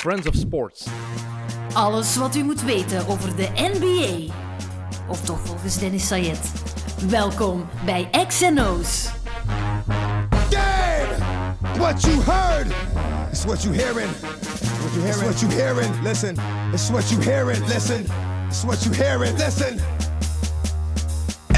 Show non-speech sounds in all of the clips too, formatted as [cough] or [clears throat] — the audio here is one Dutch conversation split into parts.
Friends of Sports. Alles wat u moet weten over de NBA. Of toch volgens Dennis Sayed. Welkom bij XNO's. Damn! What you heard It's what you hearing. What you hearing. It's what you hearing. Listen. It's what you hearing. Listen. It's what you hearing. Listen.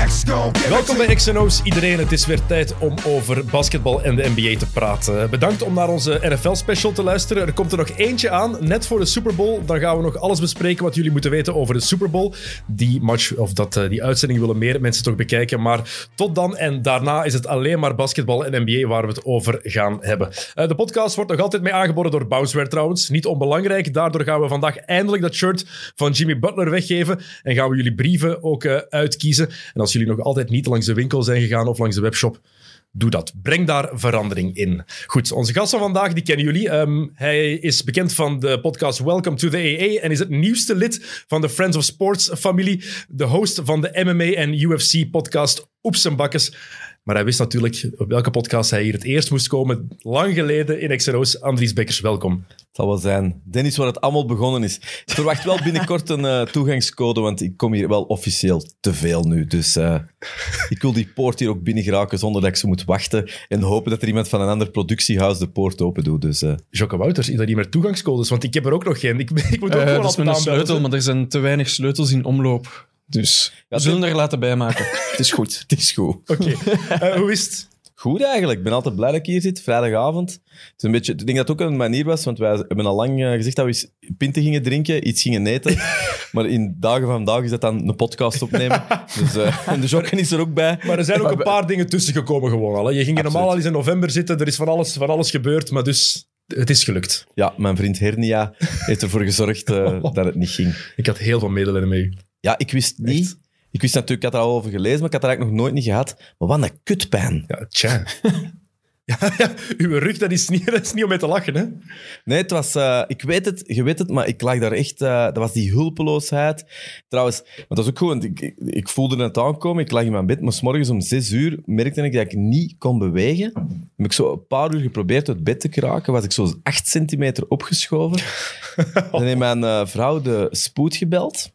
X go. give it Welkom to bij XNO's iedereen. Het is weer tijd om over basketbal en de NBA te praten. Bedankt om naar onze NFL-special te luisteren. Er komt er nog eentje aan, net voor de Super Bowl. Dan gaan we nog alles bespreken wat jullie moeten weten over de Super Bowl. Die match of dat, eh, die uitzending willen meer mensen toch bekijken. Maar tot dan en daarna is het alleen maar basketbal en NBA waar we het over gaan hebben. Eh, de podcast wordt nog altijd mee aangeboden door Bounceware trouwens. Niet onbelangrijk. Daardoor gaan we vandaag eindelijk dat shirt van Jimmy Butler weggeven. En gaan we jullie brieven ook eh, uitkiezen. En als jullie nog altijd niet langs de winkel zijn gegaan of langs de webshop, doe dat. Breng daar verandering in. Goed, onze gast van vandaag, die kennen jullie. Ehm, hij is bekend van de podcast Welcome to the AA en is het nieuwste lid van de Friends of Sports familie. De host van de MMA en UFC podcast Oeps en Bakkes. Maar hij wist natuurlijk op welke podcast hij hier het eerst moest komen. Lang geleden in XRO's. Andries Bekkers, welkom. Het zal wel zijn. Dennis, waar het allemaal begonnen is. Ik verwacht wel binnenkort een eh, toegangscode, want ik kom hier wel officieel te veel nu. Dus eh, ik wil die poort hier ook binnen geraken zonder dat ik ze moet wachten en hopen dat er iemand van een ander productiehuis de poort open doet. Dus eh, Jocke Wouters, is dat niet meer toegangscodes? Want ik heb er ook nog geen. Ik, [laughs] ik moet ook gewoon Eh, dat is altijd met een aanbellen. sleutel, maar er zijn te weinig sleutels in omloop. Dus we dit- zullen er laten [laughs] bijmaken. Het is goed. het is goed. Oké, Eh, hoe is het? Goed eigenlijk. Ik ben altijd blij dat ik hier zit, vrijdagavond. Het is een beetje, ik denk dat het ook een manier was, want wij hebben al lang eh, gezegd dat we eens pinten gingen drinken, iets gingen [laughs] eten. maar in dagen van vandaag is dat dan een podcast [laughs] opnemen. dus, eh, [laughs] en de Jokken is er ook bij. Maar er zijn ook een paar dingen tussen gekomen gewoon al. Hè. Je ging er normaal al eens in november zitten. Er is van alles, van alles gebeurd, maar dus het is gelukt. Ja, mijn vriend Hernia heeft ervoor gezorgd eh, dat het niet ging. Ik had heel veel medelijden mee u. Ja, ik wist niet. Ik wist natuurlijk, ik had er al over gelezen, maar ik had er eigenlijk nog nooit niet gehad. Maar wat een kutpijn. Ja, tja. [laughs] ja, ja, uw rug, dat is, niet, [laughs] dat is niet om mee te lachen, hè. Nee, het was, eh, ik weet het, je weet het, maar ik lag daar echt, eh, dat was die hulpeloosheid. Trouwens, want dat is ook goed, want ik, ik, ik voelde het aankomen, ik lag in mijn bed, maar 's morgens om zes uur merkte ik dat ik niet kon bewegen. Heb ik zo een paar uur geprobeerd uit bed te kraken, was ik zo acht centimeter opgeschoven. Dan heeft mijn eh, vrouw de spoed gebeld.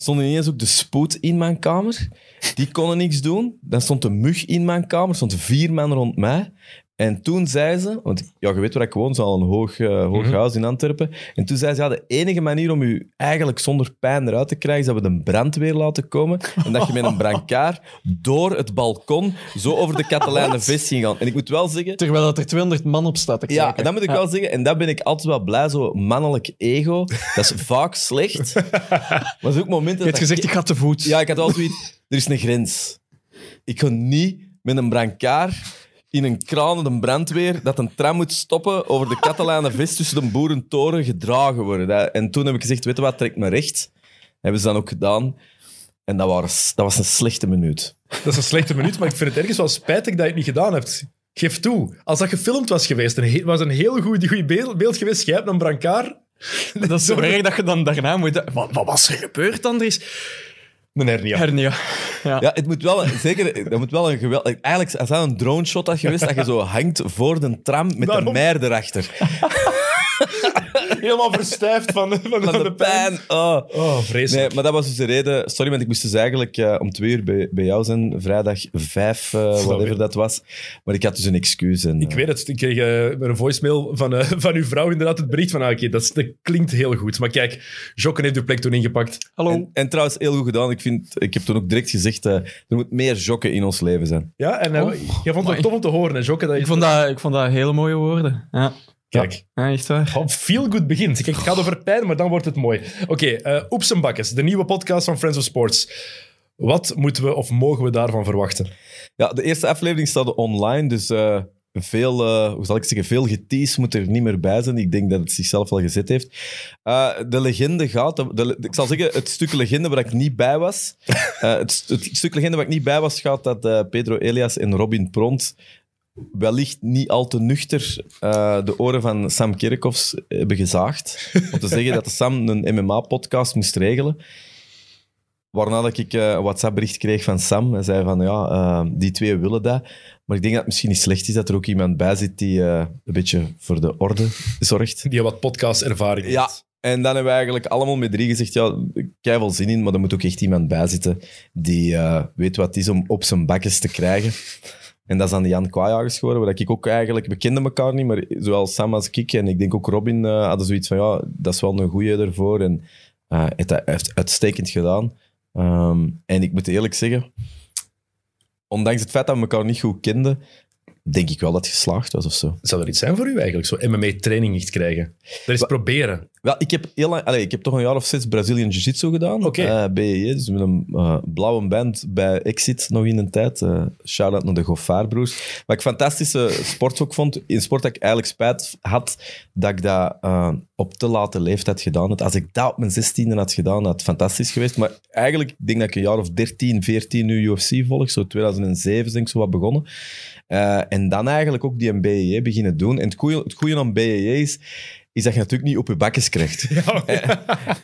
Stond ineens ook de spoed in mijn kamer. Die konden niks doen. Dan stond de mug in mijn kamer, stond vier man rond mij. En toen zei ze, want ja, je weet waar ik woon, zo'n een hoog, eh, hoog Mhm. huis in Antwerpen. En toen zei ze, ja, de enige manier om u eigenlijk zonder pijn eruit te krijgen, is dat we de brandweer laten komen. En dat je met een brancard door het balkon zo over de Catalanen vest ging gaan. En ik moet wel zeggen, Terwijl dat er 200 man op staat te kijken. ja, en dat moet ik wel zeggen. En dat ben ik altijd wel blij. Zo mannelijk ego. Dat is vaak [laughs] slecht. Maar er is ook momenten... Je hebt gezegd, ik ga te voet. Ja, ik had altijd zoiets... Er is een grens. Ik ga niet met een brancard in een kraan en een brandweer dat een tram moet stoppen over de Catalanen vest tussen de boerentoren gedragen worden. Dat- En toen heb ik gezegd, weet je wat, trek me recht. Hebben ze dan ook gedaan. En dat, waren, s- dat was een slechte minuut. Dat is een slechte minuut, maar ik vind het ergens wel spijtig dat je het niet gedaan hebt. Geef toe, als dat gefilmd was geweest, en het was een heel goed goeie beeld, beeld geweest, jij hebt een brancard. Dat is zo erg dat je dan daarna moet... Wat, wat was er gebeurd, Andries? Mijn hernia. Hernia. Ja. Ja, het moet wel, een- zeker, dat moet wel een geweld... Eigenlijk, als dat een drone shot had geweest, dat je zo hangt voor de tram met de Daarom. mer erachter. [laughs] Helemaal verstijfd van, van, van Van de pijn. Oh. Oh, vreselijk. Nee, maar dat was dus de reden... Sorry, want ik moest dus eigenlijk eh, om twee uur bij, bij jou zijn. Vrijdag vijf, eh, weet- whatever dat was. Maar ik had dus een excuus. En, Ik weet het. Ik kreeg eh, met een voicemail van, eh, [laughs] van uw vrouw inderdaad het bericht van... ah, Oké, dat, is- dat klinkt heel goed. Maar kijk, Jokken heeft uw plek toen ingepakt. Hallo. en, en trouwens, heel goed gedaan. Ik, vind, ik heb toen ook direct gezegd, eh, er moet meer jokken in ons leven zijn. Ja, en eh, Oh, jij vond het amai. tof om te horen, hè, Jokken? Dat je- ik, vond dat, ik vond dat hele mooie woorden. Ja, Kijk, ja echt waar. oh, feel good begint. Kijk, het gaat over pijn, maar dan wordt het mooi. Oké, eh, Oeps en Bakkes, de nieuwe podcast van Friends of Sports. Wat moeten we of mogen we daarvan verwachten? Ja, de eerste aflevering staat online, dus eh, veel, eh, hoe zal ik zeggen, veel getease moet er niet meer bij zijn. Ik denk dat het zichzelf al gezet heeft. Eh, de legende gaat, de, de- ik zal zeggen, het stuk legende waar ik niet bij was, eh, het, het stuk legende waar ik niet bij was, gaat dat eh, Pedro Elias en Robin Pront wellicht niet al te nuchter eh, de oren van Sam Kerkhoffs hebben gezaagd. Om te zeggen dat de Sam een MMA-podcast moest regelen. Waarna dat ik eh, een WhatsApp-bericht kreeg van Sam. Hij zei van, ja, eh, die twee willen dat. Maar ik denk dat het misschien niet slecht is dat er ook iemand bij zit die eh, een beetje voor de orde zorgt. Die wat podcastervaring heeft. Ja, en dan hebben we eigenlijk allemaal met drie gezegd, ja, ik heb wel zin in, maar er moet ook echt iemand bij zitten die eh, weet wat het is om op zijn bakjes te krijgen. En dat is aan de Jan Kwaaiagers geworden, waar ik ook eigenlijk, we kenden elkaar niet, maar zowel Sam als ik en ik denk ook Robin eh, hadden zoiets van, ja, dat is wel een goeie ervoor. En eh, het hij heeft uitstekend gedaan. Ehm, en ik moet eerlijk zeggen, ondanks het feit dat we elkaar niet goed kenden, denk ik wel dat het geslaagd was of zo. Zou er iets zijn voor u eigenlijk? Zo MMA-training echt krijgen? Dat is Wa- proberen. Wel, ik heb heel lang, allee, ik heb toch een jaar of zes Brazilian Jiu-Jitsu gedaan. Oké. Eh, BJJ, dus met een eh, blauwe band bij Exit nog in een tijd. Eh, Shout-out naar de Goffaarbroers. Wat ik fantastische sport ook vond, in sport dat ik eigenlijk spijt had dat ik dat eh, op te late leeftijd gedaan had. Als ik dat op mijn zestiende had gedaan, had het fantastisch geweest. Maar eigenlijk ik denk dat ik een jaar of 13, 14 nu UFC volg. Zo 2007 is denk ik zo wat begonnen. Eh, en dan eigenlijk ook die BJJ E beginnen doen. En het goeie, het goeie aan BJJ is, is dat je natuurlijk niet op je bakjes krijgt.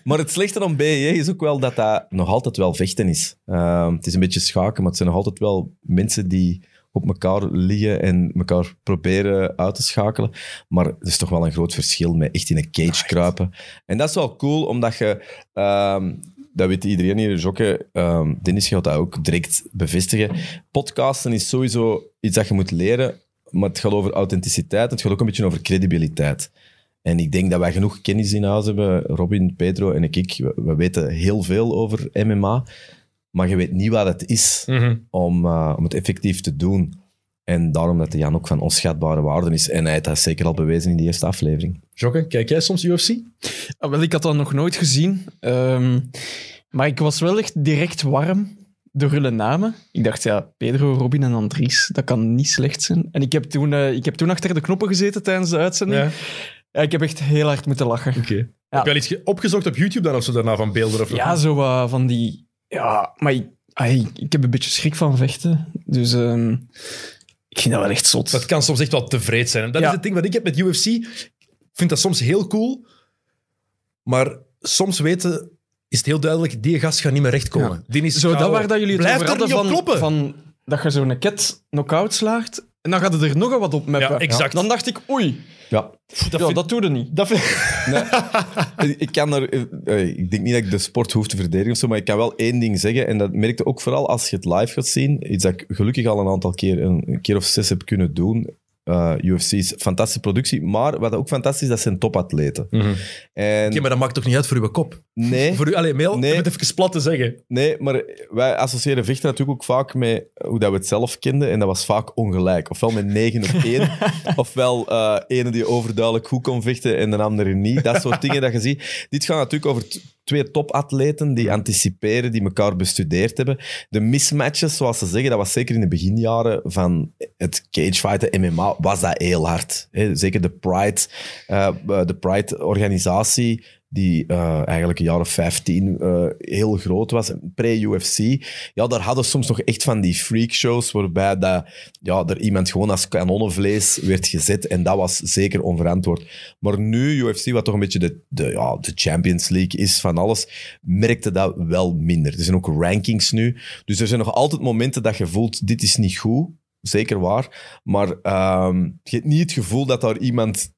Maar het slechte aan BJJ is ook wel dat dat nog altijd wel vechten is. Ehm, het is een beetje schaken, maar het zijn nog altijd wel mensen die op elkaar liggen en elkaar proberen uit te schakelen. Maar er is toch wel een groot verschil met echt in een cage kruipen. En dat is wel cool, omdat je... ehm, dat weet iedereen hier, Jokke. ehm Dennis gaat dat ook direct bevestigen. Podcasten is sowieso iets dat je moet leren, maar het gaat over authenticiteit. Het gaat ook een beetje over credibiliteit. En ik denk dat wij genoeg kennis in huis hebben. Robin, Pedro en ik, we, we weten heel veel over MMA. Maar je weet niet wat het is Mhm. om, eh, om het effectief te doen. En daarom dat de Jan ook van onschatbare waarde is. En hij heeft dat zeker al bewezen in die eerste aflevering. Jokke, kijk jij soms UFC? Ah, wel, ik had dat nog nooit gezien. Ehm, maar ik was wel echt direct warm door hun namen. Ik dacht, ja, Pedro, Robin en Andries, dat kan niet slecht zijn. En ik heb toen, eh, ik heb toen achter de knoppen gezeten tijdens de uitzending. Ja. Ja, ik heb echt heel hard moeten lachen. Oké. Heb je wel iets ge- opgezocht op YouTube dan of zo daarna van beelden? Of Ja, zo eh, van die... Ja, maar ik, ah, ik, ik heb een beetje schrik van vechten. Dus ehm, ik vind dat wel echt zot. Dat kan soms echt wel te vreed zijn. En dat Ja. is het ding wat ik heb met UFC. Ik vind dat soms heel cool, maar soms weten is het heel duidelijk, die gast gaat niet meer rechtkomen. Die is Zo, dat KO. waar dat jullie het Blijf over er hadden niet op van, kloppen. van dat je zo'n ket knock-out slaagt. En dan gaat het er nogal wat op meppen. Ja, exact. Dan dacht ik, oei, Ja. dat, ja, dat doe je niet. Dat vind- Ik- ik kan er, eh, eh, ik denk niet dat ik de sport hoef te verdedigen of zo, maar ik kan wel één ding zeggen. En dat merkte ook vooral als je het live gaat zien. Iets dat ik gelukkig al een aantal keer, een, een keer of zes heb kunnen doen. Eh, UFC is fantastische productie, maar wat ook fantastisch is, dat zijn topatleten. En, Mhm. Oké, maar dat maakt toch niet uit voor uw kop? nee, Voor u, allee, mail, Nee. om het even plat te zeggen. nee, maar wij associëren vechten natuurlijk ook vaak met hoe dat we het zelf kenden. En dat was vaak ongelijk. Ofwel met 9 op 1, ofwel eh ene die overduidelijk goed kon vechten en de andere niet. Dat soort dingen dat je ziet. Dit gaat natuurlijk over t- twee topatleten die anticiperen, die elkaar bestudeerd hebben. De mismatches, zoals ze zeggen, dat was zeker in de beginjaren van het cagefighten, MMA, was dat heel hard. Hè, Zeker de Pride, eh, de Pride-organisatie, die eh, eigenlijk een jaar of 15 eh, heel groot was, pre-UFC. Ja, daar hadden soms nog echt van die freakshows waarbij dat, ja, er iemand gewoon als kanonnenvlees werd gezet en dat was zeker onverantwoord. Maar nu, UFC, wat toch een beetje de, de, ja, de Champions League is van alles, merkte dat wel minder. Er zijn ook rankings nu. Dus er zijn nog altijd momenten dat je voelt, dit is niet goed. Zeker waar. Maar ehm, je hebt niet het gevoel dat daar iemand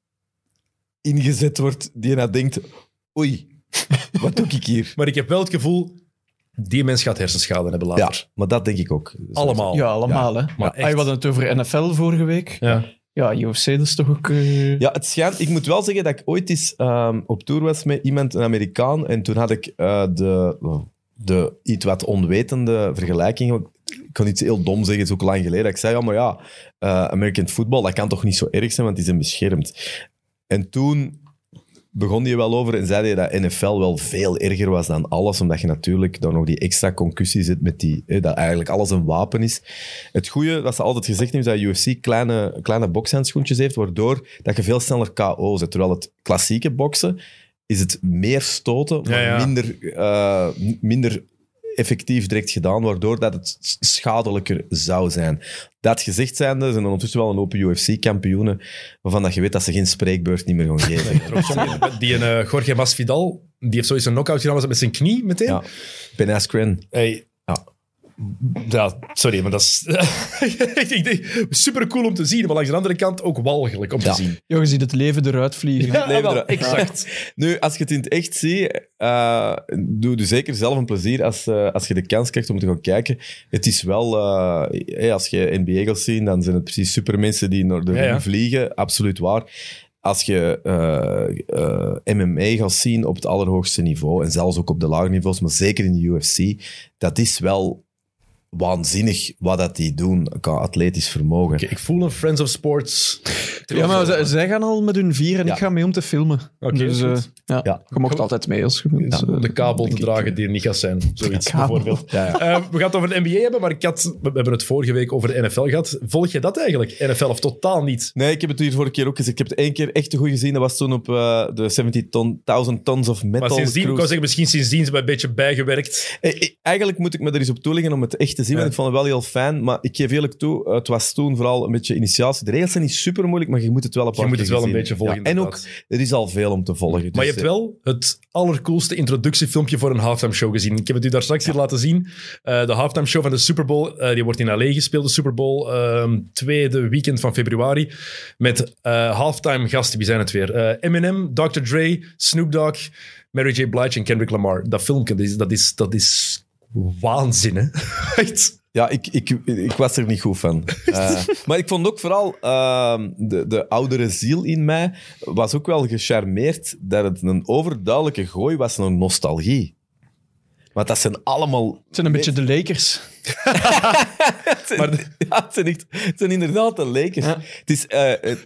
ingezet wordt die nou denkt, oei, wat doe ik hier? Maar ik heb wel het gevoel, die mens gaat hersenschade hebben Ja, later. maar dat denk ik ook. Allemaal. [laughs] Ja, allemaal, hè. Maar Ah, echt. je had het over NFL vorige week. Ja. Ja, UFC, dat is toch ook... eh, Ja, het schijnt... Ik moet wel zeggen dat ik ooit eens ehm, op tour was met iemand, een Amerikaan, en toen had ik eh, de, de iets wat onwetende vergelijking... Ik kan iets heel dom zeggen, het is ook lang geleden. Ik zei, ja, maar ja, eh, American football, dat kan toch niet zo erg zijn, want die zijn beschermd. En toen begon je wel over en zei je dat NFL wel veel erger was dan alles, omdat je natuurlijk dan nog die extra concussie zit met die, hè, dat eigenlijk alles een wapen is. Het goede, dat ze altijd gezegd hebben, is dat UFC kleine, kleine bokshandschoentjes heeft, waardoor dat je veel sneller KO zet. Terwijl het klassieke boksen is het meer stoten, maar Ja, ja. minder... eh, minder effectief direct gedaan, waardoor dat het s- schadelijker zou zijn. Dat gezegd zijnde zijn er ondertussen wel een hoop UFC-kampioenen waarvan dat je weet dat ze geen spreekbeurt niet meer gaan [laughs] geven. Er was ook- Die een eh, Jorge Masvidal, die heeft zoiets een knock-out gedaan was dat met zijn knie meteen. Ja. Ben Askren. Hey, Ja. Ja, sorry, maar dat is [laughs] ik denk, supercool om te zien, maar langs de andere kant ook walgelijk om Ja. te zien. Joh, je ziet het leven eruit vliegen. [laughs] Ja, leven Ah, wel, eruit. exact. [laughs] Nu, als je het in het echt ziet, eh, doe je zeker zelf een plezier als, eh, als je de kans krijgt om te gaan kijken. Het is wel, eh, hey, als je NBA gaat zien, dan zijn het precies supermensen die naar de Ja, ja. ring vliegen, absoluut waar. Als je eh, eh, MMA gaat zien op het allerhoogste niveau, en zelfs ook op de lagere niveaus, maar zeker in de UFC, dat is wel waanzinnig wat dat die doen qua atletisch vermogen. Oké, ik voel een Friends of Sports. Ja, maar zij, zij gaan al met hun vier en Ja. ik ga mee om te filmen. Oké, dus, eh, goed. ja. Ja. Je mocht altijd mee als je wilt. Ja, eh, Om de kabel te denk ik. dragen die er niet gaat zijn. Zoiets, De kabel. bijvoorbeeld. Ja, ja. Eh, we gaan het over de NBA hebben, maar ik had, we hebben het vorige week over de NFL gehad. Volg je dat eigenlijk? NFL of totaal niet? Nee, ik heb het hier vorige keer ook gezien. Ik heb het één keer echt te goed gezien. Dat was toen op eh, de 70 ton, 1000 tons of metal Maar sindsdien, ik cruise. wou zeggen, misschien sindsdien zijn we een beetje bijgewerkt. Eh, eh, eigenlijk moet ik me er eens op toelichten om het echt te zien, want Ja. ik vond het wel heel fijn. Maar ik geef eerlijk toe, eh, het was toen vooral een beetje initiatie. De regels zijn niet super moeilijk, maar je moet het wel een paar Je moet keer het wel een gezien beetje hebben. volgen. Ja, En ook, inderdaad. er is al veel om te volgen. dus, maar je hebt eh, wel het allercoolste introductiefilmpje voor een halftime show gezien. Ik heb het u daar straks hier laten zien. Eh, de halftime show van de Super Bowl. eh, die wordt in LA gespeeld, de Super Bowl. ehm, tweede weekend van februari. Met eh, halftime gasten, wie zijn het weer? Eh, Eminem, Dr. Dre, Snoop Dogg, Mary J. Blige en Kendrick Lamar. Dat filmpje, dat is, dat is, dat is waanzin, hè? [laughs] Echt. Ja, ik, ik, ik was er niet goed van. Eh, maar ik vond ook vooral ehm, de, de oudere ziel in mij was ook wel gecharmeerd dat het een overduidelijke gooi was naar nostalgie. Want dat zijn allemaal... Het zijn een beetje de Lakers. Maar [laughs] ja, het, zijn echt, het zijn inderdaad de Lakers. Het is... eh, het-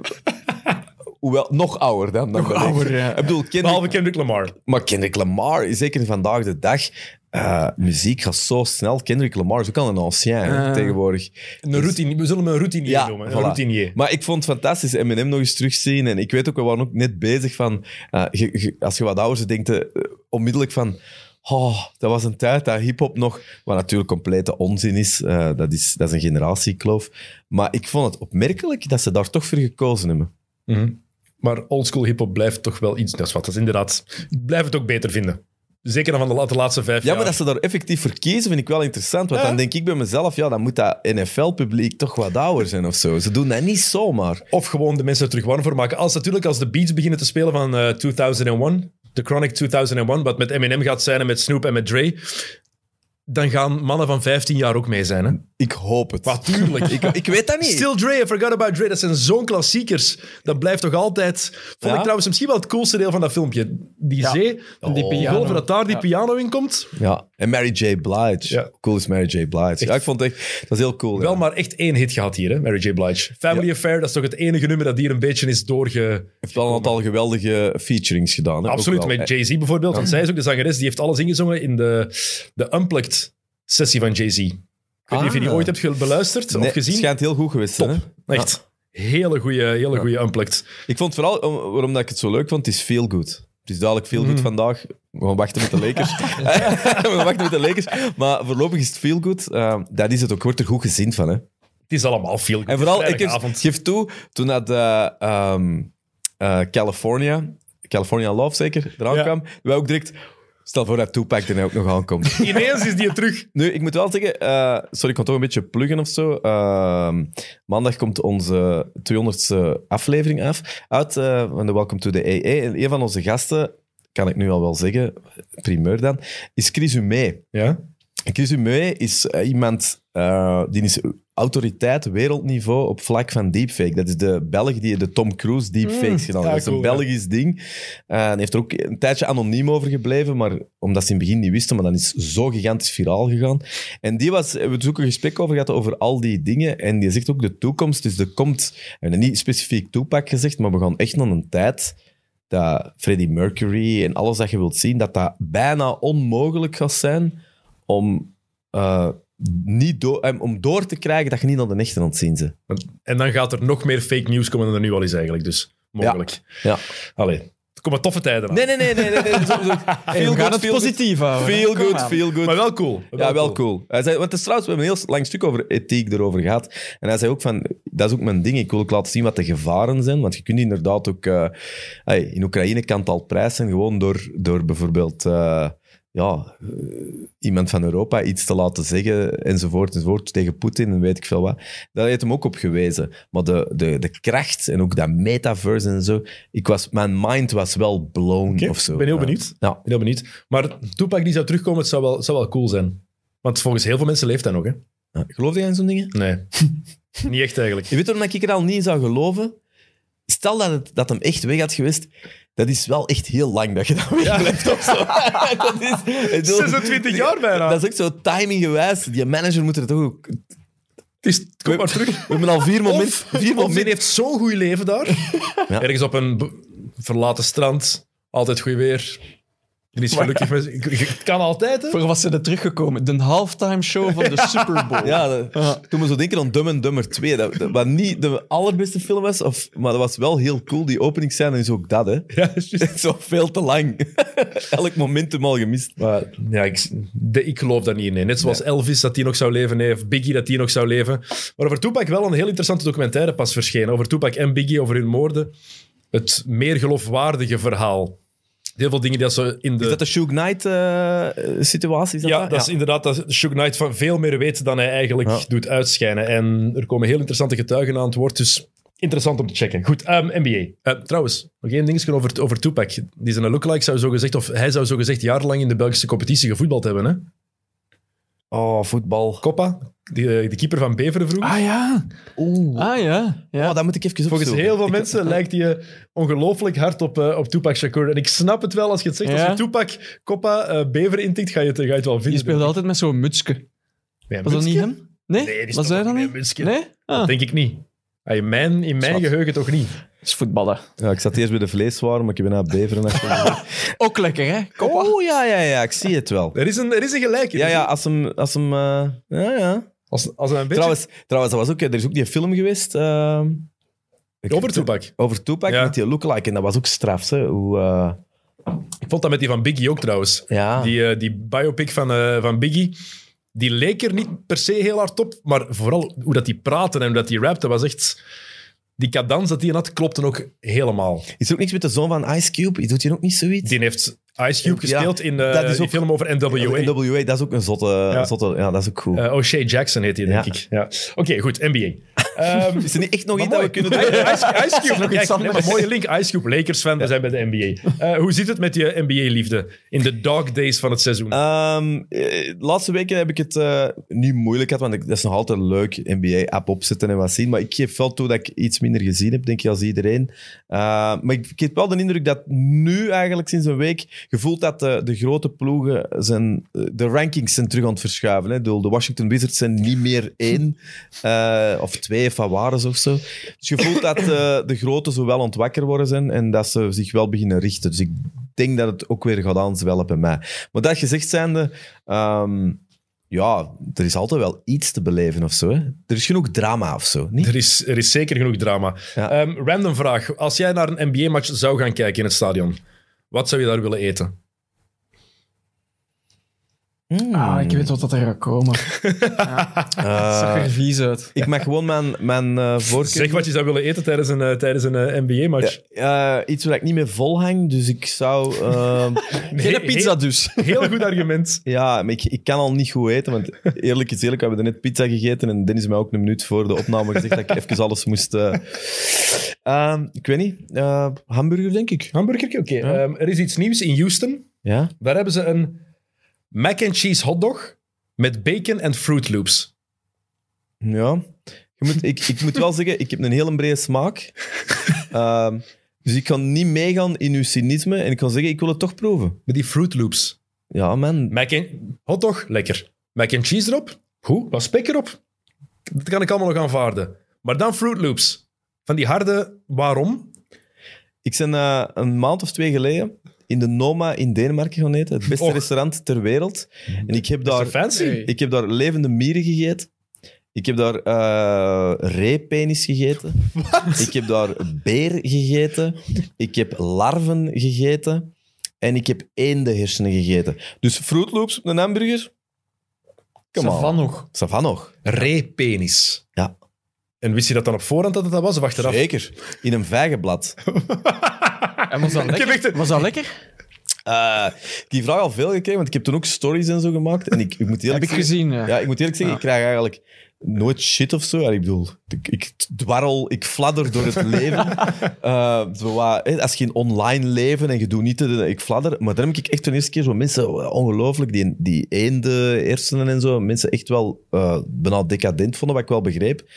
hoewel, nog ouder dan, dan de Lakers. ouder, ja. Ik bedoel, Kendrick- Behalve Kendrick Lamar. maar Kendrick Lamar, zeker vandaag de dag... eh, muziek gaat zo snel. Kendrick Lamar is ook al een ancien hè, Eh. tegenwoordig. Een routine, we zullen hem een routinier noemen. Een voilà. routinier. Maar ik vond het fantastisch Eminem nog eens terugzien. En ik weet ook, we waren ook net bezig van... eh, je- je- als je wat ouder bent, denkt je, eh, onmiddellijk van... Oh, dat was een tijd dat hip-hop nog, wat natuurlijk complete onzin is. eh, dat is, dat is een generatiekloof. Maar ik vond het opmerkelijk dat ze daar toch voor gekozen hebben. Mhm. Maar oldschool hip-hop blijft toch wel iets. Dat is wat. Dat is inderdaad. Ik blijf het ook beter vinden. Zeker dan van de, la- de laatste vijf Ja, jaar. maar dat ze daar effectief voor kiezen vind ik wel interessant. Want Ja. dan denk ik bij mezelf, ja, dan moet dat NFL-publiek toch wat ouder zijn of zo. Ze doen dat niet zomaar. Of gewoon de mensen er terug warm voor maken. Als natuurlijk als de beats beginnen te spelen van eh, 2001, de Chronic 2001, wat met Eminem gaat zijn en met Snoop en met Dre, dan gaan mannen van 15 jaar ook mee zijn. Hè? Ik hoop het. Wat tuurlijk. [laughs] Ik, ik weet dat niet. Still Dre en Forgot About Dre, dat zijn zo'n klassiekers. Dat blijft toch altijd... Vond Ja? ik trouwens misschien wel het coolste deel van dat filmpje. Die zee, Oh, die piano. golven dat daar die piano in komt. Ja, en Mary J. Blige. Ja. Cool is Mary J. Blige. Ja, ik vond het echt... Dat is heel cool. Wel ja. maar echt één hit gehad hier, hè? Mary J. Blige. Family Affair, dat is toch het enige nummer dat hier een beetje is doorge... heeft wel een aantal geweldige featurings gedaan. hè, ook Absoluut, wel. met Jay-Z bijvoorbeeld. Want zij is ook de zangeres, die heeft alles ingezongen in de, de Unplugged-sessie van Jay-Z. Ik weet niet of je die Ah. ooit hebt ge- beluisterd Nee, of gezien. schijnt heel goed geweest te zijn, hè? Echt. Hele goede hele goeie Unplugged. Ik vond vooral, om- waarom dat ik het zo leuk vond, het is feel good. Het is duidelijk feel Mm. good vandaag. We gaan wachten met de [laughs] Lakers. [laughs] We gaan wachten met de Lakers. Maar voorlopig is het feel good. Eh, dat is het ook. Wordt er goed gezien van, hè? Het is allemaal veel goed. En vooral, ik geef, Vrijdagavond. geef toe, toen dat eh, ehm, eh, California, California Love zeker, eraan Ja. kwam, wij ook direct... Stel voor dat Tupac er nou ook nog aankomt. [laughs] Ineens is die terug. Nu, ik moet wel zeggen, eh, sorry, ik kan toch een beetje pluggen of zo. Ehm, maandag komt onze 200ste aflevering af, uit eh, van de Welcome to the AA. En een van onze gasten, kan ik nu al wel zeggen, primeur dan, is Chris Humé. Ja. Chris Humé is eh, iemand eh, die is autoriteit wereldniveau op vlak van deepfake. Dat is de Belg die de Tom Cruise deepfakes gedaan heeft. Hmm. ja, dat is een cool, ja. Belgisch ding. Eh, en heeft er ook een tijdje anoniem over gebleven, maar omdat ze in het begin niet wisten, maar dan is zo gigantisch viraal gegaan. En die was, we hebben dus ook een gesprek over gehad over al die dingen. En die zegt ook de toekomst. Dus er komt, en niet specifiek Tupac gezegd, maar we gaan echt naar een tijd dat Freddie Mercury en alles dat je wilt zien, dat dat bijna onmogelijk gaat zijn om, eh, niet do- eh, om door te krijgen dat je niet aan de echte aan het zien bent. En dan gaat er nog meer fake news komen dan er nu al is eigenlijk. Dus mogelijk. Ja. Allee, er komen toffe tijden aan. Nee, nee, nee. nee, nee, nee. Zo- zo- [laughs] Hey, Feel we gaan good, het feel good. positief houden. Feel Kom good, aan. [laughs] feel good. Maar wel cool. Ja, wel cool. Hij zei, want het is trouwens, we hebben een heel lang stuk over ethiek erover gehad. En hij zei ook van, dat is ook mijn ding. Ik wil ook laten zien wat de gevaren zijn. Want je kunt inderdaad ook... eh, hey, in Oekraïne kan het al prijs zijn, gewoon door, door bijvoorbeeld... eh, ja, eh, iemand van Europa iets te laten zeggen, enzovoort, enzovoort, tegen Poetin en weet ik veel wat. Daar heeft hem ook op gewezen. Maar de, de, de kracht en ook dat metaverse en zo, ik was, mijn mind was wel blown Oké, of zo. ben heel Ja. benieuwd. Ja. Ik ben heel benieuwd. Maar Toepak die zou terugkomen, het zou wel, het zou wel cool zijn. Want volgens heel veel mensen leeft hij nog, hè? Ja. Geloof jij in zo'n dingen? Nee. [laughs] Niet echt eigenlijk. Je weet waarom ik er al niet in zou geloven? Stel dat, het, dat hem echt weg had geweest, dat is wel echt heel lang dat je dat wegblijft of [laughs] zo. dat is, ik bedoel, 26 jaar bijna. Dat is ook zo timinggewijs. Die manager moet er toch ook... Het is, kom maar [laughs] terug. We hebben al vier momenten... Of, Vier of men momenten heeft zo'n goed leven [laughs] daar. Ergens op een b- verlaten strand. Altijd goed weer. Er is gelukkig... met- ik- [laughs] ik- Het kan altijd, hè? Voor wat ze er teruggekomen? De halftime show van de Super Bowl. ja, dat- toen we zo denken aan Dumb and Dumber 2, dat, dat- wat niet de allerbeste film was, of, maar dat was wel heel cool. Die openingsscène is ook dat, hè. [laughs] Ja, dat is juist. Zo veel te lang. [laughs] Elk momentum al gemist. Maar ja, ik, de, ik geloof daar niet in. nee. Net zoals Elvis dat die nog zou leven, nee, of Biggie dat die nog zou leven. Maar over Tupac wel een heel interessante documentaire pas verschenen. Over Tupac en Biggie, over hun moorden. Het meer geloofwaardige verhaal. Heel veel dingen die dat ze in de... Is dat de eh, Suge Knight-situatie? ja, dat is inderdaad dat Suge Knight van veel meer weet dan hij eigenlijk Ja. doet uitschijnen. En er komen heel interessante getuigen aan het woord, dus interessant om te checken. Goed, ehm, NBA. Eh, trouwens, nog één dingetje over, over Tupac. Die zijn lookalike zou zo gezegd, of hij zou zo gezegd jarenlang in de Belgische competitie gevoetbald hebben, hè? Oh, voetbal. Koppa, de, de keeper van Beveren vroeger. Ah ja. Oeh. Ah ja. ja. Oh, dat moet ik even opzoeken. Volgens heel veel mensen [laughs] lijkt hij eh, ongelooflijk hard op, eh, op Tupac Shakur. En ik snap het wel als je het zegt. Ja. Als je Tupac, Koppa, eh Bever intikt, ga je het, ga je het wel die vinden. speelde altijd met zo'n mutsje. Nee, Was dat niet Mutskin? hem? Nee? Nee, die was hij speelde dan ook niet niet? met Mutskin. Nee? Ah, Dat denk ik niet. Ah, In mijn, in mijn Zwart. geheugen toch niet. dat is voetballer. Ja, ik zat eerst bij de vleeswaren, maar ik ben naar [laughs] Beveren achtergegaan. Ook lekker, hè? Koppa. Oh, ja, ja, ja, ik zie het wel. Er is een, er is een gelijke. Ja, ja, als hem... Als hem eh, ja, ja. Als, als een beetje Trouwens, trouwens dat was ook, er is ook die film geweest... eh, ik- over Tupac. Over Tupac, Ja. met die lookalike. En dat was ook straf, hè. Hoe, eh, Ik vond dat met die van Biggie ook trouwens. ja. Die, eh, die biopic van, eh, van Biggie, die leek er niet per se heel hard op, maar vooral hoe dat die praatte en hoe dat die rapte, was echt... Die cadans dat die had, klopte ook helemaal. Is er ook niks met de zoon van Ice Cube? Doet hij ook niet zoiets? Die heeft Ice Cube Ja, gespeeld in eh dat is die ook- film over NWA. NWA, dat is ook een zotte... Ja, zotte, ja dat is ook cool. Eh, O'Shea Jackson heet hij, denk Ja. ik. Ja. Oké, goed, NBA. [laughs] Ehm, is er niet echt nog Maar iets dat we mooi. kunnen [laughs] doen? Ice, Ice Cube. iets Kijk, nee, anders. maar mooie link. Ice Cube, Lakers fan, we zijn bij de NBA. Eh, hoe zit het met je NBA-liefde in de dog days van het seizoen? Ehm, eh, de laatste weken heb ik het eh, niet moeilijk gehad, want ik, dat is nog altijd leuk, NBA-app opzetten en wat zien. Maar ik geef wel toe dat ik iets minder gezien heb, denk ik, als iedereen. Eh, maar ik, ik heb wel de indruk dat nu eigenlijk sinds een week gevoeld dat eh, de, de grote ploegen zijn... eh, De rankings zijn terug aan het verschuiven. Hè. Ik bedoel, De Washington Wizards zijn niet meer één eh, of twee van waren of zo. Dus je voelt dat eh, de grote zo wel ontwakker worden zijn en dat ze zich wel beginnen richten. Dus ik denk dat het ook weer gaat aanzwellen bij mij. Maar dat gezegd zijnde, ehm, ja, er is altijd wel iets te beleven of zo. Hè. Er is genoeg drama of zo, niet? Er is, er is zeker genoeg drama. Ja. Ehm, random vraag. Als jij naar een NBA-match zou gaan kijken in het stadion, wat zou je daar willen eten? Ah, ik weet wat dat er gaat komen. Het zag Eh, er vies uit. ik mag gewoon mijn, mijn eh voorkeur... Zeg wat je zou willen eten tijdens een, eh, tijdens een NBA-match. Eh, iets waar ik niet mee volhang, dus ik zou... [laughs] ehm, Geen pizza dus. [laughs] Heel goed argument. ja, maar ik, ik kan al niet goed eten, want eerlijk is eerlijk, we hebben net pizza gegeten en Dennis mij ook een minuut voor de opname gezegd dat ik even alles moest... eh, ehm, ik weet niet, eh, hamburger denk ik. [laughs] Hamburger, oké. Ehm, er is iets nieuws in Houston. Ja? Daar hebben ze een mac and cheese hotdog met bacon en Fruit Loops. Ja. Je moet, ik, ik moet wel zeggen, ik heb een hele brede smaak. Ehm, dus ik kan niet meegaan in uw cynisme en ik kan zeggen, ik wil het toch proeven. Met die Fruit Loops. Ja, man. Mac and, hotdog, lekker. Mac and cheese erop, goed. Wat spek erop, dat kan ik allemaal nog aanvaarden. Maar dan Fruit Loops. Van die harde waarom? Ik ben eh, een maand of twee geleden in de Noma in Denemarken gaan eten. Het beste Och. Mm-hmm. restaurant ter wereld. En ik heb daar... Is dat fancy? Nee. Ik heb daar levende mieren gegeten. Ik heb daar eh reepenis gegeten. Ik heb daar beer gegeten. Ik heb larven gegeten. En ik heb eendenhersenen gegeten. Dus Fruit Loops, een hamburger. Kom Van on. nog. Savan nog. Reepenis. Ja. En wist je dat dan op voorhand dat het dat was of achteraf? Zeker. In een vijgenblad. En was dat heb echt lekker? een- Was dat lekker? Eh, ik heb die vraag al veel gekregen, want ik heb toen ook stories en zo gemaakt. En ik, ik moet eerlijk Heb ik zeggen- gezien, ja. Ja, ik moet eerlijk zeggen, ik krijg eigenlijk nooit shit of zo. Ja, ik bedoel, ik, ik dwarrel, ik fladder door het leven. Eh, zo wat, hè, als je in online leven en je doet niet, de- ik fladder. Maar dan heb ik echt de eerste keer zo mensen, eh, ongelooflijk, die, die eenden, hersenen en zo, mensen echt wel eh bijna decadent vonden, wat ik wel begreep.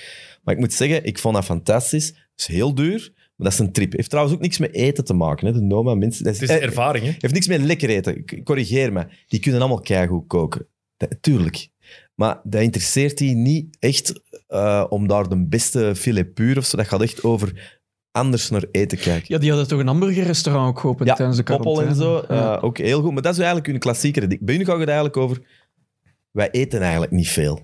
Maar ik moet zeggen, ik vond dat fantastisch. Het is heel duur, maar dat is een trip. Heeft trouwens ook niks met eten te maken. Hè. De Noma mensen... Dat Het is de eh, ervaring, hè? heeft niks met lekker eten. K- Corrigeer me. Die kunnen allemaal keigoed koken. Dat- tuurlijk. Maar dat interesseert die niet echt eh, om daar de beste filet puur of zo. Dat gaat echt over anders naar eten kijken. Ja, die hadden toch een hamburgerrestaurant ook geopend Ja, tijdens de Koppel quarantaine. en zo, eh, Ja. ook heel goed. Maar dat is eigenlijk hun klassiekere ding. Bij hun gaat het eigenlijk over... Wij eten eigenlijk niet veel.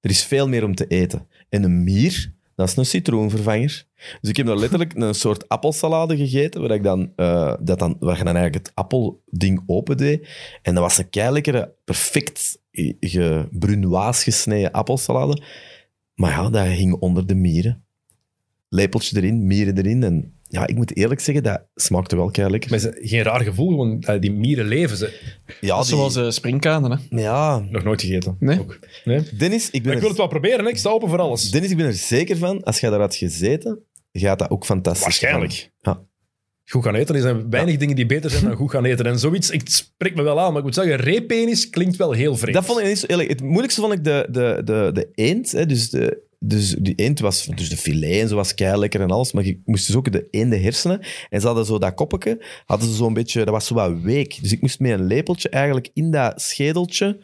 Er is veel meer om te eten. En een mier, dat is een citroenvervanger. Dus ik heb daar letterlijk een soort appelsalade gegeten, waar, ik dan, eh, dat dan, waar je dan eigenlijk het appelding opendeed. En dat was een keilekkere, perfect ge- ge- brunoise gesneden appelsalade. Maar ja, dat hing onder de mieren. Lepeltje erin, mieren erin. En ja, ik moet eerlijk zeggen, dat smaakte wel lekker. Maar ze- geen raar gevoel, gewoon eh, die mieren leven ze. Ja, Dat is Ah, die- Zoals eh springkanen, hè. ja, Nog nooit gegeten. Nee. Ook. nee? Dennis, ik ben, Maar ik wil er, het wel proberen, hè? ik sta open voor alles. Dennis, ik ben er zeker van, als jij daar had gezeten, gaat dat ook fantastisch. Waarschijnlijk. Ja. Goed gaan eten. Er zijn weinig dingen die beter zijn dan goed gaan eten. En zoiets, ik het spreekt me wel aan, maar ik moet zeggen, reepenis klinkt wel heel vreemd. Dat vond ik niet zo eerlijk. Het moeilijkste vond ik de, de, de, de eend. Hè, dus, de, dus die eend was, dus de filet en zo was kei lekker en alles. Maar je moest dus ook de eenden hersenen. En ze hadden zo dat koppetje, hadden ze zo'n beetje, dat was zo wat week. Dus ik moest met een lepeltje eigenlijk in dat schedeltje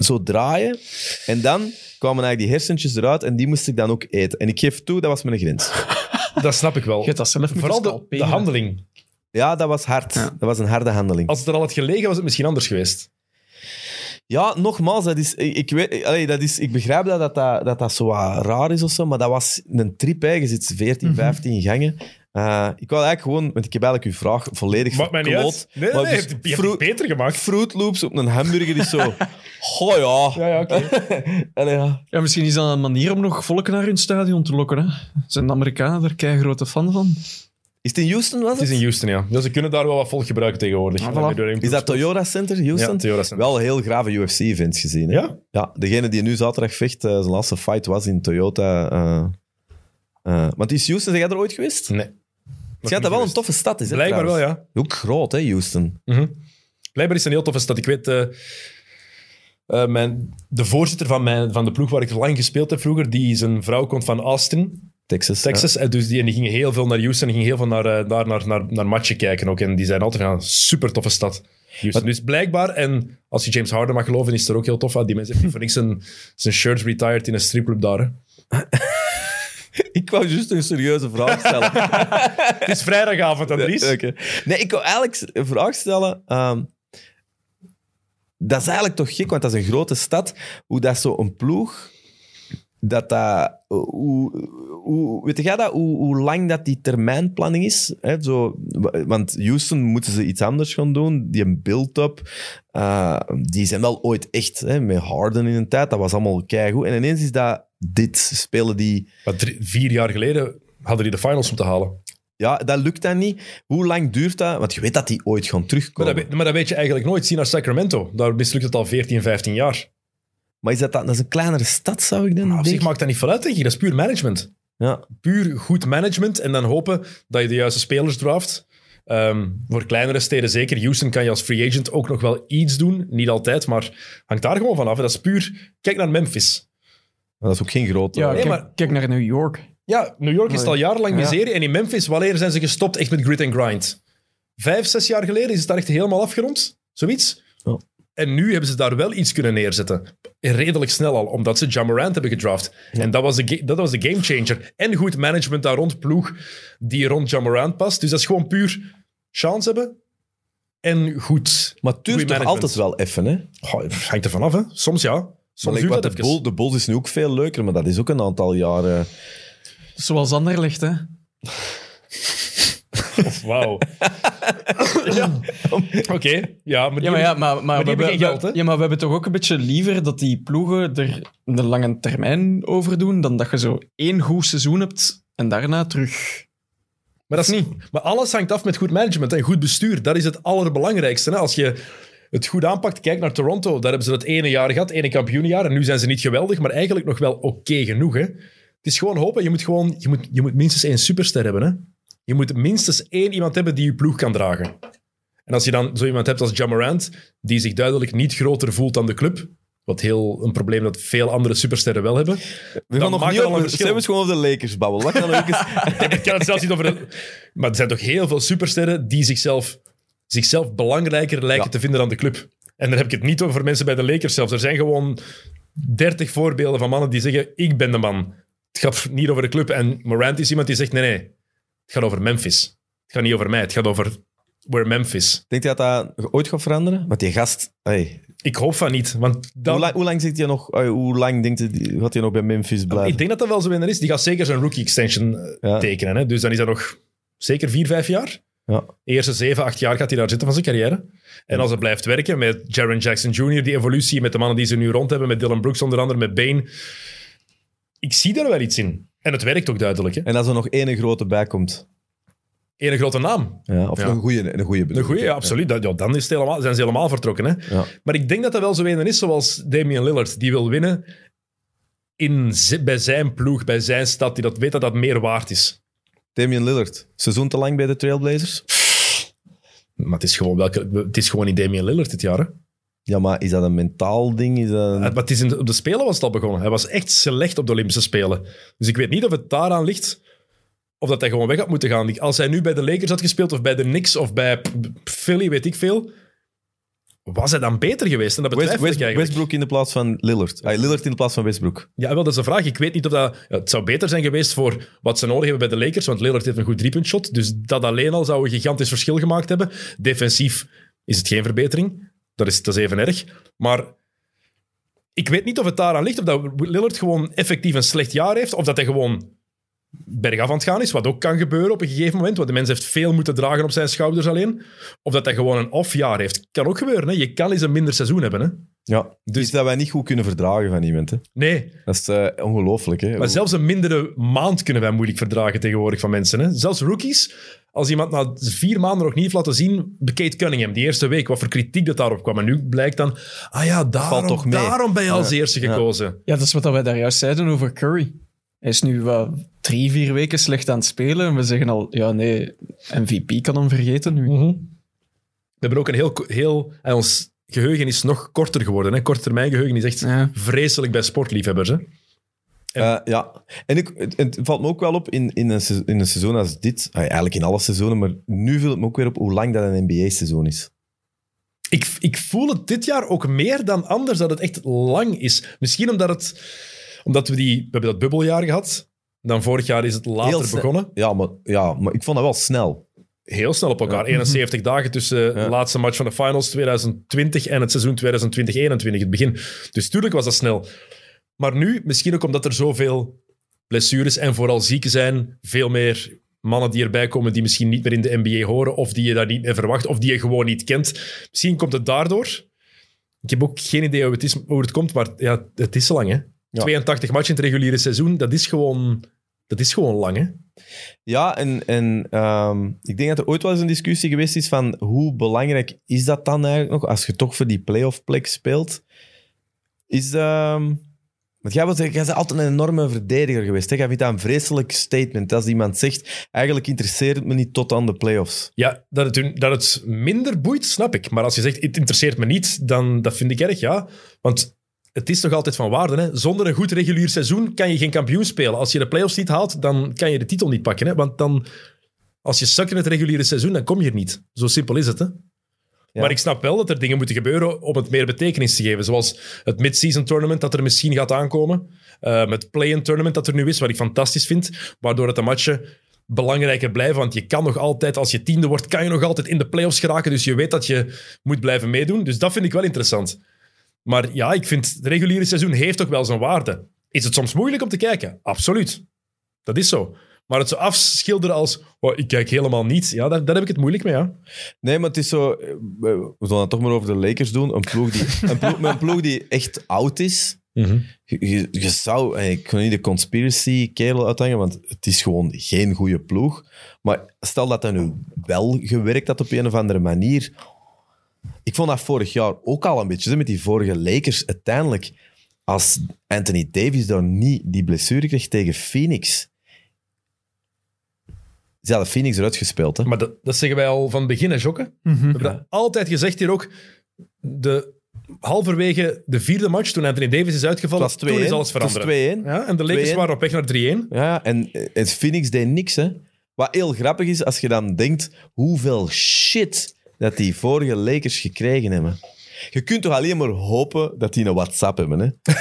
zo draaien. En dan kwamen eigenlijk die hersentjes eruit en die moest ik dan ook eten. En ik geef toe, dat was mijn grens. Dat snap ik wel. Je hebt dat zelf moeten Vooral de, de scalperen. handeling. Ja, dat was hard. Dat was een harde handeling. Als het er al had gelegen, was het misschien anders geweest. Ja, nogmaals, dat is, ik, ik weet, allee, dat is, ik begrijp dat dat, dat, dat dat zo wat raar is of zo, maar dat was een trip. Hè. Je zit 14, Mhm. 15 gangen. Eh, ik wil eigenlijk gewoon, want ik heb eigenlijk uw vraag volledig Maakt mij niet uit. verkloot. Nee, nee, Maar nee, dus je hebt- je hebt het fruit, beter gemaakt. Fruit Loops op een hamburger [laughs] is zo... Goh ja. ja, oké. Allee, ja. Ja, misschien is dat een manier om nog volk naar hun stadion te lokken. Hè? Zijn de Amerikanen er kei grote fan van? Is het in Houston, was Het is het? in Houston, ja. Dus ze kunnen daar wel wat volk gebruiken tegenwoordig. Ah, voilà. Dat je door een Is dat Toyota Center, Houston? Ja, Toyota Center. Wel heel grave UFC-events gezien. Hè? Ja? Ja, degene die nu zaterdag vecht, eh, zijn laatste fight was in Toyota. eh eh want is Houston, zijn jij er ooit geweest? Nee. Het schijnt dat wel een toffe stad is. Hè, Blijkbaar wel, trouwens. ja. Ook groot, hè, Houston. Mhm. Blijkbaar is het een heel toffe stad. Ik weet, eh, eh, mijn, de voorzitter van, mijn, van de ploeg waar ik lang gespeeld heb vroeger, die zijn vrouw komt van Austin, Texas. Texas. En dus die, en die gingen heel veel naar Houston en gingen heel veel naar, eh, daar naar, naar, naar matchen kijken ook. En die zijn altijd van, een super toffe stad. Houston. Dus blijkbaar, en als je James Harden mag geloven, is het er ook heel tof uit. Die mensen hebben voor niks zijn, zijn shirts retired in een stripclub daar. hè. ja. [laughs] Ik wou juist een serieuze vraag stellen. Het is vrijdagavond, Andries. Oké. Nee, ik wou eigenlijk een vraag stellen. ehm, dat is eigenlijk toch gek, want dat is een grote stad. Hoe dat zo'n ploeg... Dat dat, eh, hoe, hoe, weet jij dat? Hoe, hoe lang dat die termijnplanning is? Hè? Zo, wa- want Houston moeten ze iets anders gaan doen. Die een build-up. eh, die zijn wel ooit echt hè, met Harden in een tijd. Dat was allemaal keigoed. En ineens is dat dit. Spelen die... Maar drie- vier jaar geleden hadden die de finals moeten halen. Ja, dat lukt dan niet. Hoe lang duurt dat? Want je weet dat die ooit gaan Maar terugkomen. dat, weet- maar dat weet je eigenlijk nooit. Zie naar Sacramento. Daar mislukt het al 14, 15 jaar. Maar is dat, dan- dat is een kleinere stad, zou ik dan Maar op zich denken? maakt dat niet veel uit, denk ik. Dat is puur management. Ja. Puur goed management en dan hopen dat je de juiste spelers draft. Ehm, voor kleinere steden zeker. Houston kan je als free agent ook nog wel iets doen. Niet altijd, maar hangt daar gewoon vanaf. Dat is puur... Kijk naar Memphis. Maar dat is ook geen grote... Ja, nee, kijk, maar- kijk naar New York. Ja, New York is het al jarenlang Ja. miserie. En in Memphis, wanneer zijn ze gestopt echt met grit and grind? Vijf, zes jaar geleden is het daar echt helemaal afgerond. Zoiets. Ja. En nu hebben ze daar wel iets kunnen neerzetten. Redelijk snel al, omdat ze Jamorant hebben gedraft. En dat was, de ga- dat was de gamechanger. En goed management daar rond, ploeg die rond Jamorant past. Dus dat is gewoon puur chance hebben en goed. Maar het duurt Goeie toch management. altijd wel even, hè? Goh, het hangt er vanaf, hè. Soms ja. Maar Soms like, duurt wat dat de, even. Bol, de Bulls is nu ook veel leuker, maar dat is ook een aantal jaren... Zoals Anderlecht, hè. Of [laughs] Wauw. [laughs] ja. Oké. Ja, maar die- Ja, maar, ja, maar, maar, die hebben geen we, geld, hè? ja, maar we hebben toch ook een beetje liever dat die ploegen er een lange termijn over doen, dan dat je zo één goed seizoen hebt en daarna terug Maar, dat is, maar alles hangt af met goed management en goed bestuur. Dat is het allerbelangrijkste. Hè? Als je het goed aanpakt, kijk naar Toronto. Daar hebben ze dat ene jaar gehad, ene kampioenjaar. En nu zijn ze niet geweldig, maar eigenlijk nog wel oké genoeg. Hè? Het is gewoon hopen. Je moet, gewoon, je, moet, je moet minstens één superster hebben. Hè? Je moet minstens één iemand hebben die je ploeg kan dragen. En als je dan zo iemand hebt als Jamarant, die zich duidelijk niet groter voelt dan de club, wat heel een probleem dat veel andere supersterren wel hebben, We gaan dan nog maakt het al niet een over, verschil. zijn we eens gewoon over de Lakers babbelen. Wat kan er ook eens- Ik kan het zelfs niet over... de- Maar er zijn toch heel veel supersterren die zichzelf, zichzelf belangrijker lijken Ja. te vinden dan de club. En dan heb ik het niet over mensen bij de Lakers zelfs. Er zijn gewoon dertig voorbeelden van mannen die zeggen, ik ben de man. Het gaat niet over de club. En Morant is iemand die zegt, nee, nee. Het gaat over Memphis. Het gaat niet over mij. Het gaat over where Memphis. [laughs] Denk je dat dat ooit gaat veranderen? Want die gast... Hey, Ik hoop van niet, want hoe, dan... lang, hoe lang zit hij nog... hey, hoe lang denkt hij, gaat hij nog bij Memphis Ik blijven? denk dat dat wel zo winnaar is. Die gaat zeker zijn rookie extension eh, Ja. tekenen. Hè? Dus dan is dat nog zeker vier, vijf jaar. Ja. eerste zeven, acht jaar gaat hij daar zitten van zijn carrière. En als hij blijft werken met Jaron Jackson Jr., die evolutie, met de mannen die ze nu rond hebben, met Dylan Brooks onder andere, met Bane. Ik zie daar wel iets in. En het werkt ook duidelijk. Hè? En als er nog één grote bij komt. Ene grote naam. Ja, of Ja. nog een goede een goeie Een bedoel goeie, ik. ja, absoluut. Dat- ja, dan is het helemaal, zijn ze helemaal vertrokken. Hè? Ja. Maar ik denk dat dat wel zo een is, zoals Damian Lillard. Die wil winnen in, zi- bij zijn ploeg, bij zijn stad. Die dat weet dat dat meer waard is. Damian Lillard. Seizoen te lang bij de Trailblazers? Maar het is gewoon, welke, het is gewoon niet Damian Lillard dit jaar. Hè? Ja, maar is dat een mentaal ding? Is dat een- Maar het is in de, op de Spelen was het al begonnen. Hij was echt slecht op de Olympische Spelen. Dus ik weet niet of het daaraan ligt. Of dat hij gewoon weg had moeten gaan. Als hij nu bij de Lakers had gespeeld, of bij de Knicks, of bij P- P- Philly, weet ik veel. Was hij dan beter geweest? En dat West- betwijfel West- ik eigenlijk. Westbrook in de plaats van Lillard. Ah, Lillard in de plaats van Westbrook. Ja, wel, dat is de vraag. Ik weet niet of dat... ja, het zou beter zijn geweest voor wat ze nodig hebben bij de Lakers, want Lillard heeft een goed driepuntshot. Dus dat alleen al zou een gigantisch verschil gemaakt hebben. Defensief is het geen verbetering. Dat is, dat is even erg. Maar ik weet niet of het daaraan ligt, of dat Lillard gewoon effectief een slecht jaar heeft, of dat hij gewoon bergaf aan het gaan is, wat ook kan gebeuren op een gegeven moment, want de mens heeft veel moeten dragen op zijn schouders alleen. Of dat hij gewoon een off-jaar heeft. Kan ook gebeuren, hè. Je kan eens een minder seizoen hebben, hè. Ja. Dus dat wij niet goed kunnen verdragen van iemand. Hè. Nee, Dat is eh, ongelooflijk. Hè. Maar zelfs een mindere maand kunnen wij moeilijk verdragen tegenwoordig van mensen. Hè? Zelfs rookies, als iemand na vier maanden nog niet heeft laten zien, Kate Cunningham, die eerste week, wat voor kritiek dat daarop kwam. En nu blijkt dan, ah ja, daarom, toch mee. daarom ben je als eerste gekozen. Ja, dat is wat wij daar juist zeiden over Curry. Hij is nu wat drie, vier weken slecht aan het spelen. En we zeggen al, ja nee, MVP kan hem vergeten nu. We hebben ook een heel, heel en ons geheugen is nog korter geworden. Hè? Korttermijn geheugen is echt Ja. vreselijk bij sportliefhebbers. Hè? Eh, ja. En ik, het, het valt me ook wel op in, in, een, se- in een seizoen als dit. ah, eigenlijk in alle seizoenen, maar nu viel het me ook weer op hoe lang dat een NBA-seizoen is. Ik, ik voel het dit jaar ook meer dan anders dat het echt lang is. Misschien omdat, het, omdat we, die, we hebben dat bubbeljaar gehad. Dan vorig jaar is het Heel later snel. begonnen. Ja maar, ja, maar ik vond dat wel snel. heel snel op elkaar. [laughs] 71 dagen tussen Ja. de laatste match van de finals 2020 en het seizoen 2020-2021, het begin. Dus tuurlijk was dat snel. Maar nu, misschien ook omdat er zoveel blessures en vooral zieken zijn, veel meer mannen die erbij komen die misschien niet meer in de NBA horen of die je daar niet meer verwacht of die je gewoon niet kent. Misschien komt het daardoor. Ik heb ook geen idee hoe het, is, hoe het komt, maar ja, het is lang, hè. Ja. 82 matchen in het reguliere seizoen, dat is gewoon, dat is gewoon lang, hè. Ja, en, en ehm, ik denk dat er ooit wel eens een discussie geweest is van hoe belangrijk is dat dan eigenlijk nog als je toch voor die playoff plek speelt. Is, ehm, want jij, was, jij bent altijd een enorme verdediger geweest. Hè? Jij vindt dat een vreselijk statement als iemand zegt eigenlijk interesseert het me niet tot aan de playoffs. Ja, dat het, hun- dat het minder boeit, snap ik. Maar als je zegt, het interesseert me niet, dan dat vind ik erg, ja. Want het is toch altijd van waarde, hè. Zonder een goed regulier seizoen kan je geen kampioen spelen. Als je de play-offs niet haalt, dan kan je de titel niet pakken, hè. Want dan, als je zakt in het reguliere seizoen, dan kom je er niet. Zo simpel is het, hè. Maar ik snap wel dat er dingen moeten gebeuren om het meer betekenis te geven. Zoals het mid-season tournament dat er misschien gaat aankomen. Ehm, het play-in tournament dat er nu is, wat ik fantastisch vind. Waardoor het de matchen belangrijker blijven. Want je kan nog altijd, als je tiende wordt, kan je nog altijd in de play-offs geraken. Dus je weet dat je moet blijven meedoen. Dus dat vind ik wel interessant. Maar ja, ik vind het reguliere seizoen heeft toch wel zijn waarde. Is het soms moeilijk om te kijken? Absoluut. Dat is zo. Maar het zo afschilderen als, oh, ik kijk helemaal niet. Ja, daar, daar heb ik het moeilijk mee, ja. Nee, maar het is zo... eh, We we zullen het toch maar over de Lakers doen. Een ploeg die, een ploeg, met een ploeg die echt oud is. Je, je- je zou, en ik ga niet de conspiracy kerel uithangen, want het is gewoon geen goede ploeg. Maar stel dat dat nu wel gewerkt had op een of andere manier. Ik vond dat vorig jaar ook al een beetje, zo, met die vorige Lakers. Uiteindelijk, als Anthony Davis daar niet die blessure kreeg tegen Phoenix. Ze hadden Phoenix eruit gespeeld, hè? Maar dat, dat zeggen wij al van het begin, hè, Jokke? We hebben dat altijd gezegd hier ook. De, halverwege de vierde match, toen Anthony Davis is uitgevallen, Het was toen 2-1. is alles Het was veranderd. 2-1. Ja, en de Lakers 2-1. waren op weg naar 3-1. Ja, en eh, het Phoenix deed niks, hè. Wat heel grappig is, als je dan denkt hoeveel shit dat die vorige Lakers gekregen hebben. Je kunt toch alleen maar hopen dat die een WhatsApp hebben, [laughs] hè.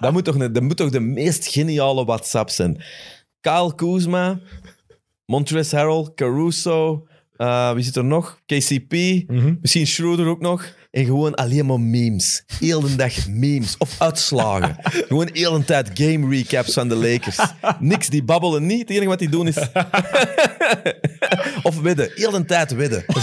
dat, moet toch, een- dat moet toch de meest geniale WhatsApp zijn. Kyle Kuzma, Montrezl Harrell, Caruso, eh, wie zit er nog? KCP, Mhm. misschien Schroeder ook nog. En gewoon alleen maar memes. Heel de dag memes. Of [laughs] uitslagen. gewoon heel de tijd game recaps van de Lakers. Niks, die babbelen niet. Het enige wat die doen [laughs] is... of wedden. Heel de tijd wedden. En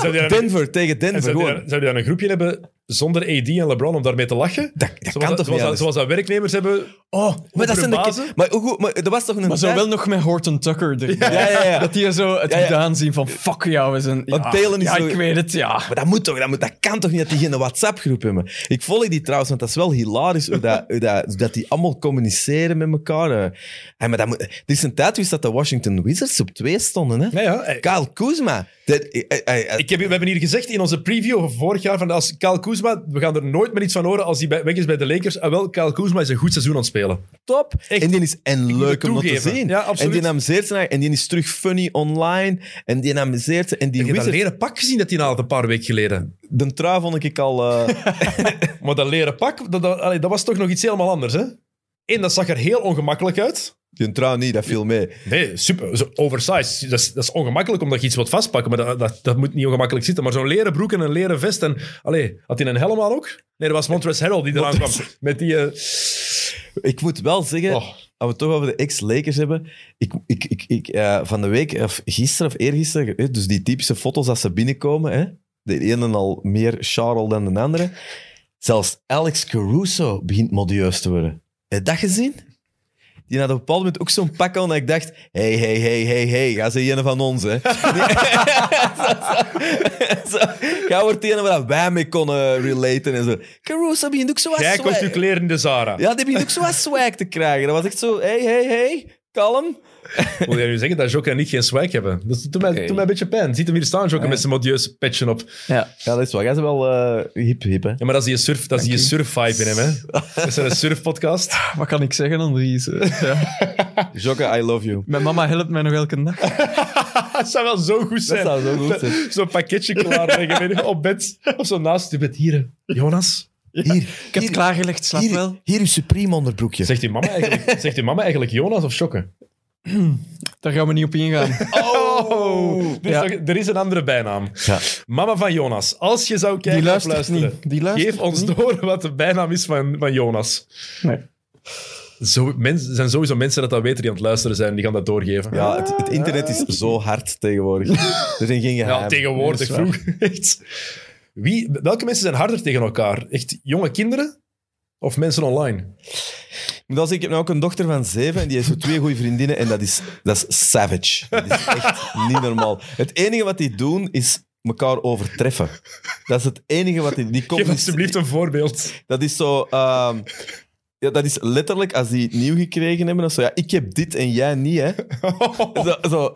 zou die dan, Denver tegen Denver. en zou die gewoon. dan, zou die dan een groepje hebben zonder AD en LeBron om daarmee te lachen? Dat- dat zoals, kan toch niet zoals, anders? zoals dat werknemers hebben. Oh, maar hun dat zijn de... bazen? ki- Maar, hoe- maar er was toch een Maar zo tijd- wel nog met Horton Tucker erin. Ja, ja, ja. Dat die zo het Ja, ja. gedaan zien van fuck jou. We zijn, ja, Want Telen is ja, zo- ik weet het, ja. Maar dat, moet toch, dat, moet, dat kan toch niet dat die geen WhatsApp-groep hebben? Ik volg die trouwens, want dat is wel hilarisch hoe dat, hoe dat, hoe dat die allemaal communiceren met elkaar. eh. Hey, maar dat moet, er is een tijd geweest dat de Washington Wizards op twee stonden. Hè? Ja, ja, eh, Kyle Kuzma. Dat, eh, eh, eh, Ik heb, hier- we hebben hier gezegd in onze preview van vorig jaar van als Kyle Kuzma, we gaan er nooit meer iets van horen als hij bij- weg is bij de Lakers. En wel, Kyle Kuzma is een goed seizoen aan het spelen. top. Echt. En die is en leuk het om nog te toegeven. zien. Ja, absoluut. en die amuseert zich en die is terug funny online. En die amuseert zich. En die Ik heb dat Wizards, leren pak gezien dat hij had een paar weken geleden. de trui vond ik al... eh, [laughs] Maar dat leren pak, dat, dat, allee, dat was toch nog iets helemaal anders, hè? Eén, dat zag er heel ongemakkelijk uit. die trui niet, dat viel mee. Nee, super. Zo oversized. Dat is, dat is ongemakkelijk omdat je iets wilt vastpakken, maar dat, dat, dat moet niet ongemakkelijk zitten. Maar zo'n leren broek en een leren vest en... Allee, had hij een helm aan ook? Nee, dat was Montrezl Harrell die eraan kwam. Met die... eh, Ik moet wel zeggen, Oh. als we het toch over de ex-Lakers hebben. Ik, ik, ik, ik, eh, van de week, of gisteren of eergisteren, eh, dus die typische foto's als ze binnenkomen. Hè? De ene al meer Charles dan de andere. Zelfs Alex Caruso begint modieus te worden. Heb je dat gezien? Die had op een bepaald moment ook zo'n pak aan dat ik dacht... Hey, hey, hey, hey, hey, ga ze een van ons, hè. [laughs] [laughs] Nee. Zo, zo. Ga wordt die ene waar wij mee konden relaten en zo. Caruso begint ook zo als jij kost wij- je kleren in de Zara. ja, die begint ook zo wat swag te krijgen. Dat was echt zo, hey, hey, hey, kalm. Wil jij nu zeggen dat Jokke en ik geen swag hebben? Dat doet mij, doet mij een beetje pijn. Ziet hem hier staan, Jokke, met zijn modieuze patchen op. Ja. Ja, dat is wel. Jij is wel eh, hip, hip, hè. Ja, maar dat is die surf, dat is die surf vibe in hem, [laughs] hè? Dat is een surfpodcast. Wat kan ik [laughs] zeggen, Andries? Eh, Ja. Jocke, I love you. Mijn mama helpt mij nog elke dag. Dat zou wel zo goed zijn. zou zo goed zijn. Zo'n pakketje klaarleggen weet je, op bed. Of zo naast je bed. Hier, hè. Jonas. Hier, Ik heb het klaargelegd, slaap hier, wel. hier is Supreme onderbroekje. Zegt uw mama [laughs] eigenlijk, zegt uw mama eigenlijk Jonas of Jokke? Daar gaan we niet op [laughs] ingaan. Oh! Er is, Ja. nog- er is een andere bijnaam. Ja. Mama van Jonas. Als je zou kijken Die of luistert luisteren, niet. Die luistert geef ons niet. door wat de bijnaam is van, van Jonas. Nee. Zo, mensen, er zijn sowieso mensen dat dat weten die aan het luisteren zijn. Die gaan dat doorgeven. Ja, het, het internet is zo hard [laughs] tegenwoordig. Er zijn geen geheimen. Ja, tegenwoordig Dat is waar. vroeg. [laughs] Echt. Wie, welke mensen zijn harder tegen elkaar? Echt jonge kinderen of mensen online? Maar dat is- ik heb nou ook een dochter van zeven en die heeft zo twee goede vriendinnen en dat is, dat is savage. Dat is echt niet normaal. Het enige wat die doen is elkaar overtreffen. Dat is het enige wat die... die Geef competitie- alsjeblieft een voorbeeld. Dat is zo. ehm, ja, dat is letterlijk als die het nieuw gekregen hebben. Of zo, ja, ik heb dit en jij niet, [laughs] hè? Zo, zo.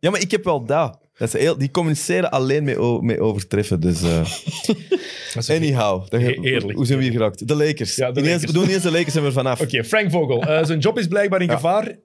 Ja, maar ik heb wel dat. dat is heel, die communiceren alleen mee, o- mee overtreffen. Dus, eh, Dat is oké. anyhow, dat- E- eerlijk. hoe zijn we hier geraakt? De Lakers. Ja, de Ineens- Lakers. We doen niet eens de Lakers en we er vanaf. Oké, Frank Vogel. eh, zijn job is blijkbaar in gevaar.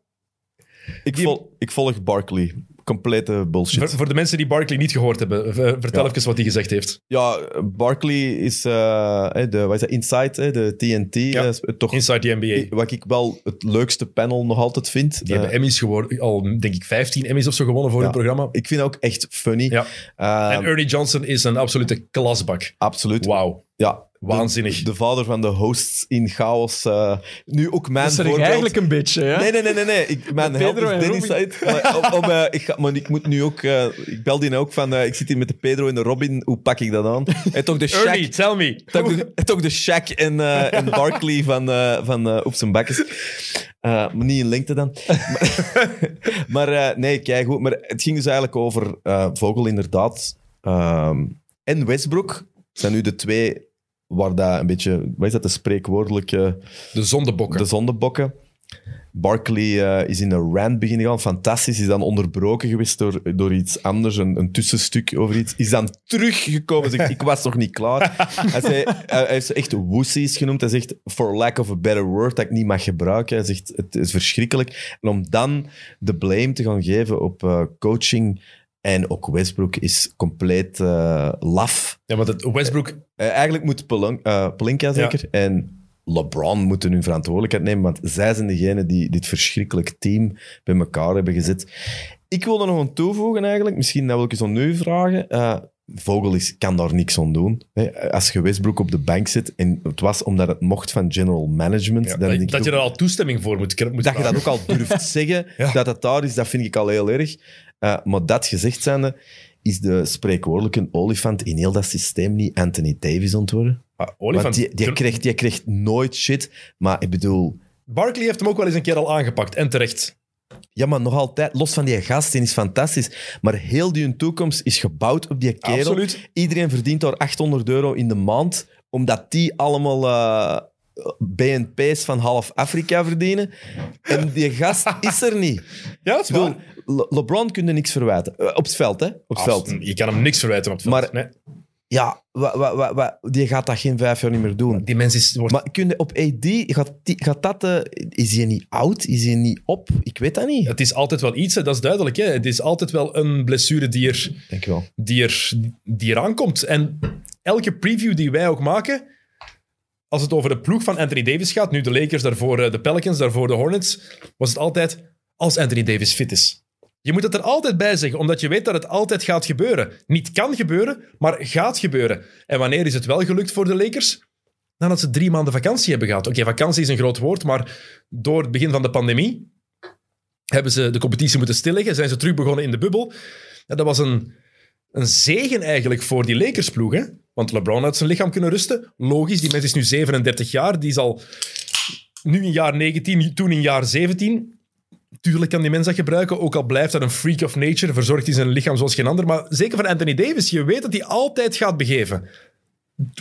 Ik, vol, ik volg Barkley. Complete bullshit. Voor, voor de mensen die Barkley niet gehoord hebben, v- eh, vertel even wat hij gezegd heeft. ja, Barkley is eh, hè, de, wat is dat, Inside, hè, de TNT. eh, is toch Inside the NBA. Die wat ik wel het leukste panel nog altijd vind. Eh, hebben Emmys geworden, al denk ik 15 Emmys of zo gewonnen voor Ja. hun programma. ik vind dat ook echt funny. Ja. Eh, en Ernie Johnson is een absolute klasbak. Absoluut. Wauw. Ja, Waanzinnig. De, de vader van de hosts in chaos. eh, nu ook mijn Dat is voorbeeld. eigenlijk een beetje, hè? Nee, nee, nee, nee. nee. Ik, mijn Pedro help en is Dennis Robin. uit. Maar, om- om, eh, ik, ga, maar ik moet nu ook... eh, ik bel die nou ook van... eh, ik zit hier met de Pedro en de Robin. Hoe pak ik dat aan? En toch de Shaq... Ernie, tell me. Toch de, toch de Shaq en, eh, en Barkley van, eh van eh, op zijn bakjes. Eh, maar niet in lengte dan. maar maar, eh, nee, kijk goed. Maar het ging dus eigenlijk over eh, Vogel, inderdaad. Ehm, en Westbrook zijn nu de twee waar dat een beetje, wat is dat, de spreekwoordelijke, De zondebokken. de zondebokken. Barkley eh, is in een rant beginnen gaan. Fantastisch. Is dan onderbroken geweest door, door iets anders. Een, een tussenstuk over iets. Is dan teruggekomen. Zegt, ik was nog niet klaar. Hij, zei, hij hij heeft ze echt wussies genoemd. Hij zegt, for lack of a better word, dat ik niet mag gebruiken. Hij zegt, het is verschrikkelijk. En om dan de blame te gaan geven op eh, coaching... En ook Westbrook is compleet eh, laf. Ja, want het- Westbrook Eh, eigenlijk moet Pelon- eh, Pelinka zeker en LeBron moeten hun verantwoordelijkheid nemen, want zij zijn degene die dit verschrikkelijk team bij elkaar hebben gezet. Ik wil er nog aan toevoegen eigenlijk, misschien dat wil ik eens aan u vragen. Eh, Vogel is, kan daar niks aan doen. Hè, als je Westbrook op de bank zit, en het was omdat het mocht van general management, Ja, dat, dan denk dat ik je ook- er al toestemming voor moet, krijgen. dat je dat ook al durft [laughs] zeggen, Ja. dat het daar is, dat vind ik al heel erg. Eh, maar dat gezegd zijnde, is de spreekwoordelijke olifant in heel dat systeem niet Anthony Davis ontworpen? Ah, Olifant. Want die, die, krijgt, die krijgt nooit shit. Maar ik bedoel, Barkley heeft hem ook wel eens een keer al aangepakt. En terecht. ja, maar nog altijd, los van die gast, die is fantastisch. Maar heel die hun toekomst is gebouwd op die kerel. Absoluut. Iedereen verdient daar 800 euro in de maand, omdat die allemaal eh, BNP's van half Afrika verdienen. En die [laughs] gast is er niet. Ja, dat is Ik bedoel, waar. Le- LeBron kun je niks verwijten. Eh, Op het veld, hè? Op het veld. Je kan hem niks verwijten op het veld. Maar- nee. Ja, wa- wa- wa- wa- die gaat dat geen vijf jaar niet meer doen. Die mens is... Wordt... Maar kun je op AD, gaat, die- gaat dat, eh, is hij niet oud? Is hij niet op? Ik weet dat niet. het is altijd wel iets, hè, dat is duidelijk. Hè. Het is altijd wel een blessure die er... Denk wel. die er, die er aankomt. En elke preview die wij ook maken, als het over de ploeg van Anthony Davis gaat, nu de Lakers, daarvoor eh, de Pelicans, daarvoor de Hornets, was het altijd als Anthony Davis fit is. Je moet het er altijd bij zeggen, omdat je weet dat het altijd gaat gebeuren. Niet kan gebeuren, maar gaat gebeuren. En wanneer is het wel gelukt voor de Lakers? Nadat ze drie maanden vakantie hebben gehad. Oké, vakantie is een groot woord, maar door het begin van de pandemie hebben ze de competitie moeten stilleggen. Zijn ze terug begonnen in de bubbel. Ja, dat was een, een zegen eigenlijk voor die Lakers-ploeg. hè? Want LeBron had zijn lichaam kunnen rusten. Logisch, die mens is nu 37 jaar. Die is al nu in jaar 19, toen in jaar 17. Tuurlijk kan die mens dat gebruiken, ook al blijft dat een freak of nature. Verzorgt hij zijn lichaam zoals geen ander. Maar zeker van Anthony Davis, je weet dat hij altijd gaat begeven.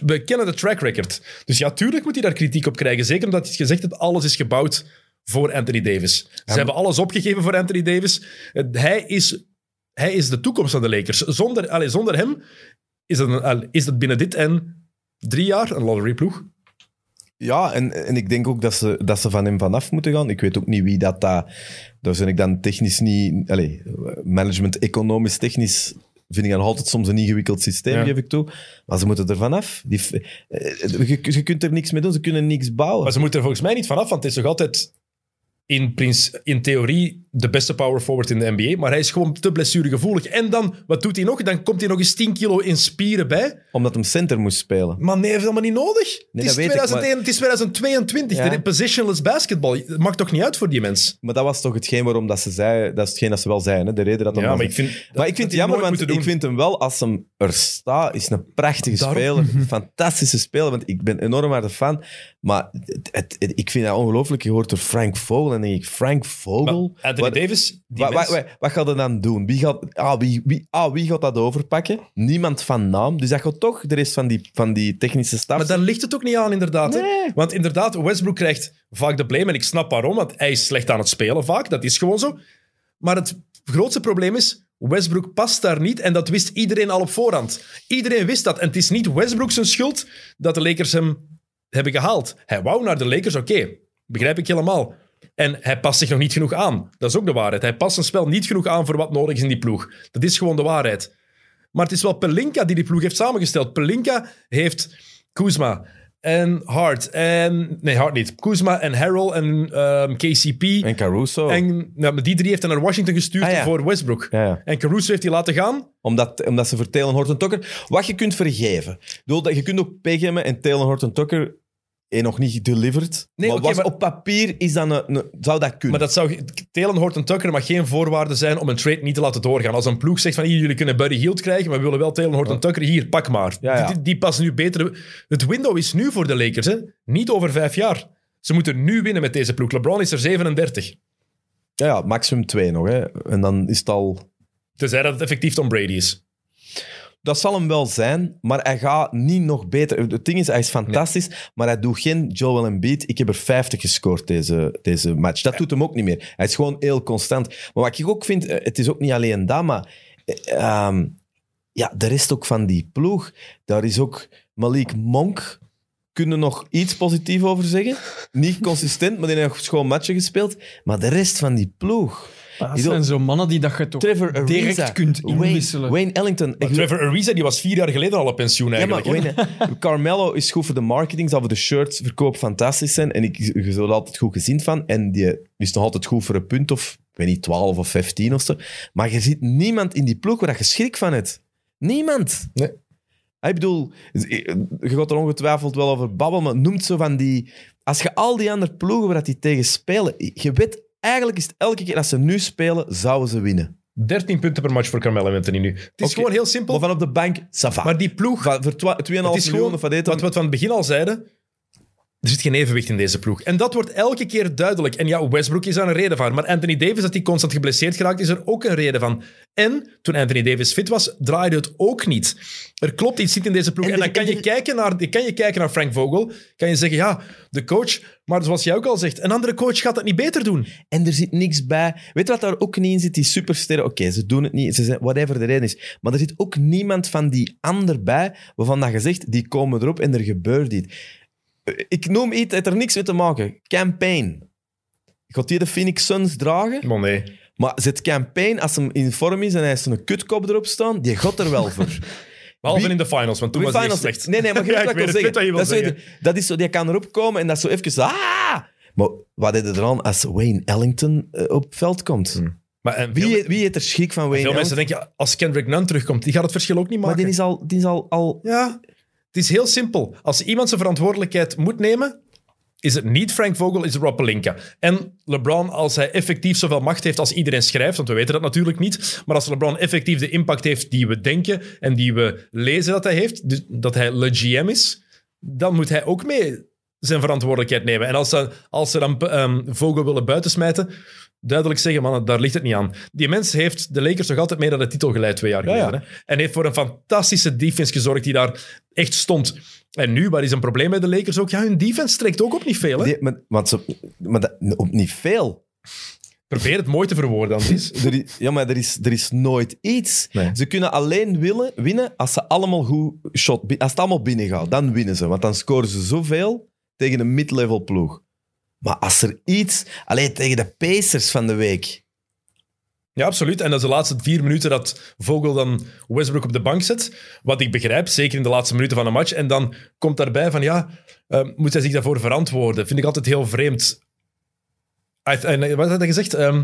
We kennen de track record. Dus ja, tuurlijk moet hij daar kritiek op krijgen. Zeker omdat hij gezegd heeft, alles is gebouwd voor Anthony Davis. Ze hebben alles opgegeven voor Anthony Davis. Eh, Hij is hij is de toekomst van de Lakers. Zonder, allee, zonder hem is het, een- al- is het binnen dit en drie jaar een lotteryploeg. Ja, en, en ik denk ook dat ze, dat ze van hem vanaf moeten gaan. Ik weet ook niet wie dat daar... Daar ben ik dan technisch niet... Allez, management, economisch, technisch... Vind ik dan altijd soms een ingewikkeld systeem, Ja. geef ik toe. Maar ze moeten er vanaf. Die, f- eh, je, je kunt er niks mee doen, ze kunnen niks Maar bouwen. ze moeten er volgens mij niet vanaf, want het is nog altijd in, prins, in theorie de beste power forward in de NBA. Maar hij is gewoon te blessuregevoelig. En dan, wat doet hij nog? Dan komt hij nog eens 10 kilo in spieren bij. Omdat hem center moest spelen. Maar nee, heeft helemaal niet nodig. dat het, is weet ik, 2001, het is 2022. Ja. Dit is Positionless basketbal. Dat maakt toch niet uit voor die mens? Maar dat was toch hetgeen waarom dat ze zeiden... Dat is hetgeen dat ze wel zeiden, hè? de reden dat hem was- vind... Maar ik vind het jammer, want ik vind hem wel, als hem er staat, is een prachtige Daarom- [laughs] speler. Fantastische speler, want ik ben enorm harde fan. Maar het, het- het- ik vind dat ongelooflijk. Je hoort door Frank Vogel en dan denk ik, Frank Vogel? Maar Anthony Wat- Davis, die Wa- wa- mens- wa- wat gaat er dan doen? Wie gaat, ah, wie, wie, ah, wie gaat dat overpakken? Niemand van naam. Dus dat gaat toch de rest van die, van die technische staf. Maar daar ligt het ook niet aan, inderdaad. hè. Nee. Want inderdaad, Westbrook krijgt vaak de blame. En ik snap waarom, want hij is slecht aan het spelen vaak. Dat is gewoon zo. Maar het grootste probleem is, Westbrook past daar niet. En dat wist iedereen al op voorhand. Iedereen wist dat. En het is niet Westbrook zijn schuld dat de Lakers hem hebben gehaald. Hij wou naar de Lakers, oké. Begrijp ik helemaal. En hij past zich nog niet genoeg aan. Dat is ook de waarheid. Hij past zijn spel niet genoeg aan voor wat nodig is in die ploeg. Dat is gewoon de waarheid. Maar het is wel Pelinka die die ploeg heeft samengesteld. Pelinka heeft Kuzma, eh, en Hart. En, nee, Hart niet. Kuzma en Harrell en ehm, KCP. En Caruso. En nou, maar die drie heeft hij naar Washington gestuurd Ah, ja. voor Westbrook. Ja, ja. En Caruso heeft hij laten gaan. Omdat, omdat ze voor Taylor Horton Tucker... Wat je kunt vergeven. Ik bedoel, dat- je kunt ook PGM en Taylor Horton Tucker eh, nog niet delivered. Nee, maar, oké, was maar- op papier is dan een, een- zou dat kunnen. Maar dat zou... Telen, Horton, Tucker mag geen voorwaarde zijn om een trade niet te laten doorgaan. Als een ploeg zegt van, hier, jullie kunnen Buddy Hield krijgen, maar we willen wel Telen, Horton, Tucker, hier, pak maar. Ja, ja. Die, die passen nu beter... Het window is nu voor de Lakers, hè. Niet over vijf jaar. Ze moeten nu winnen met deze ploeg. LeBron is er 37. Ja, ja, maximum twee nog. Hè. En dan is het al... Tenzij dat het effectief Tom Brady is. Dat zal hem wel zijn, maar hij gaat niet nog beter. Het ding is, hij is fantastisch, maar hij doet geen Joel Embiid. Ik heb er 50 gescoord deze, deze match. Dat doet hem ook niet meer. Hij is gewoon heel constant. Maar wat ik ook vind, eh, het is ook niet alleen dat, maar eh, ehm, ja, de rest ook van die ploeg. Daar is ook Malik Monk. Kunnen nog iets positief over zeggen? Niet consistent, maar die heeft schoon matchen gespeeld. Maar de rest van die ploeg. Dat Ik bedoel, zijn zo'n mannen die dat je toch Trevor Ariza, direct kunt Wayne, inwisselen. Wayne Ellington. Maar Ik- Trevor Ariza die was vier jaar geleden al op pensioen ja, eigenlijk. maar [laughs] Wayne, Carmelo is goed voor de marketing, zal voor de shirtsverkoop fantastisch zijn. En ik, je zult er altijd goed gezien van. En die is nog altijd goed voor een punt of, ik weet niet, 12 of 15 of zo. Maar je ziet niemand in die ploeg waar dat je schrik van hebt. Niemand. Nee. Ik bedoel, je gaat er ongetwijfeld wel over babbelen, maar noemt zo van die... Als je al die andere ploegen waar dat die tegen spelen, je weet, eigenlijk is het elke keer als ze nu spelen, zouden ze winnen. 13 punten per match voor Carmelo Anthony nu. Het is Oké. gewoon heel simpel. Maar van op de bank, ça va. Maar die ploeg, Van- voor twa- 2,5 het is miljoen gewoon, of wat heet dat? wat we van het begin al zeiden, er zit geen evenwicht in deze ploeg. En dat wordt elke keer duidelijk. En ja, Westbrook is daar een reden van. Maar Anthony Davis, dat hij constant geblesseerd geraakt, is er ook een reden van. En toen Anthony Davis fit was, draaide het ook niet. Er klopt iets niet in deze ploeg. En, de- dan kan en je, de- kijken naar, kan je kijken naar Frank Vogel, kan je zeggen, ja, de coach, maar zoals jij ook al zegt, een andere coach gaat dat niet beter doen. En er zit niks bij. Weet je wat daar ook niet in zit? Die supersterren, oké, ze doen het niet, ze zijn, whatever de reden is. Maar er zit ook niemand van die ander bij, waarvan dat gezegd, die komen erop en er gebeurt iets. Eh, Ik noem iets, het heeft er niks mee te maken. Campaign. Gaat die de Phoenix Suns dragen? Maar nee. Maar zet Campaign, als hem in vorm is en hij heeft zo'n kutkop erop staan, die gaat er wel voor. [laughs] Behalve Wie- in de finals, want toen was Wie hij echt finals- slecht. Nee, nee, [laughs] maar je Ja, weet ik wat ik wil weet het, zeggen. ik weet wat je Dat wil is zo- Dat is zo, die kan erop komen en dat is zo even... Ah! Maar wat deed er dan als Wayne Ellington eh, op veld komt? Maar, en veel- Wie, wie heeft er schrik van Wayne Veel Ellington? mensen denken, ja, als Kendrick Nunn terugkomt, die gaat het verschil ook niet Maar maken. die is al... Die is al, al Ja, het is heel simpel. Als iemand zijn verantwoordelijkheid moet nemen, is het niet Frank Vogel, is het Rob Pelinka. En LeBron, als hij effectief zoveel macht heeft als iedereen schrijft, want we weten dat natuurlijk niet, maar als LeBron effectief de impact heeft die we denken en die we lezen dat hij heeft, dus dat hij le GM is, dan moet hij ook mee zijn verantwoordelijkheid nemen. En als ze, als ze dan ehm, Vogel willen buitensmijten, duidelijk zeggen, man, daar ligt het niet aan. Die mens heeft de Lakers toch altijd mee naar de titel geleid twee jaar geleden. ja. hè? En heeft voor een fantastische defense gezorgd die daar echt stond. En nu, waar is een probleem bij de Lakers ook? Ja, hun defense trekt ook op niet veel. Hè? die- maar, want ze, maar dat, op niet veel. Probeer het mooi te verwoorden, [laughs] Andries. Er is, ja, maar er is, er is nooit iets. Nee. Ze kunnen alleen willen, winnen als ze allemaal goed shot... bi- Als het allemaal binnen gaat, dan winnen ze. Want dan scoren ze zoveel tegen een mid-level ploeg. Maar als er iets... Alleen tegen de Pacers van de week... Ja, absoluut. En dat is de laatste vier minuten dat Vogel dan Westbrook op de bank zet. Wat ik begrijp, zeker in de laatste minuten van een match. En dan komt daarbij van, ja, eh, moet hij zich daarvoor verantwoorden? Vind ik altijd heel vreemd. Hij- en Wat had hij gezegd? Ehm,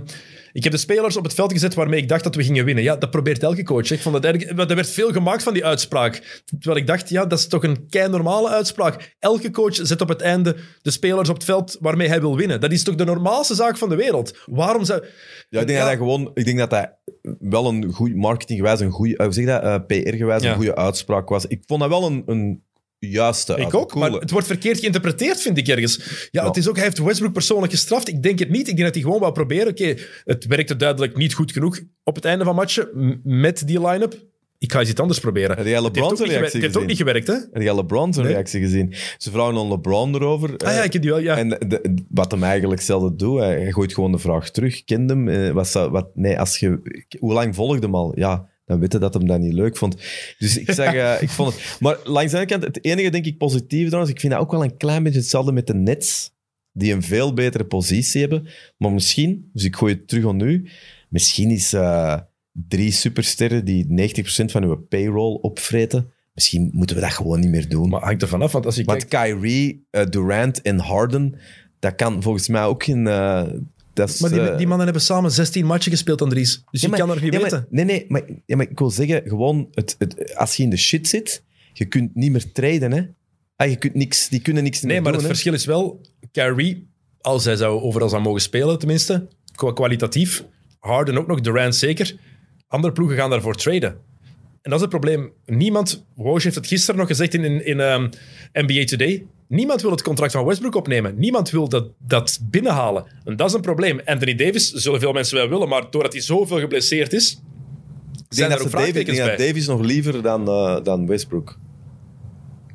ik heb de spelers op het veld gezet waarmee ik dacht dat we gingen winnen. Ja, dat probeert elke coach. hè. Ik vond dat eigenlijk- want er werd veel gemaakt van die uitspraak. Terwijl ik dacht, ja, dat is toch een kei normale uitspraak. Elke coach zet op het einde de spelers op het veld waarmee hij wil winnen. Dat is toch de normaalste zaak van de wereld. Waarom zou... Ja, ik denk Ja. dat hij gewoon, ik denk dat hij wel een goed marketinggewijs, een goede, eh, hoe zeg je dat, Eh, PR-gewijs, Ja. een goede uitspraak was. Ik vond dat wel een, een juiste Ik uitspraak. ook, maar Coole. het wordt verkeerd geïnterpreteerd, vind ik ergens. Ja, Ah, Ja. het is ook, hij heeft Westbrook persoonlijk gestraft. Ik denk het niet. Ik denk dat hij gewoon wou proberen. Oké, het werkte duidelijk niet goed genoeg op het einde van matchen m- met die line-up. Ik ga eens iets anders proberen. Heb jij Het heeft, LeBron ook zijn niet, gewerkt, reactie het heeft ook gezien? niet gewerkt, hè? Heb jij LeBron zijn Nee. reactie gezien? Ze vragen aan LeBron erover. Ah eh, ja, ik heb die wel, ja. En de- de- wat hem eigenlijk zelden doet, hij, hij gooit gewoon de vraag terug. Kent hem? eh, wat zou- wat, nee, als je, hoe lang volgde hem al? Ja, dan weten dat hem dat niet leuk vond. Dus ik [laughs] zeg, eh, ik vond het... Maar langs de andere kant, het enige denk ik positief trouwens, ik vind dat ook wel een klein beetje hetzelfde met de Nets, die een veel betere positie hebben. Maar misschien, dus ik gooi het terug aan u, misschien is eh, drie supersterren die 90% van uw payroll opvreten, Misschien moeten we dat gewoon niet meer doen. Maar hangt er vanaf, want als je Want kijkt... Kyrie, eh, Durant en Harden, dat kan volgens mij ook geen... eh, dat is, Maar die, eh, die mannen hebben samen 16 matchen gespeeld, Andries. Dus je Ja, maar- kan er niet ja, maar- weten. nee, nee, maar, ja, maar ik wil zeggen, gewoon, het, het, als je in de shit zit, je kunt niet meer traden, hè. Ah, je kunt niks, die kunnen niks Nee, meer maar doen, het hè. verschil is wel, Kyrie, als hij zou overal zou mogen spelen, tenminste, qua kwalitatief, Harden ook nog, Durant zeker, andere ploegen gaan daarvoor traden. En dat is het probleem. Niemand, Woj heeft het gisteren nog gezegd in, in, in ehm, NBA Today, niemand wil het contract van Westbrook opnemen. Niemand wil dat, dat binnenhalen. En dat is een probleem. Anthony Davis zullen veel mensen wel willen, maar doordat hij zoveel geblesseerd is, Ik denk zijn er ook dat, ze Davis, ik vraagtekens denk bij. dat Davis nog liever dan, eh, dan Westbrook.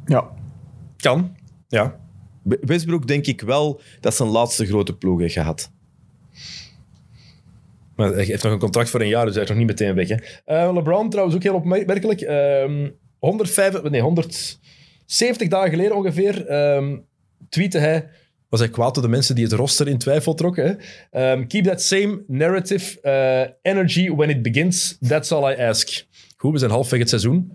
Ja. Kan, ja. Be- Westbrook denk ik wel dat zijn laatste grote ploeg heeft gehad. Eh, Maar hij heeft nog een contract voor een jaar, dus hij is nog niet meteen weg. Hè. Eh, LeBron trouwens ook heel opmerkelijk. Ehm 105, nee, 170 dagen geleden ongeveer ehm tweette hij... Was hij kwaad op de mensen die het roster in twijfel trokken? Hè? Ehm, Keep that same narrative eh, energy when it begins. That's all I ask. Goed, we zijn halfweg het seizoen.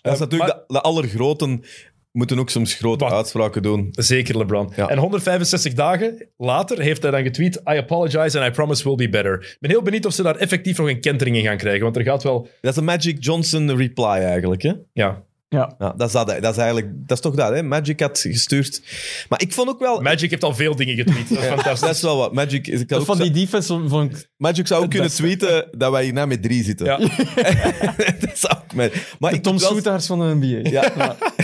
Dat is natuurlijk maar- de, de allergroten moeten ook soms grote Wacht. uitspraken doen. Zeker LeBron. Ja. En 165 dagen later heeft hij dan getweet: I apologize and I promise we'll be better. Ik ben heel benieuwd of ze daar effectief nog een kentering in gaan krijgen. Want er gaat wel. Dat is een Magic Johnson reply eigenlijk, hè? Ja, Ja. Ja, dat, is dat, hè. dat is eigenlijk... Dat is toch dat, hè? Magic had gestuurd... Maar ik vond ook wel... Magic heeft al veel dingen getweet. Dat is fantastisch. Dat is wel wat. Magic, is- ik had ook Van zo- die defense vond ik... Magic zou ook kunnen tweeten dat wij hierna met drie zitten. Ja. [laughs] dat zou ook maar, maar De ik Tom moet wel- Soetaars van de NBA. Ja. [laughs]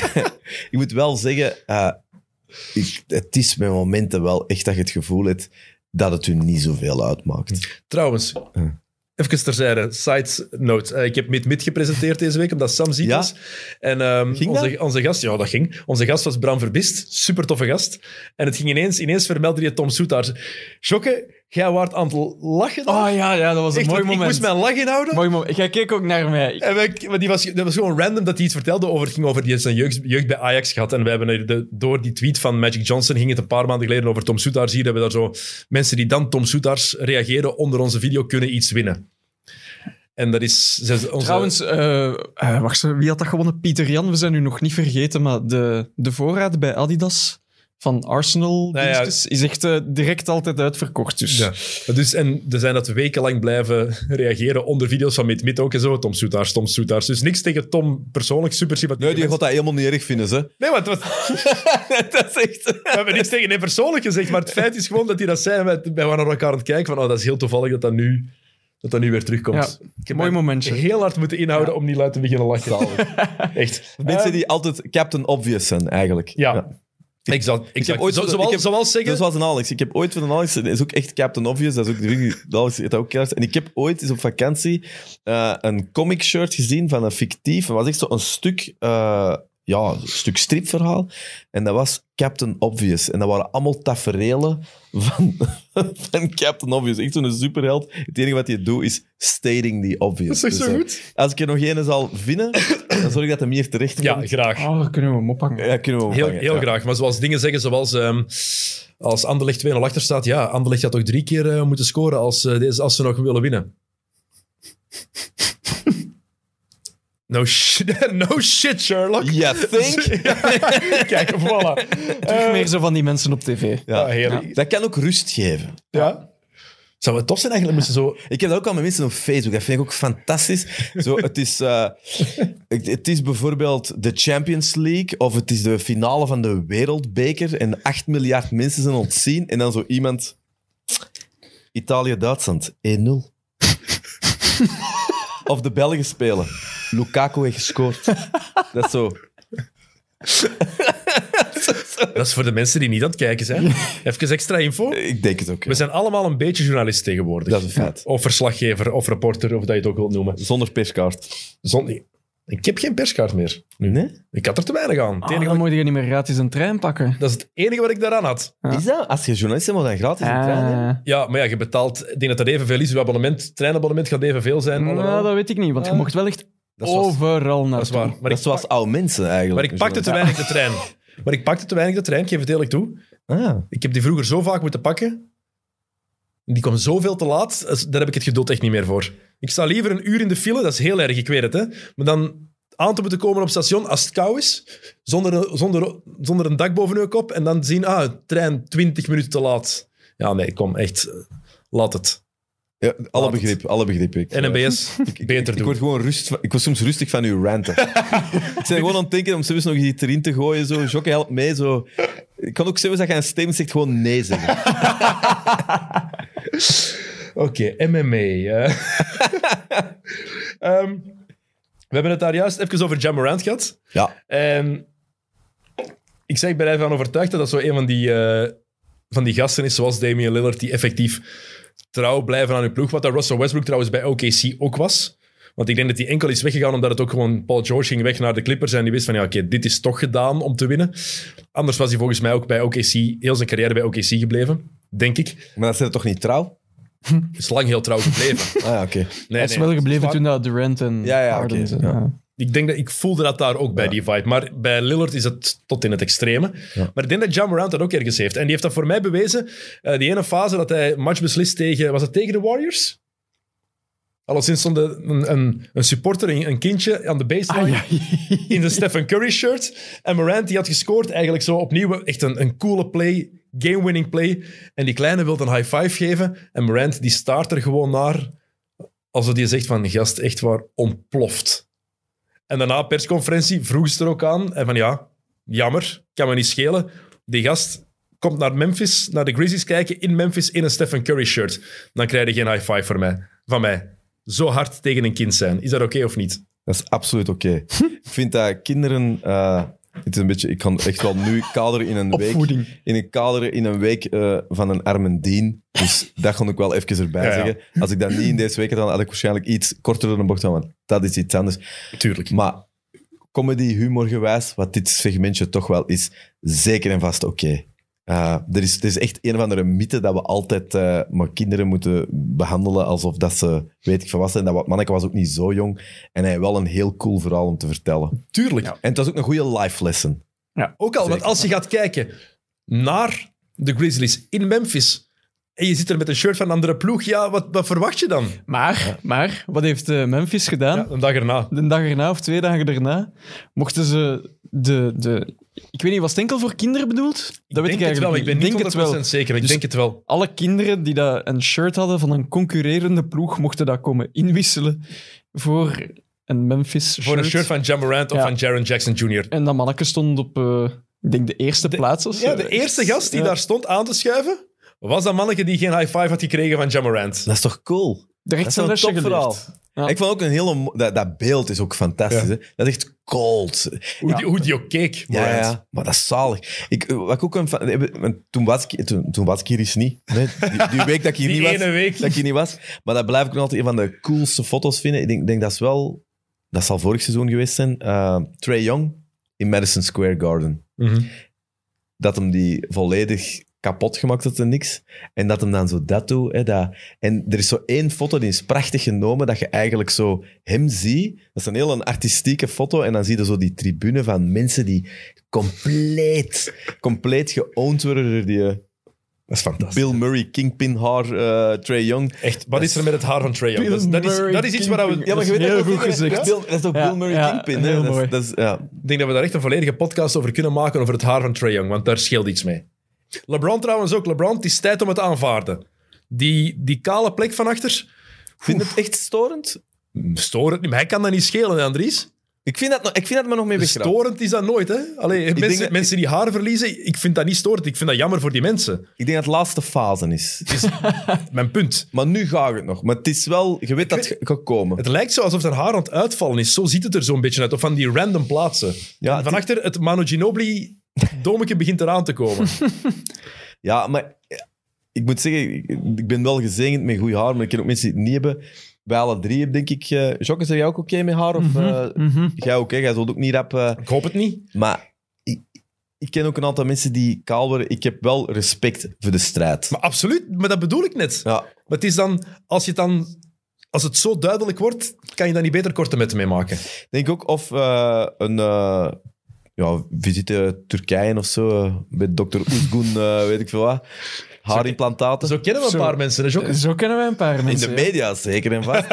ik moet wel zeggen, eh, ik, het is bij momenten wel echt dat je het gevoel hebt dat het hun niet zoveel uitmaakt. Trouwens, Ja. even terzijde, side note. Eh, ik heb Mid Mid gepresenteerd deze week, omdat Sam ziek Ja? was. En ehm, Ging onze, onze gast, ja, dat ging. Onze gast was Bram Verbist, super toffe gast. En het ging ineens, ineens vermeldde je Tom Soetaars. Jokke, jij waart aan het lachen. daar. Oh ja, ja, dat was een Echt, mooi want ik moest moment. mijn lach inhouden. Mooi moment. Jij keek ook naar mij. Ik- En wij- want die was, dat was gewoon random dat hij iets vertelde over. Het ging over die heeft zijn jeugd, jeugd bij Ajax gehad. En we hebben er de, door die tweet van Magic Johnson ging het een paar maanden geleden over Tom Soetaars. Hier hebben we daar zo mensen die dan Tom Soetaars reageren onder onze video kunnen iets winnen. En dat is. ze- Onze, Trouwens, eh, eh, wacht, wie had dat gewonnen? Pieter Jan, we zijn nu nog niet vergeten, maar de, de voorraad bij Adidas van Arsenal Nou ja. dienstjes is echt eh, direct altijd uitverkocht. Dus. Ja. Dus, en er zijn dat wekenlang blijven reageren onder video's van Mid Mid ook en zo. Tom Soetaars, Tom Soetaars. Dus niks tegen Tom persoonlijk, super sympathiek. Nee, die gaat dat helemaal niet erg vinden, ze. Nee, want het was- dat is echt... we hebben niks tegen hem persoonlijk gezegd, maar het feit is gewoon dat hij dat zei. en Wij, wij waren naar elkaar aan het kijken van, oh, dat is heel toevallig dat dat nu, dat dat nu weer terugkomt. Ja, Ik heb mooi mij momentje. Heel hard moeten inhouden om niet luid te beginnen lachen. Echt. [laughs] Mensen Eh, die altijd Captain Obvious zijn, eigenlijk. Ja. Exact. Ik heb ooit zo, zo- zoals, ik heb- zoals zeggen... Dus was een Alex. Ik heb ooit van een Alex, dat is ook echt Captain Obvious, dat is ook de die Alex heeft dat ook keihard. En ik heb ooit eens op vakantie eh, een comic shirt gezien van een fictief, dat was echt zo'n stuk, eh, ja, een stuk stripverhaal. En dat was Captain Obvious. En dat waren allemaal taferelen van, [laughs] van Captain Obvious. Echt zo'n superheld. Het enige wat je doet is stating the obvious. Dat is echt zo eh, goed. Als ik er nog een zal vinden, dan zorg ik dat hem hier terecht ja, komt. graag. Oh, daar kunnen we hem ophangen. Ja, kunnen we hem Heel, vangen, heel ja. graag. Maar zoals dingen zeggen, zoals ehm, als Anderlecht 2-0 achter staat, ja, Anderlecht had toch drie keer eh, moeten scoren als, eh, deze, als ze nog willen [laughs] winnen. No shit, [laughs] no shit Sherlock. Ja, think? [laughs] Kijk, voilà. Terug meer zo van die mensen op tv. Ja. Ah, heerlijk. Dat kan ook rust geven. Ja. Zou het tof zijn eigenlijk, moesten zo... Ik heb dat ook al met mensen op Facebook. Dat vind ik ook fantastisch. Zo, het, is, eh, het, het is bijvoorbeeld de Champions League of het is de finale van de Wereldbeker en 8 miljard mensen zijn ontzien en dan zo iemand... Italië-Duitsland, 1-0. of de Belgen spelen. Lukaku heeft gescoord. Dat is zo. [laughs] Dat is voor de mensen die niet aan het kijken zijn. Even extra info. Ik denk het ook. We zijn allemaal een beetje journalist tegenwoordig. Dat is een feit. Of verslaggever, of reporter, of dat je het ook wilt noemen. Zonder perskaart. Zonder... Ik heb geen perskaart meer. Nee? Ik had er te weinig aan. Het Ah, enige dan wat- moet je niet meer gratis een trein pakken. dat is het enige wat ik daaraan had. Ja. Is dat? Als je journalist bent, moet je dan gratis Ah. een trein hebben? Eh, Ja, maar ja, je betaalt. Ik denk dat dat evenveel is. Uw abonnement, treinabonnement gaat evenveel zijn. allemaal. nou, dat weet ik niet, want je mocht wel echt Dat is zoals- overal naar dat is waar. Maar, dat ik, is zoals oude mensen eigenlijk. maar ik pakte te weinig de trein. [laughs] Maar ik pakte te weinig de trein, ik geef het eerlijk toe. Ah. Ik heb die vroeger zo vaak moeten pakken. Die kwam zoveel te eh, laat. dus Daar heb ik het geduld echt niet meer voor. Ik sta liever een uur in de file, dat is heel erg, ik weet het. Hè? Maar dan aan te moeten komen op het station als het koud is, zonder, een- zonder, zonder een dak boven je kop, en dan zien, ah, trein 20 minuten te laat. Ja, nee, kom, echt, eh, laat het. Ja, alle Laat het. begrip, alle begrip. Ik, NMBS, beter ik doen. word gewoon rust, van- ik was soms rustig van uw ranten. ik ben gewoon aan het denken om soms nog iets erin te gooien. Zo. Jokke, help mee. Zo. Ik kan ook zelfs dat je een stem zegt gewoon nee zeggen. Oké, MMA. eh. Ehm, we hebben het daar juist even over Jamorant gehad. Ja, En ik zeg, ik ben er even van overtuigd dat dat zo een van die, eh, van die gasten is, zoals Damian Lillard, die effectief trouw blijven aan hun ploeg. Wat dat Russell Westbrook trouwens bij OKC ook was. Want ik denk dat hij enkel is weggegaan omdat het ook gewoon Paul George ging weg naar de Clippers en die wist van ja, oké, dit is toch gedaan om te winnen. Anders was hij volgens mij ook bij OKC, heel zijn carrière bij OKC gebleven, denk ik. maar dat zijn toch niet trouw? Is lang heel trouw gebleven. Ah ja, oké. Nee, Hij is nee. wel gebleven toen dat Durant en Ja, ja, Harden... oké, zijn. ja. Ja. Ik denk dat ik voelde dat daar ook bij die vibe. Maar bij Lillard is het tot in het extreme. Maar ik denk dat John Morant dat ook ergens heeft. En die heeft dat voor mij bewezen. Eh, die ene fase dat hij een match beslist tegen... Was het tegen de Warriors? Alleszins stond een, een- een, een supporter, een, een kindje, aan de baseline. in de Stephen Curry shirt. En Morant die had gescoord eigenlijk zo opnieuw. Echt een, een coole play. Game-winning play. En die kleine wil een high five geven. En Morant die staart er gewoon naar. Alsof die zegt van, gast, echt waar, ontploft. En daarna, persconferentie, vroeg ze er ook aan. En van, ja, jammer, kan me niet schelen. Die gast komt naar Memphis, naar de Grizzlies kijken, in Memphis, in een Stephen Curry shirt. Dan krijg je geen high five voor mij, van mij. Zo hard tegen een kind zijn. Is dat oké of niet? Dat is absoluut oké. ik vind dat kinderen... eh, het is een beetje, ik kan echt wel nu kaderen in een week... Opvoeding. in een kader in een week eh, van een Armendien. Dus dat kon ik wel even erbij Ja, ja. zeggen. Als ik dat niet in deze week had, dan had ik waarschijnlijk iets korter door de bocht gedaan, want dat is iets anders. Tuurlijk. Maar comedy, humor gewijs, wat dit segmentje toch wel is, zeker en vast oké. Eh, er, is, er is echt een of andere mythe dat we altijd eh, maar kinderen moeten behandelen alsof dat ze, weet ik van wat zijn. Dat wat- Manneke was ook niet zo jong en hij had wel een heel cool verhaal om te vertellen. Tuurlijk. En het was ook een goede life lesson. Ook al, want Zeker. als je gaat kijken naar de Grizzlies in Memphis en je zit er met een shirt van een andere ploeg, ja, wat, wat verwacht je dan? Maar, maar, wat heeft eh, Memphis gedaan? Ja, een dag erna. De dag erna of twee dagen erna mochten ze de... de ik weet niet, was het enkel voor kinderen bedoeld? Dat Ik weet denk ik het wel, eigenlijk ik ben niet niet. 100% denk het wel. zeker, ik Dus- denk het wel. Alle kinderen die dat een shirt hadden van een concurrerende ploeg mochten dat komen inwisselen voor een Memphis shirt. Voor een shirt van John Morant of Ja. van Jaron Jackson Jr. En dat manneke stond op, eh, ik denk, de eerste plaats of zo. Ja, de eerste gast die Ja. daar stond aan te schuiven, was dat manneke die geen high five had gekregen van John Morant. Dat is toch cool? De Dat is wel rechtse een lesje topverhaal. geleerd. Ja. Ik vond ook een hele... mo- Dat, dat beeld is ook fantastisch. Ja. Hè? Dat is echt cold. Hoe, die, hoe die ook keek, Ja, Morant. ja, maar dat is zalig. Ik, eh, wat ik ook een, fa- eh, want toen, was ik, toen, toen was ik hier eens niet. Nee, die, die week dat ik hier Die niet was. ene week. Dat ik hier niet was. Maar dat blijf ik nog altijd een van de coolste foto's vinden. Ik denk, denk dat is wel... Dat zal vorig seizoen geweest zijn. Eh Trey Young in Madison Square Garden Mhm. dat hem die volledig kapot gemaakt had en niks. En dat hem dan zo dat doet. Hè, dat. En er is zo één foto, die is prachtig genomen, dat je eigenlijk zo hem ziet. Dat is een heel een artistieke foto. En dan zie je zo die tribune van mensen die compleet, compleet geowned worden door die... eh, Dat is fantastisch. Bill Murray, Kingpin haar, eh, Trey Young. Echt, wat is er met het haar van Trae Young? Bill Dat is, dat is, Murray dat is iets waar we... Kingpin. Ja, maar je weet dat Heel wel goed zeker, hè? gezegd. Bill- dat is toch Ja, Bill Murray, ja, Kingpin. hè? heel dat is- mooi. Dat is, ja. Ik denk dat we daar echt een volledige podcast over kunnen maken, over het haar van Trae Young, want daar scheelt iets mee. LeBron trouwens ook. LeBron, het is tijd om het te aanvaarden. Die, die kale plek van achter, Vind je het echt storend? storend niet, maar hij kan dat niet schelen, hè, Andries. Ik vind dat, nog- ik vind dat me nog mee begraven. Storend is dat nooit, hè? Allee, mensen, denk dat- mensen die haar verliezen, ik vind dat niet storend. Ik vind dat jammer voor die mensen. Ik denk dat het laatste fase is. [laughs] Mijn punt. Maar nu ga ik het nog. Maar het is wel... Je weet dat weet- het gaat komen. Het lijkt zo alsof zijn haar aan het uitvallen is. Zo ziet het er zo'n beetje uit. Of van die random plaatsen. Ja, En van achter het Manu Ginobili... Domeke begint eraan te [laughs] komen. Ja, maar ik moet zeggen, ik- ik ben wel gezegend met goed haar, maar ik ken ook mensen die het niet hebben. Bij alle drie heb denk ik... eh Jokke, zeg jij ook oké met haar? Of eh, Mhm. jij ook, hè? Jij zult ook niet rap... eh, Ik hoop het niet. maar ik, ik ken ook een aantal mensen die kaal worden. Ik heb wel respect voor de strijd. Maar absoluut, maar dat bedoel ik net. ja, Maar het is dan, als je het dan, als het zo duidelijk wordt, kan je dan niet beter korte metten mee maken. ik denk ook of eh, een... eh, ja, visite Turkije of zo, eh, bij dokter Oezgun, eh, weet ik veel wat. haarimplantaten. Zo kennen we een Zo. paar mensen. Dat is ook [laughs] Zo kennen wij een paar In mensen. de media, zeker en vast.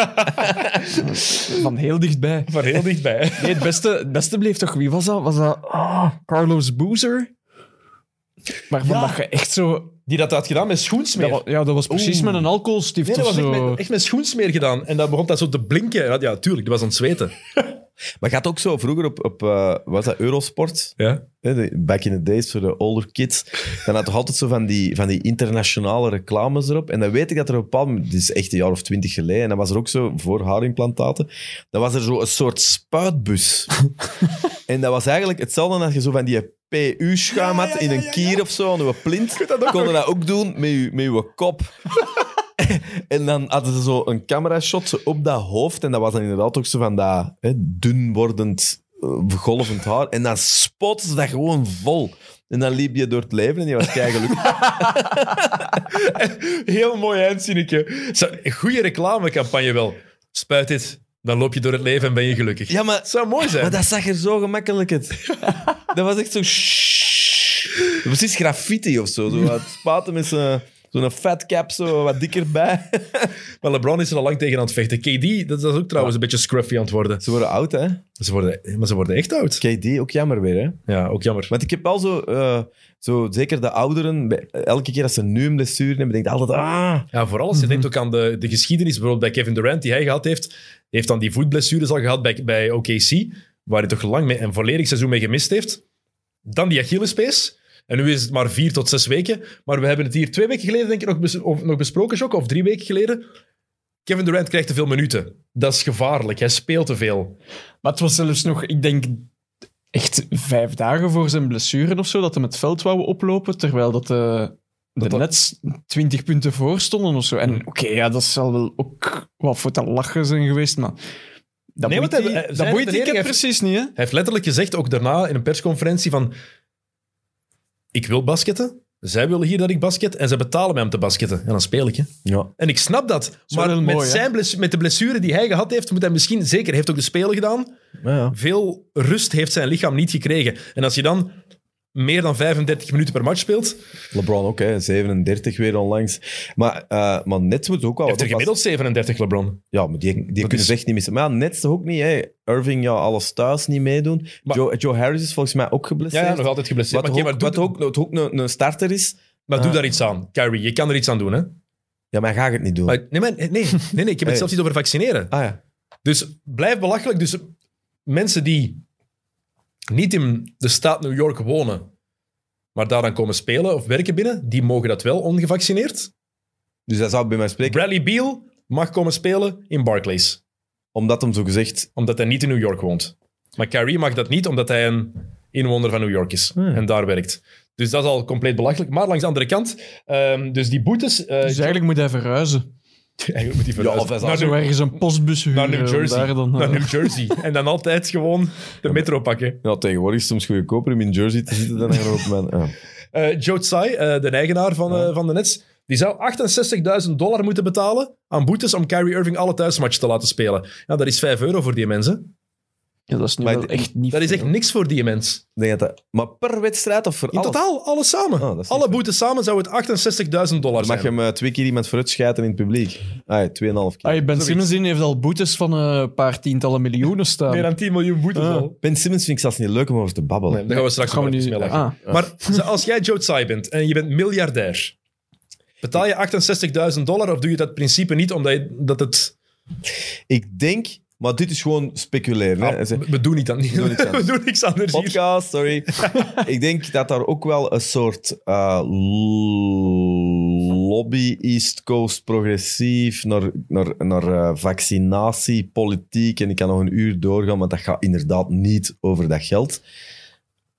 ja. Van heel dichtbij. van heel dichtbij. Nee, het beste, het beste bleef toch... Wie was dat? Was dat ah, Carlos Boozer? Maar Ja. dat je echt zo... Die dat had gedaan met Dat schoensmeer. wa- ja, dat was precies Oeh. met een alcoholstift Nee, dat of was echt zo. met, echt met schoensmeer gedaan. En dat begon dat zo te blinken. Ja, ja tuurlijk, dat was aan het zweten. Maar gaat ook zo vroeger op, op eh, was dat Eurosport? Ja. Hè, de- Back in the days voor de older kids. Dan had toch altijd zo van die, van die internationale reclames erop. En dan weet ik dat er op een bepaald moment, dit is echt een jaar of twintig geleden, en dat was er ook zo voor haarimplantaten, dan was er zo een soort [laughs] spuitbus. en dat was eigenlijk hetzelfde als je zo van die PU-schuim had in een kier of zo, aan je plint. Konden dat ook doen met je, met je kop. En dan hadden ze zo een camera-shot zo op dat hoofd. En dat was dan inderdaad ook zo van dat hè, dun wordend, eh, golvend haar. En dan spotten ze dat gewoon vol. En dan liep je door het leven en je was keigelukkig. Heel mooi eindzinnetje. Zo, een Goede reclamecampagne wel. Spuit dit, dan loop je door het leven en ben je gelukkig. [laughs] Ja, maar, Het zou mooi zijn. maar dat zag er zo gemakkelijk uit. [laughs] Dat was echt zo... shhh. Precies graffiti of zo. Zo wat spaten met zo'n zo'n fat cap zo wat dikker bij. Maar LeBron is er al lang tegen aan het vechten. KD, dat is ook trouwens een beetje scruffy aan het worden. Ze worden oud, hè? Ze worden, maar ze worden echt oud. KD, ook jammer weer, hè? Ja, ook jammer. Want ik heb wel zo, eh, zo zeker de ouderen, bij- elke keer als ze nu een blessure hebben, denk ik altijd, ah, Ja, vooral als je denkt ook aan de, de geschiedenis, bijvoorbeeld bij Kevin Durant, die hij gehad heeft, heeft dan die voetblessures al gehad bij, bij OKC, waar hij toch lang mee, een volledig seizoen mee gemist heeft. Dan die Achillespees. En nu is het maar vier tot zes weken. Maar we hebben het hier twee weken geleden, denk ik, nog, bes- of, nog besproken, Jacques, of drie weken geleden. Kevin Durant krijgt te veel minuten. Dat is gevaarlijk. Hij speelt te veel. Maar het was zelfs nog, ik denk, echt vijf dagen voor zijn blessure of zo, dat hem het veld wou oplopen, terwijl dat de, de dat- Hmm. Nets 20 punten voor stonden of zo. En oké, ja, dat zal wel ook wat voor te lachen zijn geweest, maar dat Nee, boeit want die, hij- hij- dat zijn boeit die verdediging kip heeft- Eh, precies niet, hè? Hij heeft letterlijk gezegd, ook daarna in een persconferentie, van... Ik wil basketten. Zij willen hier dat ik basket. En zij betalen mij om te basketten. En dan speel ik, hè. ja. En ik snap dat. wel maar met, mooi, hè? zijn bless- met de blessure die hij gehad heeft, moet hij misschien, zeker, hij heeft ook de Spelen gedaan, ja, ja. veel rust heeft zijn lichaam niet gekregen. En als je dan meer dan 35 minuten per match Oh, speelt, LeBron ook, hè, 37 weer onlangs. Maar, eh, maar Nets moet ook wel... heeft er oppassen. gemiddeld 37 LeBron. Ja, maar die, die kunnen is- ze echt niet missen. Maar ja, Nets toch ook niet, hè. Irving, ja, alles thuis niet meedoen. Maar- Joe, Joe Harris is volgens mij ook geblesseerd. altijd Wat geblesseerd. Maar, ook, oké, maar, doe, wat ook, wat ook een, een starter is. maar doe Ah. daar iets aan. Kyrie, je kan er iets aan doen, hè? Ja, maar hij gaat het niet doen. Maar, nee, maar- nee, nee, nee, ik heb Hey. het zelfs niet over vaccineren. ah ja. Dus blijf belachelijk. Dus mensen die niet in de staat New York wonen, maar daar dan komen spelen of werken binnen, die mogen dat wel ongevaccineerd. Dus dat zou bij mij spreken, Bradley Beal mag komen spelen in Barclays, omdat hem zo gezegd... omdat hij niet in New York woont. Maar Kyrie mag dat niet, omdat hij een inwoner van New York is Hmm. en daar werkt. Dus dat is al compleet belachelijk. Maar langs de andere kant, ehm, dus die boetes... eh, Dus eigenlijk moet hij verhuizen. [laughs] eigenlijk moet die verhuizen. of hij zal naar, Zo New, ergens een postbus huren. naar New om Jersey. daar dan, eh, naar New Jersey. En dan altijd gewoon de metro pakken. Ja, tegenwoordig is het soms goedkoper om in Jersey te zitten dan in Europa. Ja. Eh, Joe Tsai, eh, de eigenaar van, eh, van de Nets, die zou 68.000 dollar moeten betalen aan boetes om Kyrie Irving alle thuismatchen te laten spelen. Ja, dat is 5 euro voor die mensen. Ja, dat is nu Maar wel die- echt niet Dat is echt veel. niks voor die mens. Ik Denk dat dat, maar per wedstrijd of voor In alles? totaal, alles samen. Oh, dat is niet alle veel. boetes samen zou het 68.000 dollar Dan zijn. mag je hem eh, twee keer iemand vooruit schijten in het publiek. Ah, ja, 2,5 keer. Ah, ben Simmons die heeft al boetes van eh, een paar tientallen miljoenen staan. Meer dan 10 miljoen boetes Ah. al. Ben Simmons vind ik zelfs niet leuk om over te babbelen. Nee, daar gaan we straks Gaan we nog even nu- mee lachen. ah. Maar [laughs] ze- als jij Joe Tsai bent en je bent miljardair, betaal je 68.000 dollar of doe je dat principe niet omdat je, dat het... Ik denk, maar dit is gewoon speculeren. Ah, hè. Ze- we- we doen niet aan. doen [laughs] niks We anders. doen niks anders hier. [laughs] Podcast, sorry. ik denk dat daar ook wel een soort eh, l- lobby East Coast progressief naar, naar, naar eh, vaccinatie, politiek. En ik kan nog een uur doorgaan, want dat gaat inderdaad niet over dat geld.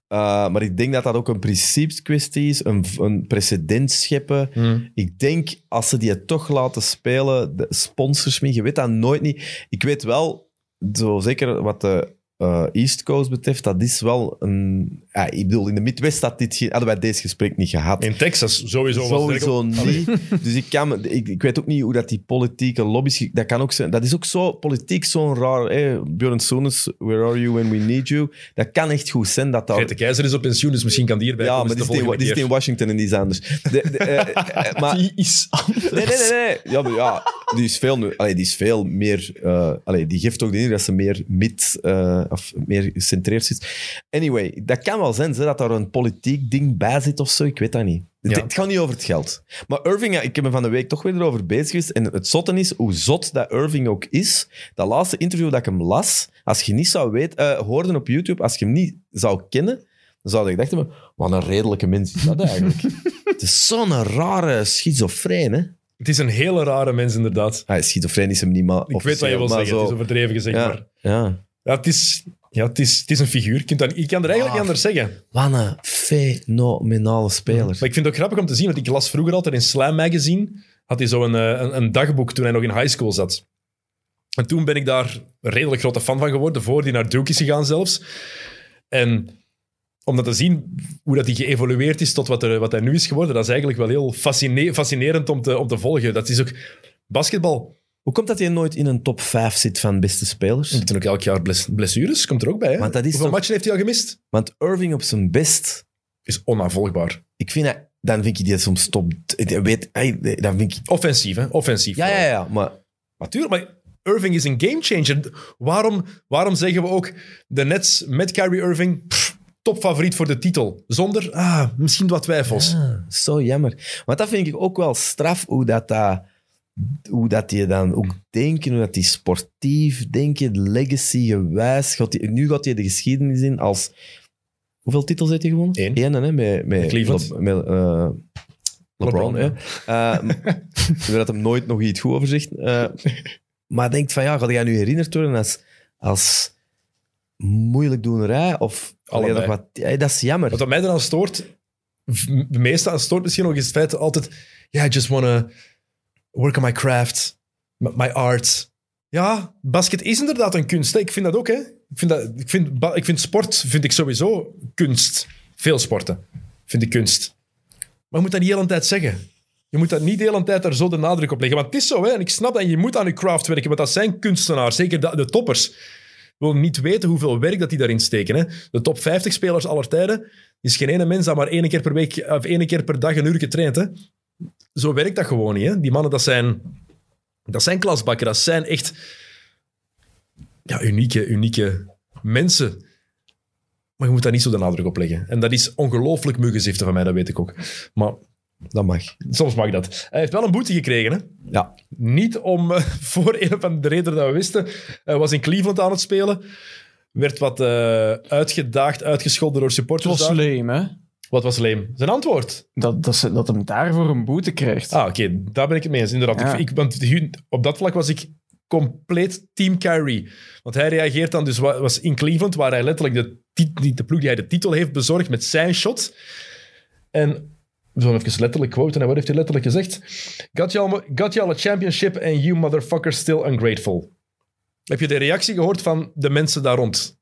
Eh, maar ik denk dat dat ook een principeskwestie is, een, een precedent scheppen. Hmm. Ik denk, als ze die toch laten spelen, de sponsors mee, je weet dat nooit niet. Ik weet wel, zo zeker wat de eh, eh, East Coast betreft, dat is wel een... Ja, ik bedoel, in de Midwest had dit geen- hadden wij deze gesprek niet gehad. In Texas, sowieso. was het Sowieso eigenlijk- Allee. niet. [laughs] Dus ik, kan, me- ik, ik weet ook niet hoe dat die politieke lobby's... Dat kan ook zijn... Dat is ook zo... Politiek zo'n raar... Hey, Björn Soenes, where are you when we need you? Dat kan echt goed zijn dat dat... Geert de Keizer is op pensioen, dus misschien kan die hierbij Ja, komen. maar Is die de is, in, volgende die is keer. in Washington en die is anders. De, de, eh, eh, [laughs] maar, Die is anders. Nee, nee, nee. nee. Ja, maar ja, die is veel, nu- allee, die is veel meer... eh, allee, die geeft ook de indruk dat ze meer mid... eh, of meer gecentreerd zit. Anyway, dat kan wel zijn, hè, dat daar een politiek ding bij zit of zo. Ik weet dat niet. Het, Ja. het gaat niet over het geld. Maar Irving, ja, ik heb me van de week toch weer erover bezig geweest. En het zotte is, hoe zot dat Irving ook is... Dat laatste interview dat ik hem las, als je niet zou weten... eh, hoorde op YouTube, als je hem niet zou kennen... Dan zou je gedacht hebben, wat een redelijke mens is dat [laughs] eigenlijk. het is zo'n rare schizofreen, hè? Het is een hele rare mens, inderdaad. Hij is schizofreen is hem niet, maar Ik weet wat je wil zeggen. Het is overdreven gezegd, maar... ja, ja. Ja, het is, ja, het is, het is een figuur. Ik, kan dat- ik kan er eigenlijk Ah. niet anders zeggen. Wat een fenomenale speler. Maar ik vind het ook grappig om te zien, want ik las vroeger altijd in Slam Magazine, had hij zo'n eh, een, een dagboek toen hij nog in high school zat. En toen ben ik daar een redelijk grote fan van geworden, voor die naar Duke is gegaan zelfs. En om dat te zien, hoe dat hij geëvolueerd is tot wat, er, wat hij nu is geworden, dat is eigenlijk wel heel fascine- fascinerend om te, om te volgen. Dat is ook... Basketbal Hoe komt dat hij nooit in een top 5 zit van beste spelers? Er zijn ook elk jaar bless- blessures, komt er ook bij. Hè? Want dat is Hoeveel toch- matchen heeft hij al gemist? Want Irving op zijn best, Is onafvolgbaar. ik vind dat, dan vind ik die soms top. ik Weet, hij- dan vind ik, Offensief, hè? Offensief. ja, ja, ja, maar Maar tuurlijk, maar Irving is een gamechanger. Waarom, waarom zeggen we ook de Nets met Kyrie Irving pff, topfavoriet voor de titel? Zonder, ah, misschien wat twijfels. zo jammer. Want dat vind ik ook wel straf, hoe dat, dat hoe dat je dan ook denken, hoe dat die sportief denken, legacy gewijs. Gaat die, nu gaat hij de geschiedenis in als... Hoeveel titels heeft hij gewonnen? Eén. Eén, hè, met, met Cleveland. Le- met, eh, LeBron, LeBron, hè. Eh, [laughs] Waar dat hem nooit nog iets goed over zegt. Eh, maar denkt van, ja, ga jij nu herinnerd worden als... als moeilijk doenerij of... Allebei. Nog wat, ja, dat is jammer. Wat mij eraan stoort, v- de meeste aan stoort misschien nog, is het feit altijd... Yeah, I just wanna work on my craft, m- my art. Ja, basket is inderdaad een kunst. hè. Ik vind dat ook, hè. Ik vind, dat, ik vind, ba- ik vind sport vind ik sowieso kunst. Veel sporten vind ik kunst. Maar je moet dat niet de hele tijd zeggen. Je moet dat niet de hele tijd daar zo de nadruk op leggen. Want het is zo, hè. En ik snap dat je moet aan je craft werken, want dat zijn kunstenaars. Zeker de, de toppers. Ik wil niet weten hoeveel werk dat die daarin steken. Hè. De top 50 spelers aller tijden is geen ene mens dat maar één keer per week of één keer per dag een uur traint. Hè. Zo werkt dat gewoon niet. Hè. Die mannen, dat zijn, dat zijn klasbakken. Dat zijn echt ja, unieke, unieke mensen. Maar je moet daar niet zo de nadruk op leggen. En dat is ongelooflijk muggenziften van mij, dat weet ik ook. Maar Dat mag. soms mag dat. Hij heeft wel een boete gekregen, hè? Ja. niet om eh, [laughs] voor een of andere reden dat we wisten. Hij was in Cleveland aan het spelen. Werd wat eh, uitgedaagd, uitgescholden door Het supporters. was daar. leem, hè? Wat was leem? Zijn antwoord. Dat, dat, ze, dat hem daarvoor een boete krijgt. Ah, oké, daar ben ik het mee eens. Inderdaad. Ja. Ik, ik- want hu- op dat vlak was ik compleet team Kyrie. Want hij reageert dan, dus wa- was in Cleveland, waar hij letterlijk de, tit- niet de ploeg die hij de titel heeft bezorgd met zijn shot. En we zullen even letterlijk quoten. En wat heeft hij letterlijk gezegd? Got y'all, got y'all a championship and you motherfuckers still ungrateful. Heb je de reactie gehoord van de mensen daar rond?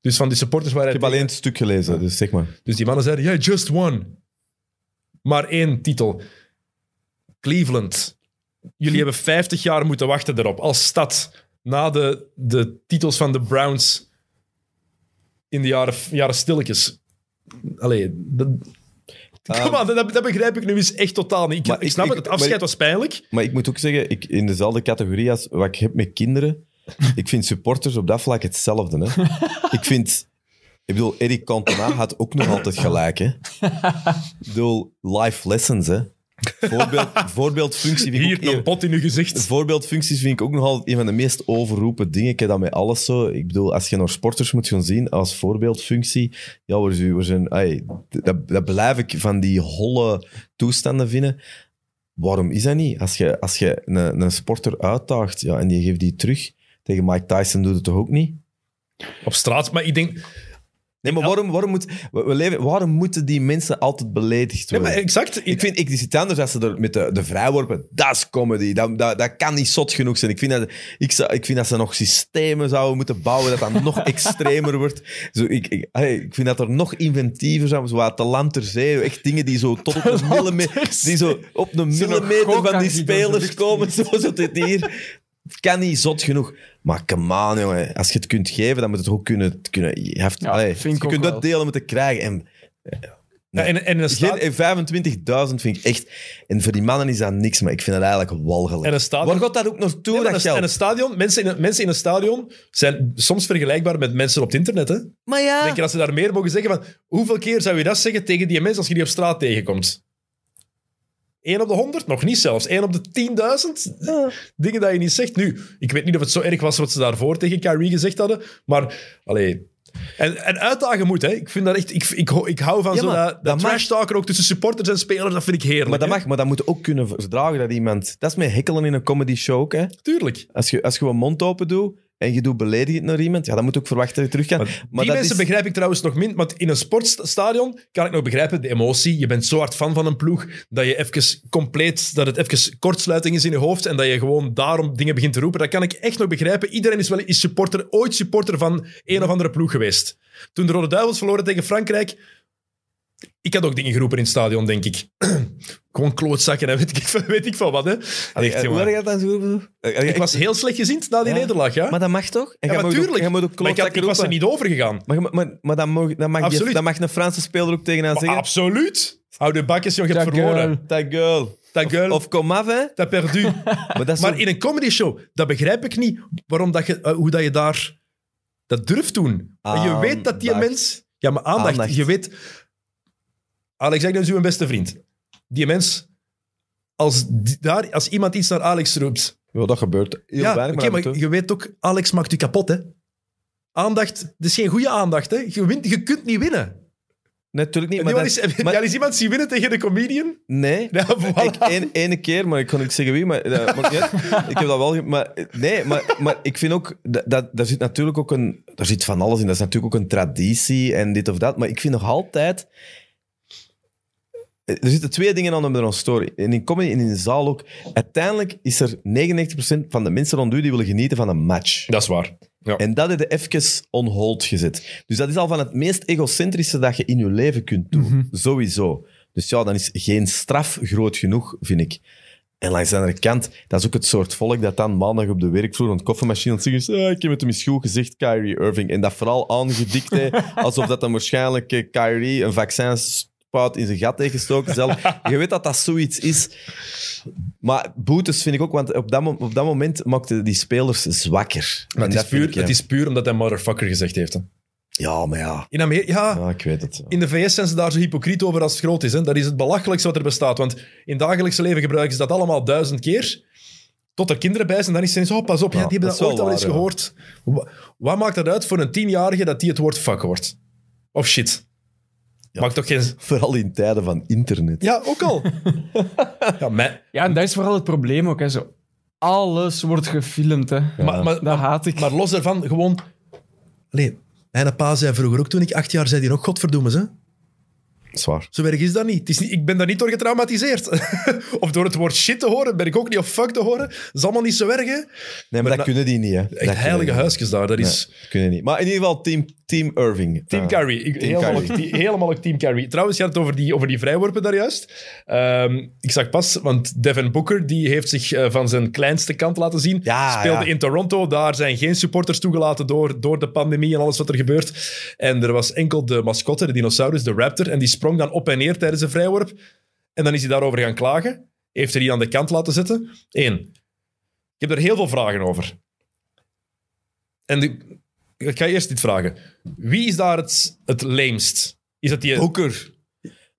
Dus van die supporters waar hij... Ik heb alleen het stuk gelezen, dus zeg maar. Dus die mannen zeiden, jij just won. Maar één titel. Cleveland. Jullie hebben 50 jaar moeten wachten erop. Als stad. Na de, de titels van de Browns in de jaren, jaren stilletjes. Allee, dat... Kom aan, dat, dat begrijp ik nu eens echt totaal niet. Ik, Ehm, Maar ik ik- snap ik- het, het afscheid maar was ik- pijnlijk. Maar ik moet ook zeggen, ik, in dezelfde categorie als wat ik heb met kinderen, [laughs] ik vind supporters op dat vlak hetzelfde. [laughs] Hè? ik vind... Ik bedoel, Eric Cantona had ook nog altijd gelijk. Hè? Ik bedoel, life lessons. Hè? [laughs] Voorbeeld, voorbeeldfunctie vind ik ook Hier, heel- een bot in uw [laughs] gezicht. Voorbeeldfuncties vind ik ook nogal een van de meest overroepen dingen. Ik heb dat met alles zo. Ik bedoel, als je naar sporters moet gaan zien als voorbeeldfunctie, ja, waar ze, waar ze een- ai, dat, dat blijf ik van die holle toestanden vinden. Waarom is dat niet? Als je, als je een, een sporter uitdaagt ja, en je geeft die terug, tegen Mike Tyson doet het toch ook niet? Op straat, maar ik denk... Nee, maar waarom, waarom, moet, we- we leven, waarom moeten die mensen altijd beledigd Nee, worden? maar exact. Ik vind ik, die zit anders als ze er met de, de vrijworpen. Dat is comedy. Dat, dat, dat kan niet zot genoeg zijn. Ik vind, dat, ik, zou- ik vind dat ze nog systemen zouden moeten bouwen, dat dat [laughs] nog extremer wordt. Zo, ik, ik, hey, ik vind dat er nog inventiever zou zo wat talent ter zee. Echt dingen die zo [laughs] tot op een millimeter, die zo op een Zo'n millimeter van die gokactie door de spelers lucht komen. Zo zit het hier. Het kan niet zot genoeg. Maar come on, jongen. Als je het kunt geven, dan moet het ook kunnen... kunnen je hebt, Ja, allee, vind ik je ook kunt wel. dat delen met te krijgen. En Ja, en, en, een staat, geen- en 25.000 vind ik echt... En voor die mannen is dat niks, maar ik vind dat eigenlijk walgelijk. En een stadion- Waar gaat dat ook naartoe, Nee, maar dat een, en een geld? stadion, mensen in een, mensen in een stadion zijn soms vergelijkbaar met mensen op het internet. Hè? Maar ja... Denk je dat ze daar meer mogen zeggen van... Hoeveel keer zou je dat zeggen tegen die mensen als je die op straat tegenkomt? Eén op de honderd? Nog niet zelfs. Eén op de tienduizend? Dingen dat je niet zegt. Nu, ik weet niet of het zo erg was wat ze daarvoor tegen Kyrie gezegd hadden, maar... Allee, en, en uitdagen moet, hè. Ik vind dat echt... Ik, ik, ho- ik hou van Ja, zo maar dat, dat dat mag. trash talker ook tussen supporters en spelers. Dat vind ik heerlijk. maar dat hè. mag, maar dat moet je ook kunnen verdragen dat iemand... Dat is met hekkelen in een comedy show ook, hè. Tuurlijk. Als je, als je een mond open doet en je doet beledigend naar iemand, ja, dan moet je ook verwachten dat je terug gaat. Maar, die dat mensen is, begrijp ik trouwens nog min. Want in een sportstadion kan ik nog begrijpen, de emotie. Je bent zo hard fan van een ploeg dat je even compleet, dat het even kortsluiting is in je hoofd en dat je gewoon daarom dingen begint te roepen. Dat kan ik echt nog begrijpen. Iedereen is wel is supporter, ooit supporter van een of andere ploeg geweest. Toen de Rode Duivels verloren tegen Frankrijk. Ik had ook dingen geroepen in het stadion, denk ik. [clears throat] Gewoon klootzakken en weet ik, van- weet ik van wat. Hè. Echt, Eh, jongen. Hoe had je dat zo ik was heel slecht gezind na die Ja. nederlaag. Ja, Maar dat mag toch? En Ja, jij mag ook- natuurlijk. jij mag ook Maar ik, had- ik klootzakken was er roepen. niet over gegaan. Maar, je- maar, maar dat, mag, dat, mag je, Absoluut. dat mag een Franse speler ook tegen haar Maar zeggen. absoluut. Hou de bakjes, jong, je hebt Dat girl. verloren. Dat girl. Dat girl, Of kom af, hè. dat [laughs] perdu. Maar dat is maar zo- in een comedy show, dat begrijp ik niet, waarom dat je, eh, hoe dat je daar dat durft doen. Je weet dat die Aandacht. mens... Ja, maar aandacht. Aandacht. Je weet... Alex Agnew is uw beste vriend. Die mens, als, die- daar, als iemand iets naar Alex roept... Ja, dat gebeurt heel ja, weinig. oké, maar, maar, dat moet, hè. je weet ook, Alex maakt u kapot, hè. Aandacht, dat is geen goede aandacht, hè. Je, wint, je kunt niet winnen. Nee, natuurlijk niet. Maar Maar dat, is, [laughs] heb maar- jij eens iemand zien winnen tegen de comedian? nee. Ja, voilà. [laughs] Ik, één- ene keer, maar ik kan niet zeggen wie, maar eh, dat maakt niet uit. ik heb dat wel... ge- Maar, eh, nee, maar, maar ik vind ook... Dat, dat, daar zit natuurlijk ook een... Daar zit van alles in. Dat is natuurlijk ook een traditie en dit of dat. Maar ik vind nog altijd... eh, Er zitten twee dingen aan met een story. En in comedy en in de zaal ook. Uiteindelijk is er 99% van de mensen rond u die willen genieten van een match. Dat is waar. Ja. En dat heb je even on hold gezet. Dus dat is al van het meest egocentrische dat je in je leven kunt doen. Mhm. Sowieso. Dus ja, dan is geen straf groot genoeg, vind ik. En langs de andere kant, dat is ook het soort volk dat dan maandag op de werkvloer rond de koffiemachine aan het zeggen is, "Ah, ik heb het hem eens goed gezegd, Kyrie Irving. En dat vooral aangedikt, [laughs] hè, alsof dat dan waarschijnlijk eh, Kyrie een vaccinspout in zijn gat heeft [laughs] gestoken. Zelf. Je weet dat dat zoiets is. Maar boetes vind ik ook, want op dat, mo- op dat moment maakten die spelers zwakker. Maar En het, dat is vind puur, ik, eh, ja. het is puur omdat hij motherfucker gezegd heeft. Hè. Ah. Ja, maar ja. In, Amer- ja, Ja, ik weet het. in de VS zijn ze daar zo hypocriet over als het groot is. Hè. Dat is het belachelijkste wat er bestaat. Want in het dagelijkse leven gebruiken ze dat allemaal duizend keer. Tot er kinderen bij zijn. Dan is het ineens, oh, pas op, ja, Ja, die hebben dat dat, is wel ooit al eens waar, ja. gehoord. Wa- Wat maakt het uit voor een tienjarige dat die het woord fuck hoort? Of shit. Maakt toch geen... Vooral in tijden van internet. Ja, ook [laughs] al. ja, maar, Ja, en dat is vooral het probleem ook. Hè, zo. Alles wordt gefilmd. Hè. maar, maar, Dat haat ik. Maar los daarvan, gewoon... Allee, mijn pa zei vroeger ook, toen ik acht jaar zei, die ook godverdoemes, hè. Zwaar. Zo erg is dat niet. Het is niet ik ben daar niet door getraumatiseerd. [laughs] of door het woord shit te horen, ben ik ook niet, of fuck te horen. Dat is allemaal niet zo erg, hè? Nee, Maar maar, dat na- kunnen die niet, hè. Dat Echt kunnen heilige die huisjes daar, dat niet. is... Nee, dat kunnen niet. Maar in ieder geval Team, team Irving. Team Ah. Curry. Ik- Team helemaal, Curry. ook- die- helemaal ook Team Curry. Trouwens, je had het over die, over die vrijworpen daar juist. Ehm, ik zag pas, want Devin Booker die heeft zich eh, van zijn kleinste kant laten zien. Ja, Speelde ja. in Toronto. Daar zijn geen supporters toegelaten door, door de pandemie en alles wat er gebeurt. En er was enkel de mascotte, de dinosaurus, de raptor. En die sprong dan op en neer tijdens een vrijworp. En dan is hij daarover gaan klagen. Heeft er die aan de kant laten zitten. Eén. Ik heb er heel veel vragen over. En de- ik ga eerst dit vragen. Wie is daar het, het leemst? Is dat die... Booker.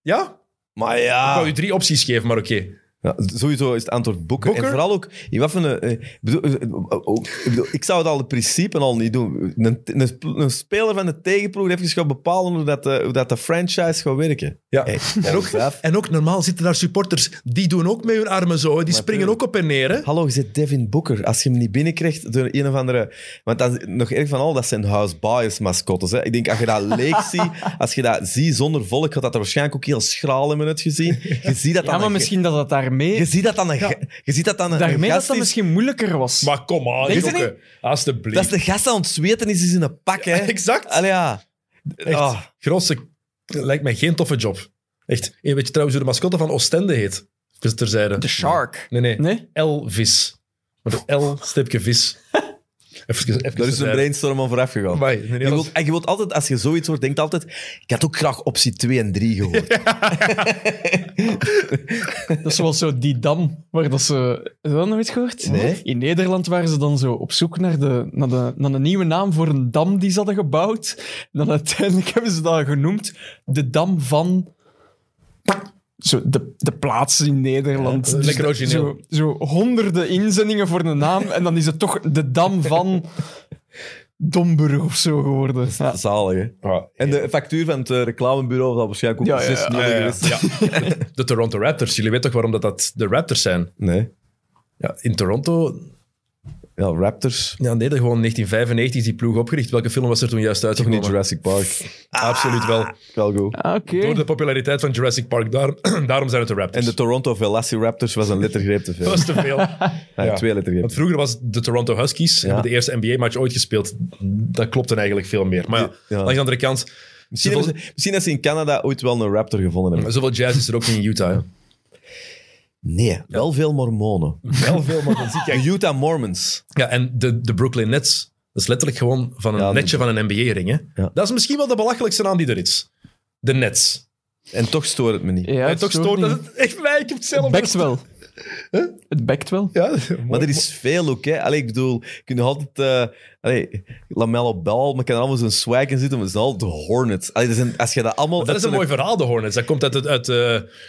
Ja? Ah. Maar Ik ja. wou u drie opties geven, maar oké. Ja, sowieso is het antwoord boeken. Boeken? En vooral ook, in wat voor een... eh, ik bedoel, eh, ook- ik bedoel, ik zou het al in principe al niet doen. Een, een, sp- een speler van de tegenploeg heeft eens gaan bepalen hoe dat, de, hoe dat de franchise gaat werken. Ja. Hey, en, ook, vijf. en ook normaal zitten daar supporters, die doen ook met hun armen zo. hè. Die springen ook op en neer. Hè? Hallo, je zit Devin Booker. Als je hem niet binnenkrijgt door een of andere... Want dan, nog erg van al, dat zijn house bias mascottes. Hè. Ik denk, als je dat leeg [laughs] ziet, als je dat ziet zonder volk, had dat er waarschijnlijk ook heel schraal hebben uitgezien. Je ziet dat Ja, dan maar een- misschien dat dat daarmee, Je ziet dat dan een, ge- je ziet dat dan een, een daarmee dat gast dat is- misschien moeilijker was. Maar kom aan, Denk je Jokke. Alsjeblieft. Dat is de gast aan het zweten is, is in een pak, [laughs] hè. [laughs] Exact. Allee, ja. Echt, Ah. grootste... Lijkt mij geen toffe job. Echt. En weet je trouwens hoe de mascotte van Oostende heet? Dus terzijde. The Shark. Nee, nee. Nee? L-vis. Met een L-stipje [laughs] vis. Even, even Daar is een terzijde. brainstorm aan vooraf gegaan. Amai, nee, je dat wilt, en je wilt altijd, als je zoiets hoort, denkt altijd... Ik had ook graag optie 2 en 3 gehoord. Dat is zoals zo die dam waar dat ze... Heb je dat nooit gehoord? Nee. In Nederland waren ze dan zo op zoek naar, de, naar, de, naar een nieuwe naam voor een dam die ze hadden gebouwd. En dan uiteindelijk [laughs] hebben ze dat genoemd de dam van... Zo, de, de plaats in Nederland. Ja, lekker Dus origineel. Zo, zo honderden inzendingen voor een naam en dan is het toch de dam [laughs] van... Domburg of zo geworden. Ja. Zalig, hè. Ah, En de factuur van het eh, reclamebureau zal waarschijnlijk ook Ja, ja, 6 ja. nul ja, ja. geweest Ja. De Toronto Raptors. Jullie weten toch waarom dat, dat de Raptors zijn? Nee. Ja, in Toronto... Ja, Raptors. Ja, nee, dat gewoon 1995 is die ploeg opgericht. Welke film was er toen juist Toch uitgekomen? niet Jurassic Park. Absoluut wel. Wel goed. Ah, Oké. Door de populariteit van Jurassic Park. Daarom, [clears throat] daarom zijn het de En Raptors. de Toronto Velociraptors [laughs] was een lettergreep te veel. Dat was te [laughs] veel. Ah, ja. Twee lettergrepen. Want vroeger was het de Toronto Huskies. hebben De eerste NBA-match ooit gespeeld. Dat klopte eigenlijk veel meer. Maar ja, Ja. aan de andere kant... Misschien, zoveel- hebben ze, misschien dat ze in Canada ooit wel een raptor gevonden hebben. Zoveel jazz is er ook niet in Utah. hè. Nee, wel veel mormonen. Wel veel, maar dan [laughs] zie ik De Utah Mormons. Ja, en de, de Brooklyn Nets. Dat is letterlijk gewoon van een Ja, netje van een NBA-ring. hè Ja. Dat is misschien wel de belachelijkste naam die er is. De Nets. En toch stoort het me niet. Ja, en toch stoort dat niet. het echt mij. Ik heb het zelf Het bekt wel. Het bekt wel. Ja, Maar mooi. er is veel ook, hè. Allee, ik bedoel, je kunt nog altijd... eh allee, Lamello Bell, maar kan allemaal zo'n swag in zitten, maar het zijn al de Hornets. Allee, dat zijn, als je dat allemaal... Dat is een mooi verhaal, de Hornets. Dat komt uit, het- uit, eh,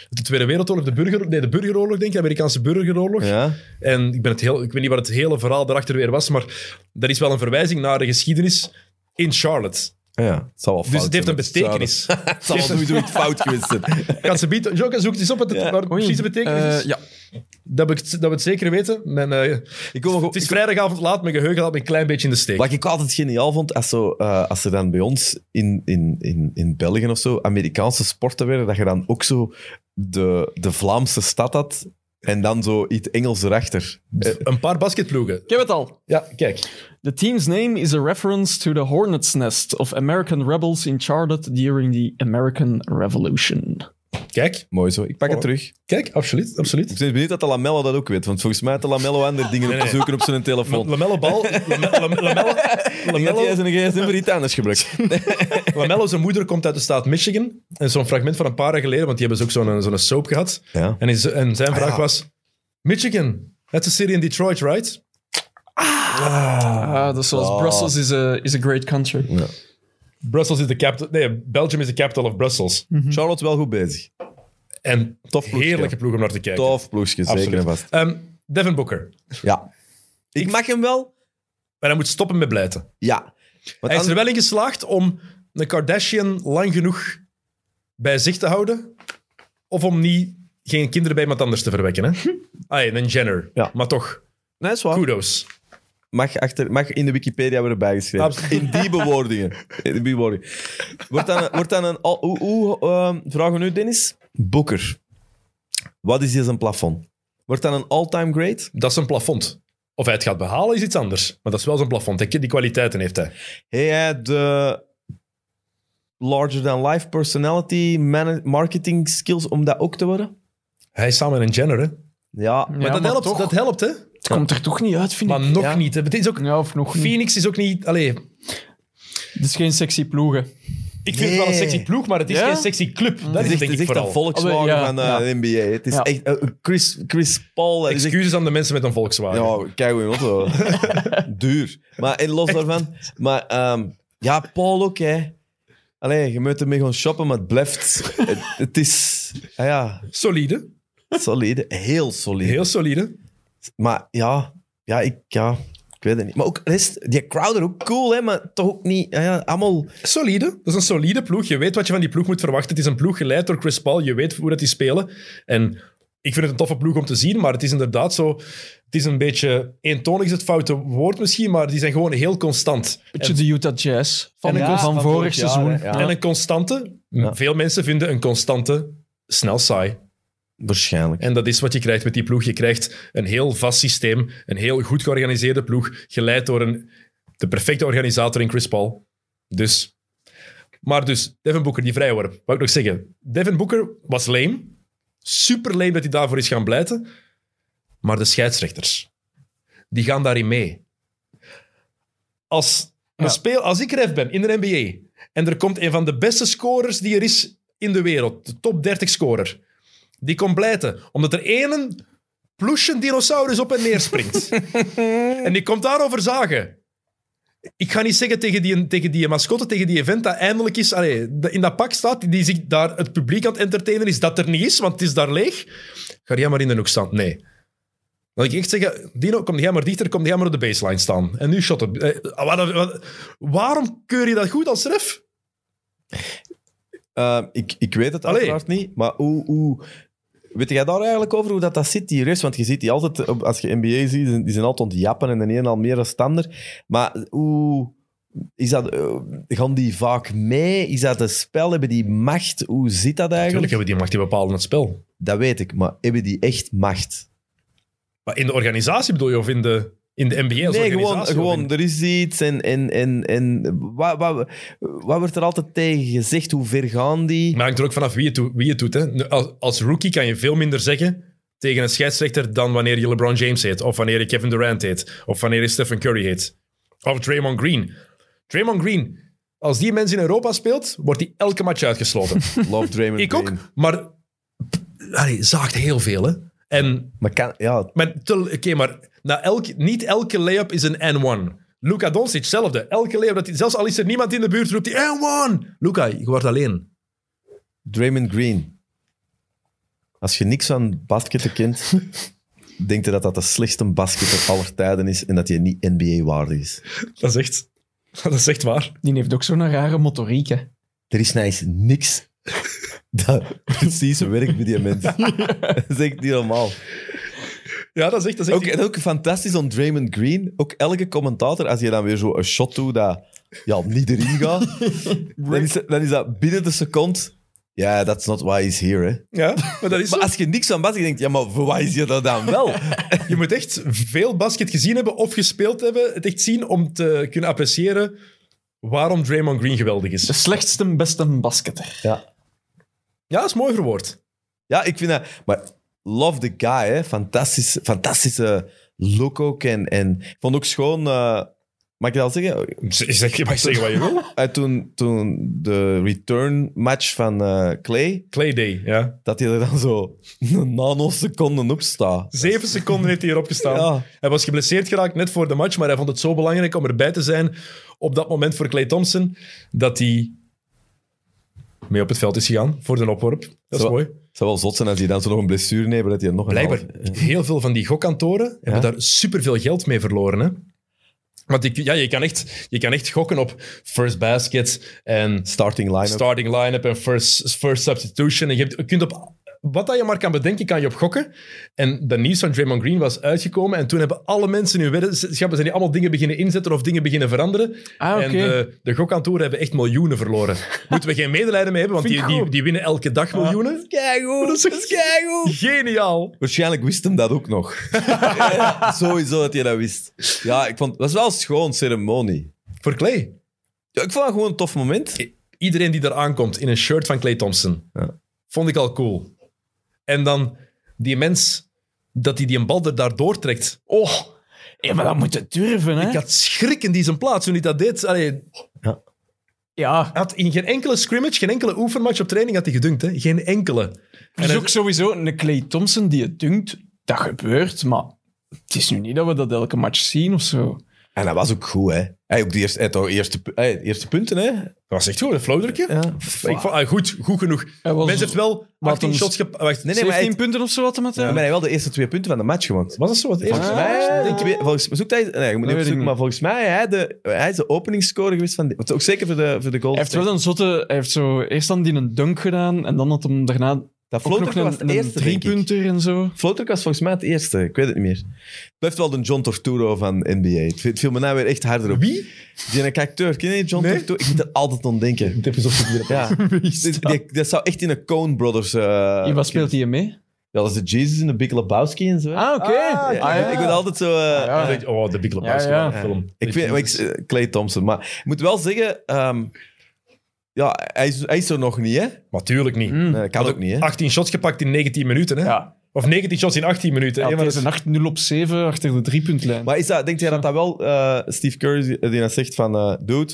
de Tweede Wereldoorlog, de, burger, nee, de burgeroorlog, denk ik, de Amerikaanse burgeroorlog. Ja. En ik, ben het heel, ik weet niet wat het hele verhaal daarachter weer was, maar er is wel een verwijzing naar de geschiedenis in Charlotte. Ja, het zal wel Dus fout het heeft een zijn, maar het betekenis. zou- Het zal wel nooit ooit fout geweest zijn. [laughs] Kan ze bieden? Joka, zoek het eens op wat het, waar het Oei. precies de betekenis is. Eh, ja. Dat, we, het- dat we het zeker weten. Mijn, eh, Ik wil nog- het is vrijdagavond laat, mijn geheugen laat me een klein beetje in de steek. Wat ik altijd geniaal vond, als, zo, eh, als er dan bij ons in, in, in, in België of zo Amerikaanse sporten werden, dat je dan ook zo de, de Vlaamse stad had en dan zo iets Engels erachter. Een paar basketploegen. Ik heb het al. Ja, kijk. The team's name is a reference to the hornet's nest of American rebels in Charlotte during the American Revolution. Kijk, Mooi zo, ik pak het terug. kijk, absoluut, absoluut. Ik ben benieuwd dat de Lamello dat ook weet, want volgens mij had de Lamello andere dingen op te zoeken op zijn telefoon. Lamello bal. Lame- lame- Lamello- [laughs] Ik denk dat Lamello- jij zijn gsm voor iets anders [laughs] gebruikt. Lamello, zijn moeder, komt uit de staat Michigan. En zo'n fragment van een paar jaar geleden, want die hebben ze ook zo'n zo'n soap gehad. Ja. En, is, en zijn vraag was: Michigan, that's a city in Detroit, right? Ah, dat is zoals Ah. Brussels is a, is a great country. Brussels is de capital. Nee, Belgium is de capital of Brussels. Charlotte wel goed bezig. En Tof ploegje. heerlijke ploeg om naar te kijken. Tof ploegje, zeker en vast. Ehm, Devin Booker. Ja. Ik mag hem wel? Maar hij moet stoppen met blijten. Ja. Want Hij is anders- er wel in geslaagd om een Kardashian lang genoeg bij zich te houden. Of om niet, geen kinderen bij iemand anders te verwekken. Hè? [laughs] Ah, ja, een Jenner. Ja. Maar toch, Nee, is waar. kudos. Mag, achter, mag in de Wikipedia worden bijgeschreven. Absoluut. In die bewoordingen. In die bewoordingen. Wordt dan, een- wordt dan een... al- Hoe, hoe ehm, vragen we nu, Dennis? Boeker. Wat is hier zijn plafond? Wordt dan een all-time great? Dat is een plafond. Of hij het gaat behalen is iets anders. Maar dat is wel zijn plafond. Hij- Die kwaliteiten heeft hij. Hij had de larger-than-life personality, mana- marketing skills om dat ook te worden? Hij is samen met een Jenner. Hè? Maar Ja. Ja, dat, maar helpt, toch. dat helpt, hè? Het komt er toch niet uit, vind Maar ik. nog Ja. niet. Hè? Het is ook, Ja, of nog niet. Phoenix is ook niet. Allee, Het is geen sexy ploegen. ik vind het wel een Nee. Mm. sexy ploeg, maar het is Ja? geen sexy club. Dat Het is, is echt, denk ik het is echt vooral. een Volkswagen Oh, ja, van eh, ja. de NBA. Het is Ja. echt... eh, Chris, Chris Paul... dat is echt- Excuses aan de mensen met een Volkswagen. Ja, kijk hoe auto. Duur. Maar in los daarvan. Maar ehm, ja, Paul ook, hè. Allee, je moet ermee gaan shoppen, maar het blijft. Het, het is. ah ja, Solide. Solide, heel solide. Heel solide. Maar ja, ja, ik, ja, ik weet het niet. Maar ook rest, die Crowder ook cool, hè, maar toch ook niet. ah Ja, ja, allemaal. Solide. Dat is een solide ploeg. Je weet wat je van die ploeg moet verwachten. Het is een ploeg geleid door Chris Paul. Je weet hoe dat die spelen. En ik vind het een toffe ploeg om te zien, maar het is inderdaad zo... Het is een beetje... Eentonig is het foute woord misschien, maar die zijn gewoon heel constant. Beetje de Utah Jazz van, En een van, constant vorig vorig jaar, seizoen. hè, ja. En een constante... Veel mensen vinden een constante snel saai. Waarschijnlijk. En dat is wat je krijgt met die ploeg. Je krijgt een heel vast systeem, een heel goed georganiseerde ploeg, geleid door een, de perfecte organisator in Chris Paul. Dus. Maar dus, Devin Booker, die vrijworp. Wou ik nog zeggen. Devin Booker was lame. Super lame dat hij daarvoor is gaan pleiten. Maar de scheidsrechters, die gaan daarin mee. Als, een Ja. speel, als ik ref ben in de NBA en er komt een van de beste scorers die er is in de wereld, de top 30 scorer, die komt pleiten omdat er één ploesje dinosaurus op en neer springt. en die komt daarover zagen. Ik ga niet zeggen tegen die, tegen die mascotte, tegen die event dat eindelijk is, allee, dat in dat pak staat, die zich daar het publiek aan het entertainen is, dat er niet is, want het is daar leeg. Ga jij maar in de hoek staan. Nee. Dat ik echt zeggen, Dino, kom jij maar dichter, kom jij maar op de baseline staan. En nu shot op. Eh, wat- wat- waarom keur je dat goed als ref? Eh, ik, ik weet het Allee. uiteraard niet, maar hoe, hoe... Weet jij daar eigenlijk over hoe dat, dat zit, die rest? Want je ziet die altijd, op- als je NBA ziet, die zijn altijd ontjappen en de een al meer dan standaard. Maar hoe... Is dat, eh, gaan die vaak mee? Is dat een spel? Hebben die macht? Hoe zit dat eigenlijk? Natuurlijk hebben die macht die bepalen het spel. Dat weet ik, maar hebben die echt macht? Maar in de organisatie bedoel je, of in de, in de NBA als Nee, gewoon, organisatie? of in- gewoon er is iets en, en, en, en wat, wat, wat wordt er altijd tegen gezegd? Hoe ver gaan Maar die? het hangt er ook vanaf wie het, doet- wie het doet. Hè. Nu, Als, als rookie kan je veel minder zeggen tegen een scheidsrechter dan wanneer je LeBron James heet, of wanneer je Kevin Durant heet, of wanneer je Stephen Curry heet, of Draymond Green. Draymond Green, als die mens in Europa speelt, wordt hij elke match uitgesloten. Love [laughs] Draymond Ik ook, Green. maar pff, allee, zaagt heel veel. Hè. En Maar kan, ja, maar, te- oké, maar na elk, niet elke layup is een N1. Luka Doncic, hetzelfde. Elke layup, dat hij, zelfs al is er niemand in de buurt, roept hij N1. Luka, je wordt alleen. Draymond Green. Als je niks van basketten [laughs] kent, denkt je dat dat de slechtste basketter aller tijden is en dat hij niet NBA-waardig is. Dat is echt, [laughs] dat is echt waar. Die heeft ook zo'n rare motoriek. hè. Er is niks, niks [laughs] dat precies werkt met die [laughs] mensen. Dat is echt niet normaal. Ja, dat is echt... Dat is echt Ook, en ook fantastisch aan Draymond Green. Ook elke commentator, als je dan weer zo een shot doet dat ja, niet erin gaat, [laughs] dan is, dan is dat binnen de seconde... Ja, that's not why he's here, hè. Ja, maar dat is Maar zo. als je niks van basket denkt, ja, maar voor wat is je dat dan wel? Je moet echt veel basket gezien hebben of gespeeld hebben, het echt zien om te kunnen appreciëren waarom Draymond Green geweldig De is. slechtste, beste basketter. Ja. Ja, dat is mooi verwoord. Ja, ik vind dat... Maar love the guy, hè. Fantastische, fantastische look ook. En, en ik vond ook schoon... eh, mag ik dat al zeggen? Zeg, je mag zeggen wat je wil. Eh, toen, toen de return match van eh, Clay, Clay Day, ja. dat hij er dan zo een nanoseconde op staat. Zeven seconden heeft hij hierop gestaan. Ja. Hij was geblesseerd geraakt net voor de match, maar hij vond het zo belangrijk om erbij te zijn op dat moment voor Clay Thompson, dat hij mee op het veld is gegaan voor de opworp. Dat is Zo- mooi. Het zou wel zot zijn als hij dan zo nog een blessure neemt, maar eh, dat hij nog een Blijkbaar, half- heel veel van die gokkantoren hebben daar superveel geld mee verloren. Hè? Want ik, ja, je, kan echt, je kan echt gokken op first basket en starting line-up. starting line-up en first, first substitution. En je, hebt- je kunt op wat dat je maar kan bedenken, kan je op gokken. En dat nieuws van Draymond Green was uitgekomen. En toen hebben alle mensen hun weddenschappen zijn die allemaal dingen beginnen inzetten of dingen beginnen veranderen. Ah, oké. En de, de gokkantoren hebben echt miljoenen verloren. Moeten we geen medelijden mee hebben, want Vind die, ik die, goed. die winnen elke dag miljoenen. Keigoed, dat is keigoed. Geniaal! Waarschijnlijk wist hem dat ook nog. Ja, Sowieso dat hij dat wist. Ja, ik vond... Het was wel een schoon ceremonie. Voor Clay. Ja, ik vond dat gewoon een tof moment. iedereen die daar aankomt in een shirt van Clay Thompson. Ja. Vond ik al cool. En dan die mens, dat hij die een bal er daar doortrekt. Oh, ja, maar dat moet het durven, hè? Ik had schrik in die zijn plaats toen hij dat deed. Allee, hij Ja, had in geen enkele scrimmage, geen enkele oefenmatch op training had hij gedunkt. Hè? Geen enkele. er is hij- ook sowieso een Clay Thompson die het dunkt. Dat gebeurt, maar het is nu niet dat we dat elke match zien of zo. En dat was ook goed, hè. Hij ook de eerste, hij had ook eerste, pu- hij, eerste punten, hè. Dat was echt goed, een flauwdrukje. Ja. Ik vond, ah, goed, goed genoeg. Hij was- Mensen heeft wel Maar 18 toen- shots gepakt. Wacht, Nee, maar hij- 17 punten of zo had hem het. Maar hij had wel de eerste twee punten van de match gewonnen. was dat zo? Het eerste? Volgens mij, ik weet, volgens, zoek dat, nee, je moet weet niet ik opzoeken, niet. maar volgens mij hij de, hij is de openingsscorer geweest van die, want ook zeker voor de, voor de goal. Hij heeft wel een zotte... Hij heeft zo eerst dan die een dunk gedaan en dan had hem daarna ook dat nog Floater was een, de een eerste, denk ik. driepunter [laughs] en zo. Floater was volgens mij het eerste, ik weet het niet meer. Het blijft wel de John Torturo van NBA. Het viel- het viel me nou weer echt harder op. Wie? Die een acteur, ken je die John Nee. Torturo? Ik moet er altijd aan [laughs] denken. Dit is op de dieren. Ja. Die- die- dat zou echt in een Coen Brothers... eh, Hier, Wat speelt hij mee? Ja, dat is de Jesus in de Big Lebowski en zo. Ah, oké. Ja, Ah, ja. Ah, ik, ik ben altijd zo... eh, ja. Ik denk, Oh, de Big Lebowski Ja, ja. wat een film. Ik weet, maar ik, eh, Clay Thompson. Maar ik moet wel zeggen, ehm, ja, hij is, hij is er nog niet, hè? Natuurlijk niet. Mm. Nee, dat kan ook niet, hè? 18 shots gepakt in 19 minuten, hè? Ja, Of 19 shots in 18 minuten. ja hè? het Maar is dat een 8-0 op 7 achter de driepuntlijn. Maar is dat, denkt jij dat dat wel eh, Steve Curry die dat zegt van, eh dude,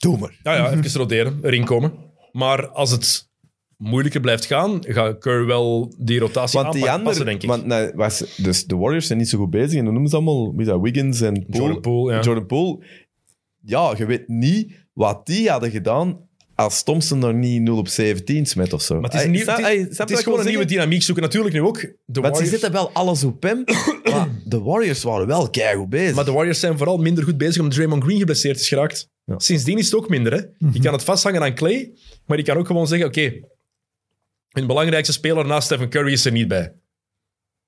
doe maar. Nou ja, even roderen, erin komen. Maar als het moeilijker blijft gaan, gaat Curry wel die rotatie Want die aanpakken, andere, passen, denk ik. want nee, was, dus de Warriors zijn niet zo goed bezig en dan noemen ze allemaal, wie is dat, Wiggins en Poole. Jordan Poole, ja. Jordan Poole. Ja, je weet niet wat die hadden gedaan als Thompson er niet 0 op 17 smet of zo. maar het is, Hey, een nieuw- snap- het is- hey, snap het je wat is ik gewoon wil een nieuwe zeggen? dynamiek zoeken. Natuurlijk nu ook. De Want ze Warriors, zitten wel alles op [coughs] hem. maar de Warriors waren wel keigoed bezig. maar de Warriors zijn vooral minder goed bezig omdat Draymond Green geblesseerd is geraakt. Ja. Mhm. Sindsdien is het ook minder. Hè? Je kan het vasthangen aan Clay, maar je kan ook gewoon zeggen, oké, hun belangrijkste speler naast Stephen Curry is er niet bij.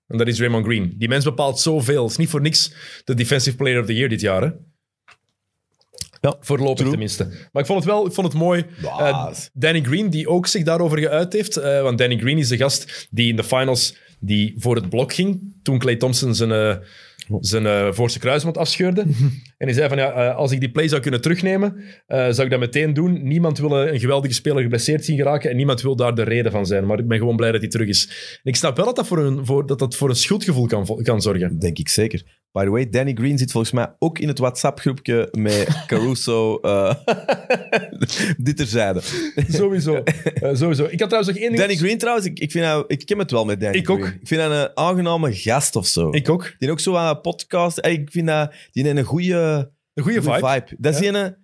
En dat is Draymond Green. Die mens bepaalt zoveel. Het is niet voor niks de Defensive Player of the Year dit jaar. Hè? Ja, Voorlopig true. tenminste. Maar ik vond het wel ik vond het mooi. Ja, Eh, Danny Green, die ook zich daarover geuit heeft. eh, want Danny Green is de gast die in de finals die voor het blok ging. Toen Clay Thompson zijn, eh, zijn eh, voorste kruismond [laughs] afscheurde. en hij zei van, ja, eh, als ik die play zou kunnen terugnemen, eh, zou ik dat meteen doen. Niemand wil eh, een geweldige speler geblesseerd zien geraken. En niemand wil daar de reden van zijn. Maar ik ben gewoon blij dat hij terug is. En ik snap wel dat dat voor een, voor, dat dat voor een schuldgevoel kan, vo- kan zorgen. Denk ik zeker. By the way, Danny Green zit volgens mij ook in het WhatsApp-groepje met [laughs] Caruso. eh [laughs] dit terzijde. [laughs] sowieso. Eh, sowieso. Ik had trouwens nog één ding... Danny Green trouwens, ik, ik, vind hem- ik ken het wel met Danny Ik ook. Green. Ik vind hem een aangename gast of zo. Ik ook. Die ook zo aan een podcast. eh, Ik vind dat, die heeft een goede Een goede vibe. vibe. Dat is Ja. die ene-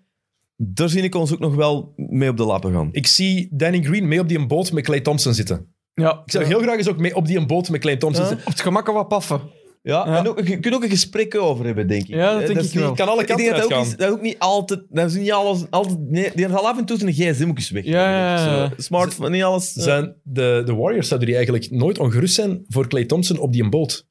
daar zie ik ons ook nog wel mee op de lappen gaan. Ik zie Danny Green mee op die boot met Clay Thompson zitten. ja, Ik zou heel graag eens ook mee op die boot met Klein Thompson Ja. zitten. Op het gemak wat paffen. Ja, Ja. en ook, je kunt ook een gesprek over hebben, denk ik. Ja, dat Eh, denk is ik niet- wel. Kan alle Ik denk kanten dat dat ook, uitgaan. niet- dat ook niet altijd... Dat is niet alles, altijd nee, die had al af en toe zijn gsm ook eens weg. Ja, ja, ja. Zo, Smartphone, niet alles... eh. Zijn de, de Warriors zouden die eigenlijk nooit ongerust zijn voor Clay Thompson op die [laughs] boot.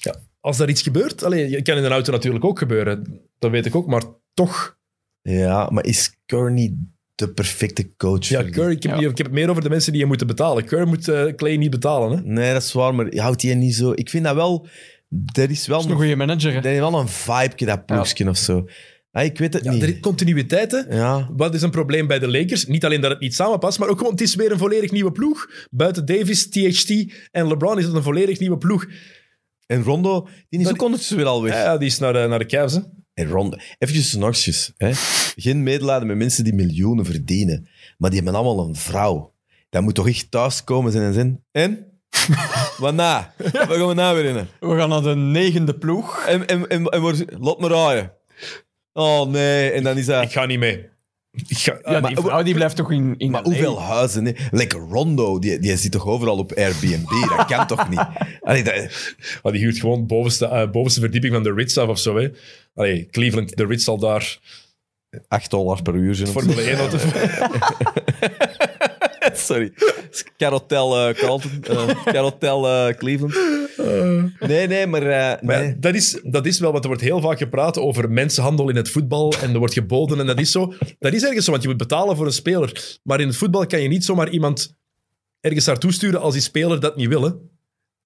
ja. Als daar iets gebeurt, alleen het kan in een auto natuurlijk ook gebeuren, dat weet ik ook, maar toch. Ja, maar is Curry niet de perfecte coach? Ja, voor Curry, ik heb, Ja. niet- ik heb het meer over de mensen die je moeten betalen. Curry moet eh, Clay niet betalen. Hè? die? Nee, dat is waar, maar houdt hij niet zo... Ik vind dat wel... Dat is wel, Dat is een goede manager. hè. dat is wel een vibe, dat ploegje of zo. Ah, ik weet het Ja, niet. er is continuïteit, hè. Ja. Wat is een probleem bij de Lakers? Niet alleen dat het niet samenpast, maar ook gewoon het is weer een volledig nieuwe ploeg. Buiten Davis, THT en LeBron is het een volledig nieuwe ploeg. En Rondo, die is ook ondertussen weer al weg. Ja, die is naar de, naar de Cavs. hè. En Rondo, eventjes snorsjes. Hè? Geen medelijden met mensen die miljoenen verdienen. Maar die hebben allemaal een vrouw. Dat moet toch echt thuiskomen zijn en zin. En? [laughs] Wat na? Wat gaan we na weer in? We gaan naar de negende ploeg. En, en, en, en wordt- laat me raaien. Oh nee, en dan is dat... Ik ga niet mee. Ik ga, Ja, ah, die vrouw die blijft toch in, in Maar LA? hoeveel huizen? hè? Like Rondo, die, die zit toch overal op Airbnb? Dat kan toch niet? Allee, dat- Ah, die huurt gewoon bovenste, eh, bovenste verdieping van de Ritz af of zo. Hè. Allee, Cleveland, de Ritz zal daar 8 dollar per uur zijn. of Formule 1 auto. zo. Sorry. Carotel eh, Carlton. eh, Carotel eh, Cleveland. Nee, nee, maar... eh, Maar ja, nee. dat, is, dat is wel, want er wordt heel vaak gepraat over mensenhandel in het voetbal en er wordt geboden en dat is zo. Dat is ergens zo, want je moet betalen voor een speler. Maar in het voetbal kan je niet zomaar iemand ergens naartoe sturen als die speler dat niet wil. hè.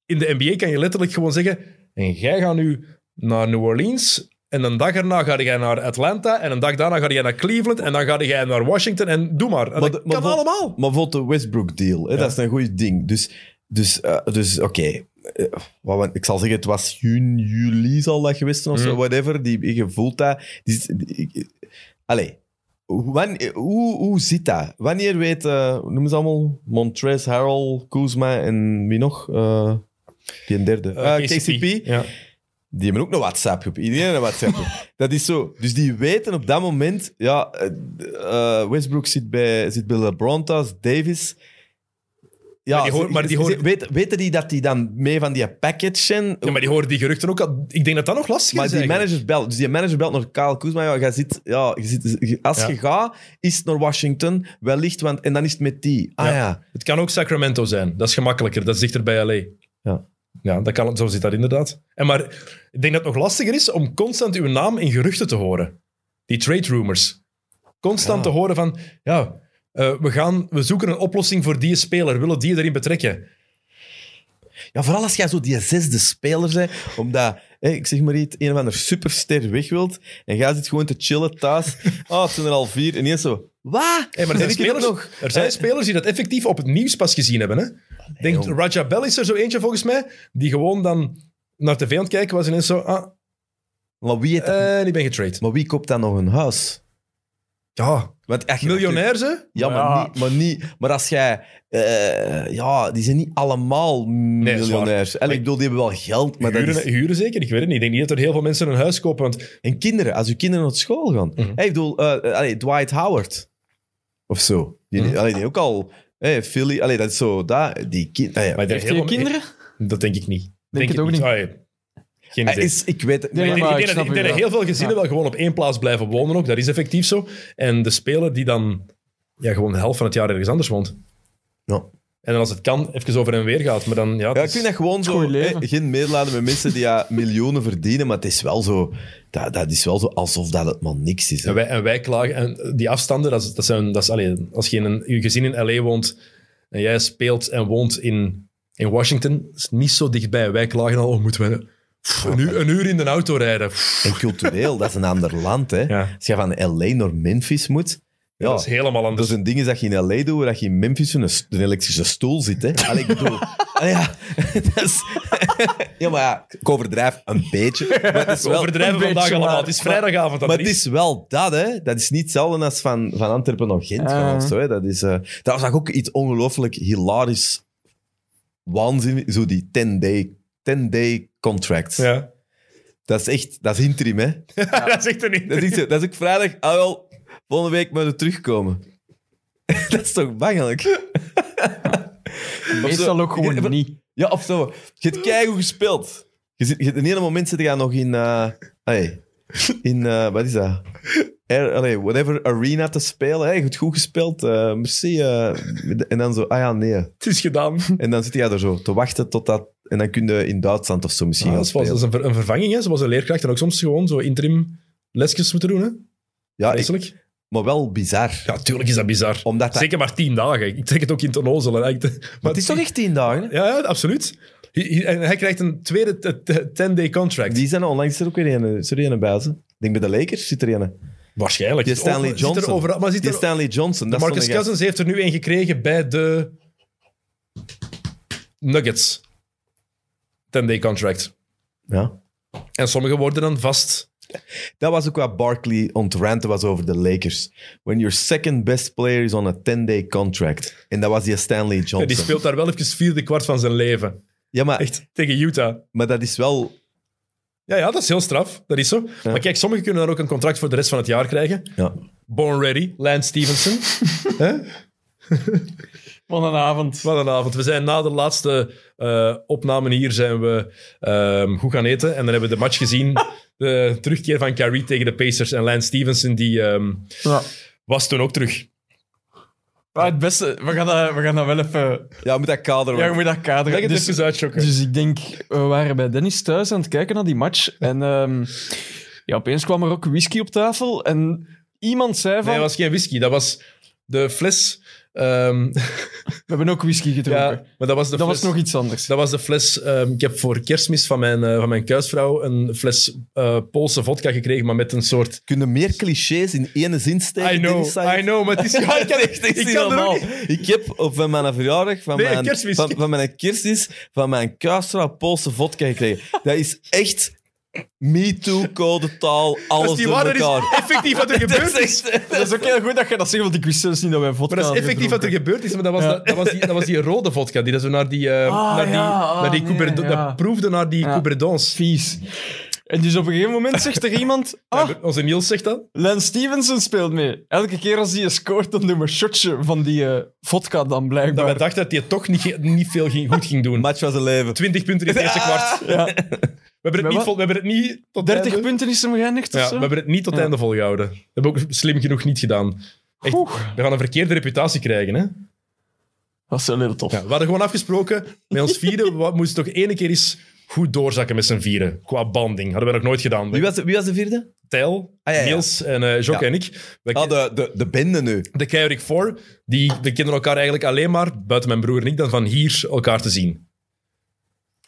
In de NBA kan je letterlijk gewoon zeggen, en jij gaat nu naar New Orleans... En een dag erna ga jij naar Atlanta. En een dag daarna ga jij naar Cleveland. En dan ga jij naar Washington. En doe maar. En Maar dat de- maar kan vol- allemaal. Maar bijvoorbeeld de Westbrook-deal, hè, dat is een goed ding. Dus, dus, eh, dus oké. Eh, wat we- ik zal zeggen, het was juni, juli zal dat geweest zijn of Mhm. zo, whatever. Die, je voelt dat. Die, is- die- ik- allee, hoe- wan- hoe, hoe zit dat? Wanneer weet, eh, hoe noemen ze allemaal, Montrez, Harrell, Kuzma en wie nog? Eh, die een derde. Eh, Eh, KCP. Ja. Die hebben ook een WhatsApp-groep. Iedereen [laughs] een WhatsApp-groep. dat is zo. Dus die weten op dat moment... Ja, eh, eh, Westbrook zit bij, zit bij LeBron thuis, Davis... Ja, Maar die hoor- ze- maar die ze- hoor- ze- weten, weten die dat die dan mee van die package zijn? Ja, maar die horen die geruchten ook al. Ik denk dat dat nog lastig Maar is. die eigenlijk. managers belt. Dus die manager belt naar Kyle Kuzma. Ja, jij zit, ja, je zit, je- als Ja. je gaat, is het naar Washington. Wellicht, want... En dan is het met die. Ah Ja. ja. Het kan ook Sacramento zijn. Dat is gemakkelijker. Dat is dichter bij LA. Ja. Ja, dat kan, zo zit dat inderdaad. En maar ik denk dat het nog lastiger is om constant uw naam in geruchten te horen. Die trade rumors. Constant Ah. te horen van, ja, eh, we, gaan, we zoeken een oplossing voor die speler. Willen die erin betrekken? Ja, vooral als jij zo die zesde speler bent, omdat, hè, ik zeg maar iets, een of ander superster weg wilt, en jij zit gewoon te chillen thuis. Oh, het zijn er al vier. En ineens zo, wat? Hey, maar er zijn, Heb ik het spelers, nog? er zijn Eh, spelers die dat effectief op het nieuws pas gezien hebben. Hè? Denk, jong. Raja Bell is er zo eentje volgens mij, die gewoon dan naar tv aan het kijken was en ineens zo, ah, Maar wie, heeft, eh, die ben getrade. maar wie koopt dan nog een huis? Ja, Want als je miljonair ze? Ja, maar, Ja. Niet, maar, niet, maar als jij... eh, ja, die zijn niet allemaal dat is waar. miljonairs. En Maar- ik bedoel, die hebben wel geld, maar dat huren, is... huren zeker? Ik weet het niet. Ik denk niet dat er heel veel mensen een huis kopen. Want En kinderen, als uw kinderen naar school gaan. hey, ik bedoel, eh, eh, allee, Dwight Howard. Of zo. Die, allee, die ook al... Hey, Philly, allee, dat is zo... Dat, die kind, allee, maar er Heeft heel je veel- kinderen? Dat denk ik niet. Denk, het ook niet. Ah, ja. Geen hij idee. eh, is, ik weet het Nee, niet. Ik maar denk- ik ik denk snap dat- ik denk dat je heel wel. veel gezinnen Ja. wel gewoon op één plaats blijven wonen ook. Dat is effectief zo. En de speler die dan ja, gewoon de helft van het jaar ergens anders woont. Ja. En dan als het kan, even over en weer gaat. Maar dan, ja, het Ja, ik is- vind dat gewoon zo. Goeie leven. hè, geen medelijden met mensen die ja, miljoenen verdienen, maar het is wel zo. Dat, dat is wel zo alsof dat het maar niks is. hè. En wij, en wij klagen. En die afstanden, dat, is- dat zijn, dat is, allee, als je in een, je gezin in L.A. woont en jij speelt en woont in, in Washington, is het niet zo dichtbij. Wij klagen al, oh, moeten we pff, een, uur, een uur in de auto rijden. Pff, En cultureel, dat is een ander land. Hè. Ja. Als je van LA naar Memphis moet. Ja, Dat is helemaal dat anders. zijn dingen dat je in LA doet, waar dat je in Memphis in een, s- een elektrische stoel zit. Hè. Allee, ik bedoel, [laughs] allee, ja, dat is, [laughs] ja, maar ja, ik overdrijf een beetje. Maar het is We wel, overdrijven een vandaag beetje, allemaal. maar- Het is vrijdagavond. Maar Annelies. het is wel dat, hè. Dat is niet hetzelfde als van, van Antwerpen naar Gent gaan of Ah. zo, hè. Dat is... eh dat was ook iets ongelooflijk hilarisch waanzin. Zo die 10-day 10-day contracts. Ja. Dat is echt... Dat is interim, hè. dat is echt een Dat is, echt zo, dat is ook vrijdag. Ah, wel. Volgende week moeten we terugkomen. [laughs] dat is toch bangelijk? Meestal ook gewoon [laughs] Ja, niet. Ja, of zo. Je hebt keigoed gespeeld. Je zit, je, in ene moment zit je nog in... eh, hey, in... eh, wat is dat? Er, allee, whatever arena te spelen. Hey, je hebt goed gespeeld. eh, merci. eh. en dan zo... Ah ja, nee. Het is gedaan. En dan zit je er zo te wachten tot dat... En dan kun je in Duitsland of zo misschien dat gaan is, wel- Ah, dat spelen. is een, ver- een vervanging. Hè. Zoals een leerkracht en ook soms gewoon zo interim lesjes moeten doen. Hè. Ja, Ah, ik- Vreselijk. maar wel bizar. Ja, tuurlijk is dat bizar. Omdat dat... Zeker maar tien dagen. Ik trek het ook in tonnozel. Maar maar het is toch echt tien dagen? hè? Ja, ja, absoluut. Hij- hij- En hij krijgt een tweede t- t- 10-day contract. Die zijn er onlangs er ook weer een. Is er een bij ze? Ik denk bij de Lakers zit er een. Waarschijnlijk. Die Stanley Over- zit er Johnson. overal- maar zit Die er, Stanley Johnson. Dat is Marcus zo'n gast. Cousins heeft er nu een gekregen bij de Nuggets. 10-day contract. Ja. En sommigen worden dan vast. Dat was ook wat Barkley ontranten was over de Lakers. When your second best player is on a 10-day contract. En dat was die Stanley Johnson. Ja, die speelt daar wel even vierde kwart van zijn leven. Ja, maar, Echt, tegen Utah. maar dat is wel... Ja, ja, dat is heel straf. Dat is zo. Maar kijk, sommigen kunnen dan ook een contract voor de rest van het jaar krijgen. Ja. Born ready, Lance Stevenson. Van een avond. Wat een avond. We zijn na de laatste eh, opname hier zijn we ehm, goed gaan eten. En dan hebben we de match [laughs] gezien. De terugkeer van Kyrie tegen de Pacers. En Lance Stevenson die, ehm, Ja. was toen ook terug. Maar het beste, we gaan dat, we gaan dat wel even... Ja, moet dat kader... Ja, je moet dat Leg kaderen. het Dus, even uitchokken. dus ik denk, we waren bij Dennis thuis aan het kijken naar die match. En ehm, ja, opeens kwam er ook whisky op tafel. En iemand zei van... nee, dat was geen whisky. Dat was de fles... ehm, [laughs] We hebben ook whisky gedronken. ja, maar dat was de dat fles... was nog iets anders. Dat was de fles. ehm, ik heb voor kerstmis van mijn, eh, van mijn kuisvrouw een fles eh, Poolse vodka gekregen, maar met een soort. Kunnen meer clichés in ene zin steken? I know, Dennis Sayer? I know, [laughs] maar het is. Ja, [laughs] ik kan echt Ik, ik kan er ook niet. ik heb op van mijn verjaardag, van, Nee, mijn, kerstmis. van, van mijn kerstmis, van mijn kuistra Poolse [laughs] vodka gekregen. Dat is echt MeToo-codetaal, Dat is alles Dus die door waar, dat elkaar. is effectief [laughs] wat er gebeurd is. Dat is ook heel goed dat je dat zegt, want ik wist zelfs niet dat wij vodka Maar dat is effectief wat er gebeurd is. Maar dat was, Ja. dat, dat was, die, dat was die rode vodka die dat zo naar die, eh, Ah, naar die, ja, ah, naar die nee, Couberdo- ja. dat proefde naar die Ja. Couberdons. Vies. En dus op een gegeven moment zegt er [laughs] iemand... Ah, Onze Niels zegt dat. Lance Stevenson speelt mee. Elke keer als hij scoort, dan doen we een shotje van die eh vodka dan Dat wij blijkbaar. dachten dat hij het toch niet, niet veel ging, goed ging doen. Match was een leven. 20 punten in het eerste kwart. [laughs] Ja. We hebben het, niet, wat? vol- we hebben het niet tot 30 einde- punten is hem geëindigd of Ja, we zo? hebben het niet tot het einde volgehouden. Dat hebben we ook slim genoeg niet gedaan. Echt, Oeh. we gaan een verkeerde reputatie krijgen. Hè? Dat is wel heel tof. Ja, we hadden gewoon afgesproken, met ons vieren [laughs] we moesten toch ene keer eens goed doorzakken met z'n vieren. Qua banding. Hadden we nog nooit gedaan. Wie was, wie was de vierde? Tijl, Ah, ja, ja. Niels en eh Jok Ja. en ik. We Ah, de, de, de bende nu. de Keurig 4, die, die kennen elkaar eigenlijk alleen maar, buiten mijn broer en ik, dan van hier elkaar te zien.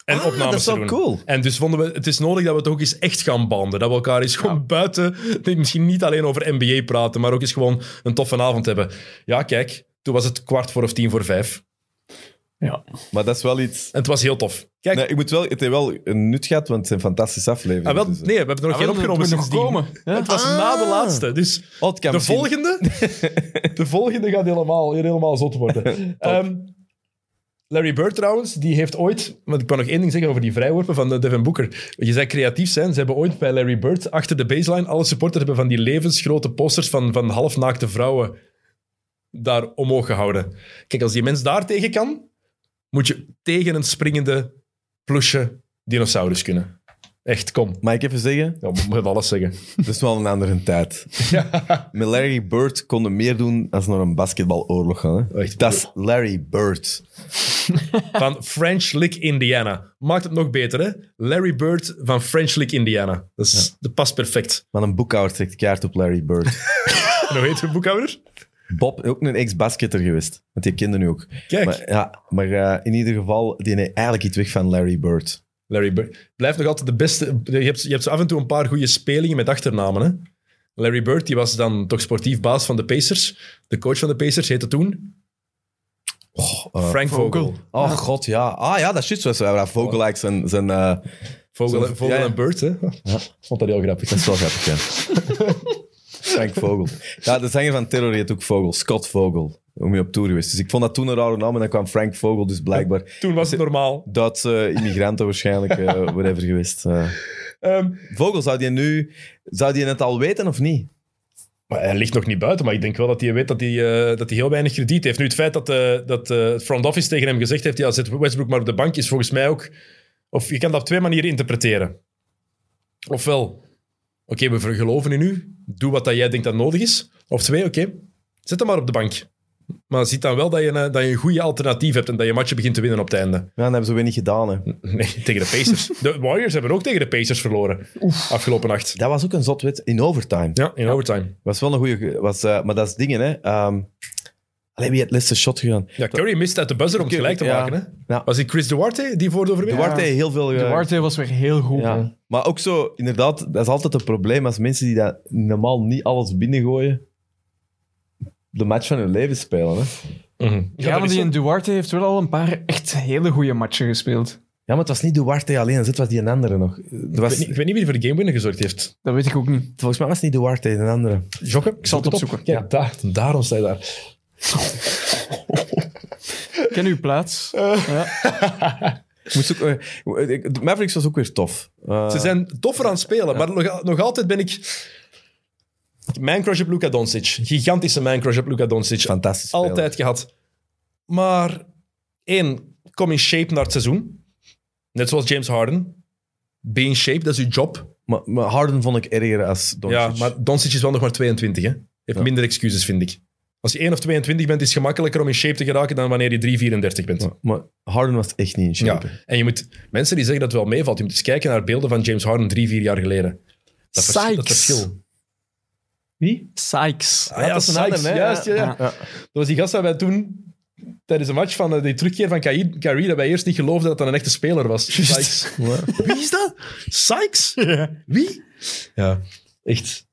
En Ah, opnames dat is te wel doen. cool. En dus vonden we, het is nodig dat we het ook eens echt gaan banden. Dat we elkaar eens gewoon buiten, misschien niet alleen over NBA praten, maar ook eens gewoon een toffe avond hebben. Ja, kijk, toen was het kwart voor of tien voor vijf. Ah, Maar dat is wel iets... En het was heel tof. Kijk, Nee, ik moet wel, het heeft wel een nut gehad, want het zijn fantastische afleveringen. ah, wel, dus, eh. nee, we hebben er nog Ah, geen wel, opgenomen dat moet nog Ah. sindsdien. komen. Ja. Het was na de laatste, dus... Oh, het kan De misschien- volgende, [laughs] de volgende gaat helemaal, helemaal zot [laughs] worden. Ehm, Larry Bird trouwens, die heeft ooit... Want ik kan nog één ding zeggen over die vrijworpen van eh, Devin Booker. Je zei creatief zijn. Ze hebben ooit bij Larry Bird achter de baseline... Alle supporters hebben van die levensgrote posters van, van halfnaakte vrouwen daar omhoog gehouden. Kijk, als die mens daar tegen kan, moet je tegen een springende plusje dinosaurus kunnen. Echt, kom. Mag ik even zeggen? Ja, moet moet alles zeggen. Dat is wel een andere tijd. Met Larry Bird konden meer doen als naar een basketbaloorlog gaan. Hè? Oh, Echt. Dat is Larry Bird. van French Lick, Indiana. Maakt het nog beter, hè? Larry Bird van French Lick, Indiana. Dat, is, dat past perfect. Maar een boekhouder trekt kaart op Larry [laughs] Bird. En hoe heet de boekhouder? Bob, ook een ex-basketter geweest. Want die kende nu ook. Kijk. Maar, ja, maar eh, in ieder geval, die neemt eigenlijk iets weg van Larry Bird. Larry Bird. Blijft nog altijd de beste... Je hebt, je hebt zo af en toe een paar goede spelingen met achternamen, hè? Larry Bird, die was dan toch sportief baas van de Pacers. De coach van de Pacers heette toen... eh, Frank Vogel. Vogel, Oh god, ja. Ah ja, dat is juist zoals wij waren. Vogelike zijn... zijn eh, Zo- en- ja, Vogel ja. en Bird, hè? [laughs] Vond dat heel grappig. dat is wel grappig, ja. [laughs] Frank Vogel. Ja, de zanger van Terror heet ook Vogel. Scott Vogel. Om je op tour geweest. Dus ik vond dat toen een rare naam. En dan kwam Frank Vogel, dus blijkbaar... Toen was het normaal. Duitse eh, immigranten waarschijnlijk, [laughs] eh whatever geweest. eh. Ehm, Vogel, zou die nu... Zou die het al weten of niet? Maar hij ligt nog niet buiten, maar ik denk wel dat hij weet dat hij, eh, dat hij heel weinig krediet heeft. Nu, het feit dat, eh, dat eh, het front office tegen hem gezegd heeft, ja, zet Westbrook maar op de bank, is volgens mij ook... Of je kan dat op twee manieren interpreteren. Ofwel, oké, we ver- geloven in u, doe wat dat jij denkt dat nodig is. Of twee, oké, zet hem maar op de bank. Maar ziet dan wel dat je, een- dat je een goede alternatief hebt en dat je matchen begint te winnen op het einde. Ja, dat hebben ze weer niet gedaan. Hè. Nee, [laughs] tegen de Pacers. De Warriors hebben ook tegen de Pacers verloren afgelopen nacht. Dat was ook een zotwet in overtime. Ja, in overtime. Was wel een goede. Was, eh, maar dat is dingen, hè. Ehm alleen wie het laatste shot gegaan? Ja, Curry mist uit de buzzer om het gelijk te ja. maken. Hè? Ja. Was het Chris Duarte die voor de overwinning? Duarte heeft heel veel. eh, Duarte was weer heel goed. ja. Maar ook zo, inderdaad, dat is altijd een probleem als mensen die dat normaal niet alles binnengooien, de match van hun leven spelen. Hè. Mhm. Ja, want die Duarte heeft wel al een paar echt hele goede matchen gespeeld. Ja, maar het was niet Duarte alleen, het was die een andere nog. Er Ik was, weet, niet, ik weet niet wie er voor de game winner gezorgd heeft. Dat weet ik ook niet. Volgens mij was het niet Duarte, een andere. Jokke? Ik zal het opzoeken. Ja, daar, daarom sta je daar. Ken uw plaats. Eh. Ja. Ik moest ook, eh, ik- de Mavericks was ook weer tof. Eh, Ze zijn toffer aan het spelen, maar nog, nog altijd ben ik... Mijn crush op Luka Doncic. Gigantische mijn crush op Luka Doncic. fantastisch. spelen. Altijd gehad. Maar één, kom in shape naar het seizoen. Net zoals James Harden. Be in shape, dat is uw job. Maar, maar Harden vond ik erger als Doncic. Ja, maar Doncic is wel nog maar 22, hè? Heeft Ja. minder excuses, vind ik. Als je 1 of 22 bent, is het gemakkelijker om in shape te geraken dan wanneer je 3, 34 bent. Ja. Maar Harden was echt niet in shape. hè. En je moet, mensen die zeggen dat het wel meevalt, je moet eens kijken naar beelden van James Harden drie, vier jaar geleden. Dat, vers- dat Sykes. verschil. Wie? Sykes. Ah, ja, dat is een Sykes, ander, hè? juist, ja, ja. Ja. Ja. Dat was die gast dat wij toen, tijdens een match van eh, die terugkeer van Kyrie- Kyrie, dat wij eerst niet geloofden dat dat een echte speler was. Sykes. Wie is dat? Sykes? Wie? Ja, echt.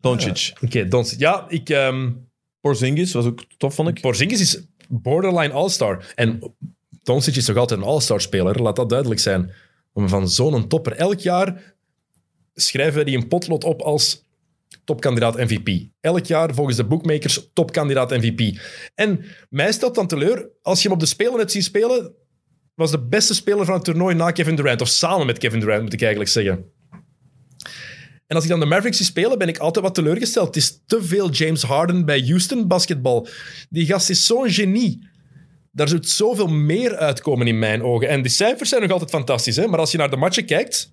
Doncic. Oké, Doncic. Ja, ik... ehm, Porzingis was ook tof, vond ik. Porzingis is borderline all-star. En Doncic is toch altijd een all-star speler, laat dat duidelijk zijn. Maar van zo'n topper. Elk jaar schrijven wij die een potlood op als topkandidaat MVP. Elk jaar volgens de bookmakers topkandidaat MVP. En mij stelt dan teleur, als je hem op de Spelen hebt zien spelen, was de beste speler van het toernooi na Kevin Durant. Of samen met Kevin Durant, moet ik eigenlijk zeggen. En als ik dan de Mavericks zie spelen, ben ik altijd wat teleurgesteld. Het is te veel James Harden bij Houston basketbal. Die gast is zo'n genie. Daar zou zoveel meer uitkomen in mijn ogen. En die cijfers zijn nog altijd fantastisch, hè? maar als je naar de matchen kijkt...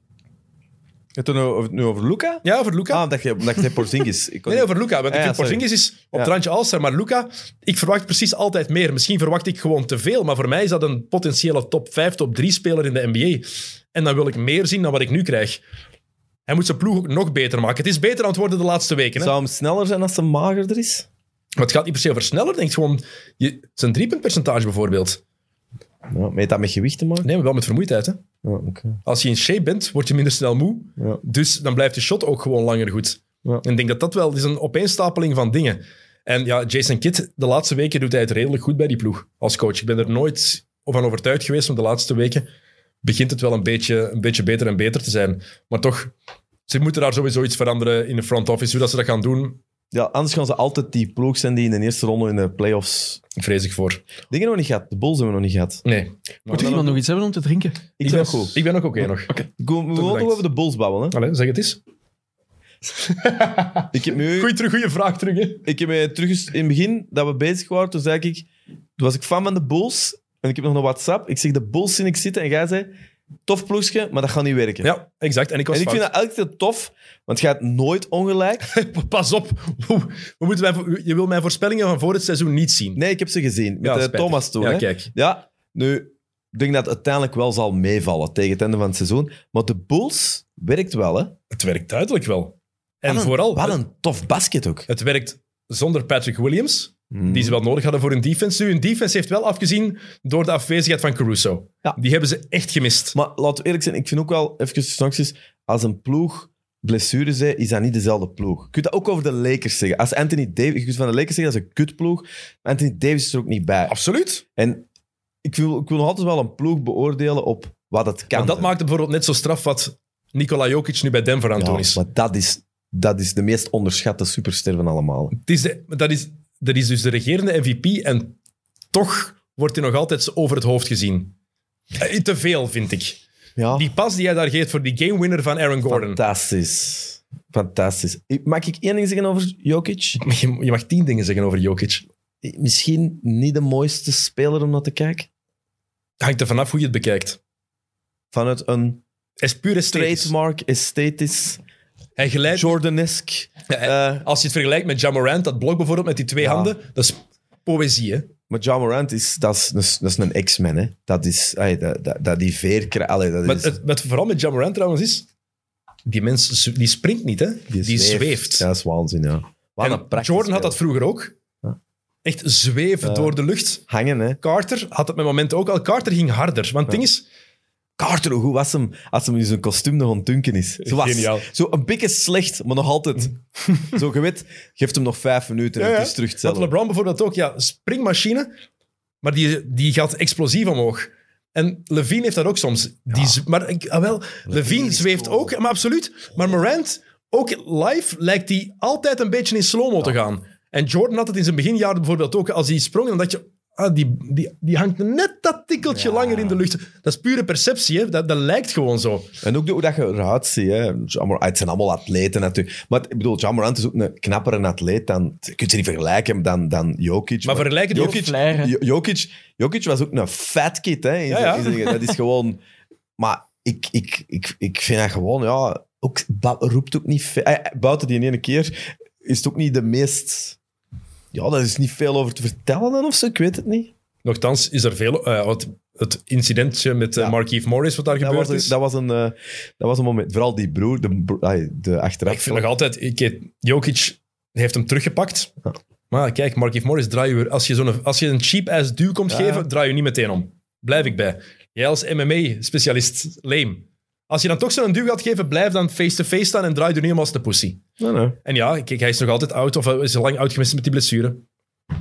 Het nu over, nu over Luca? Ja, over Luca. Ah, dat je, dat je [laughs] Porzingis. Ik kon Nee, nee, niet- over Luca. Want Ah, ik ja, vind sorry. Porzingis is op Ja. het randje Alster, maar Luca, ik verwacht precies altijd meer. Misschien verwacht ik gewoon te veel, maar voor mij is dat een potentiële top 5, top 3 speler in de NBA. En dan wil ik meer zien dan wat ik nu krijg. Hij moet zijn ploeg ook nog beter maken. Het is beter aan het worden de laatste weken. Hè? Zou hem sneller zijn als hij magerder is? Maar het gaat niet per se over sneller, denk ik. Gewoon je, zijn driepuntpercentage bijvoorbeeld. Ja, maar heeft dat met gewicht te maken? Nee, maar wel met vermoeidheid. Hè? Ja, oké. Als je in shape bent, word je minder snel moe. Ja. Dus dan blijft je shot ook gewoon langer goed. Ja. En ik denk dat dat wel is een opeenstapeling van dingen. En ja, Jason Kidd, de laatste weken doet hij het redelijk goed bij die ploeg als coach. Ik ben er nooit van overtuigd geweest, maar de laatste weken begint het wel een beetje, een beetje beter en beter te zijn. Maar toch, ze moeten daar sowieso iets veranderen in de front office. Hoe dat ze dat gaan doen, Ja, anders gaan ze altijd die ploeg zijn die in de eerste ronde in de playoffs. vrees ik voor. Dingen nog niet gehad. De Bulls hebben we nog niet gehad. Nee. Maar Moet iemand nog iets hebben om te drinken? Ik ben, ben goed. ik ben ook oké nog. Ik wil we bedankt. wilden over de Bulls babbelen. Hè? Allee, zeg het eens. Ik heb nu Goeie, terug, goeie vraag terug, hè. ik heb mij terug eens- in het begin dat we bezig waren, toen zei ik, toen was ik fan van de Bulls en ik heb nog een WhatsApp. Ik zeg de Bulls zie ik zitten en jij zei, tof ploegje, maar dat gaat niet werken. Ja, exact. En ik was en ik fout. vind dat elke keer tof, want je hebt nooit ongelijk. [laughs] Pas op. We moeten mijn, je wil mijn voorspellingen van voor het seizoen niet zien. Nee, ik heb ze gezien met Ja, eh, spijtig. Thomas toen. Ja, hè. kijk. ja, nu ik denk dat het uiteindelijk wel zal meevallen tegen het einde van het seizoen, maar de Bulls werkt wel, hè? Het werkt duidelijk wel. En Wat een- vooral, wat het- een tof basket ook. het werkt zonder Patrick Williams, die ze wel nodig hadden voor hun defense. Nu, hun defense heeft wel afgezien door de afwezigheid van Caruso. Ja. Die hebben ze echt gemist. Maar laten we eerlijk zijn, ik vind ook wel, even straks, als een ploeg blessures heeft, is dat niet dezelfde ploeg. Je kunt dat ook over de Lakers zeggen. Als Anthony Davis, je kunt van de Lakers zeggen, dat is een kutploeg, maar Anthony Davis is er ook niet bij. Absoluut. En ik wil, ik wil nog altijd wel een ploeg beoordelen op wat het kan. Want dat maakt het bijvoorbeeld net zo straf wat Nikola Jokic nu bij Denver aan het Ja, doen is. maar dat is, dat is de meest onderschatte superster van allemaal. Het is de- dat, is, dat is dus de regerende MVP en toch wordt hij nog altijd over het hoofd gezien. Eh, Te veel, vind ik. Ja, Die pas die hij daar geeft voor die gamewinner van Aaron Gordon. fantastisch. Fantastisch. Ik- Mag ik één ding zeggen over Jokic? Maar Je, je mag tien dingen zeggen over Jokic. Misschien niet de mooiste speler om naar te kijken. Hangt er vanaf hoe je het bekijkt. Vanuit een Hij is puur esthetisch. trademark, esthetisch... Hij glijdt... Jordanesk. Ja, Eh, Als je het vergelijkt met Jamorant, dat blok bijvoorbeeld met die twee Ja. handen, dat is poëzie, hè? maar John Morant is, dat is, dat is, dat is een X-Men. hè. Dat is, ay, dat, dat, dat die veerkra... allee, dat Maar is, het, wat vooral met Jamorant trouwens is, die mens z- die springt niet, hè? Die, zweeft. Ja, dat is waanzin, ja. Wat En een prachtig Jordan had spel. dat vroeger ook. Ja. Echt zweven Ja. door de lucht. Hangen, hè. Carter had het met momenten ook al. Carter ging harder. Want het ding is, Carter, hoe was hem als hem in zijn kostuum nog aan het dunken is? Zo, was, Geniaal. zo een beetje slecht, maar nog [laughs] altijd. zo, je weet, geeft hem nog vijf minuten en Ja, ja. het is terug want hetzelfde. LeBron bijvoorbeeld ook, ja, springmachine, maar die, die gaat explosief omhoog. En Levine heeft dat ook soms. Die z- maar ik, ah wel, Levine is zweeft cool. ook, maar absoluut. Maar Morant, ook live, lijkt hij altijd een beetje in slow-mo te gaan. En Jordan had het in zijn beginjaren bijvoorbeeld ook. Als hij sprong, dan dacht je, ah, die, die, die hangt net dat tikkeltje langer in de lucht. Dat is pure perceptie, hè? Dat, dat lijkt gewoon zo. En ook de- hoe dat je eruit ziet. Hè. Ja, maar Het zijn allemaal atleten natuurlijk. Maar ik bedoel, John Morant is ook een knappere atleet. Dan, je kunt ze niet vergelijken dan, dan Jokic. Maar vergelijken die Jokic, ook flair, hè? Jo- Jokic, Jokic was ook een fat kid. Hè, in Ja, zijn- ja. in zijn- dat is gewoon... Maar ik, ik, ik, ik vind dat gewoon... Ja, ook, ba- roept ook niet... ve- eh, Buiten die ene keer is het ook niet de meest... Ja, daar is niet veel over te vertellen dan of zo. Ik weet het niet. Nochtans is er veel... eh, het, het incidentje met eh, Ja. Markieff Morris, wat daar Dat gebeurd was, een, is. dat, was een, eh, dat was een moment. Vooral die broer, de, bro- ah, de achteraf. Ik vind nog altijd, ik, Jokic heeft hem teruggepakt. Ja. Maar kijk, Markieff Morris, draai je, weer- als, je zo'n, als je een cheap-ass duw komt Ja, ja. geven, draai je niet meteen om. Blijf ik bij. Jij als MMA-specialist, lame. Als je dan toch zo'n duw gaat geven, blijf dan face-to-face staan en draai er niet om als de pussy. Nee, nee. En ja, kijk, hij is nog altijd oud, of hij is lang oud geweest met die blessure.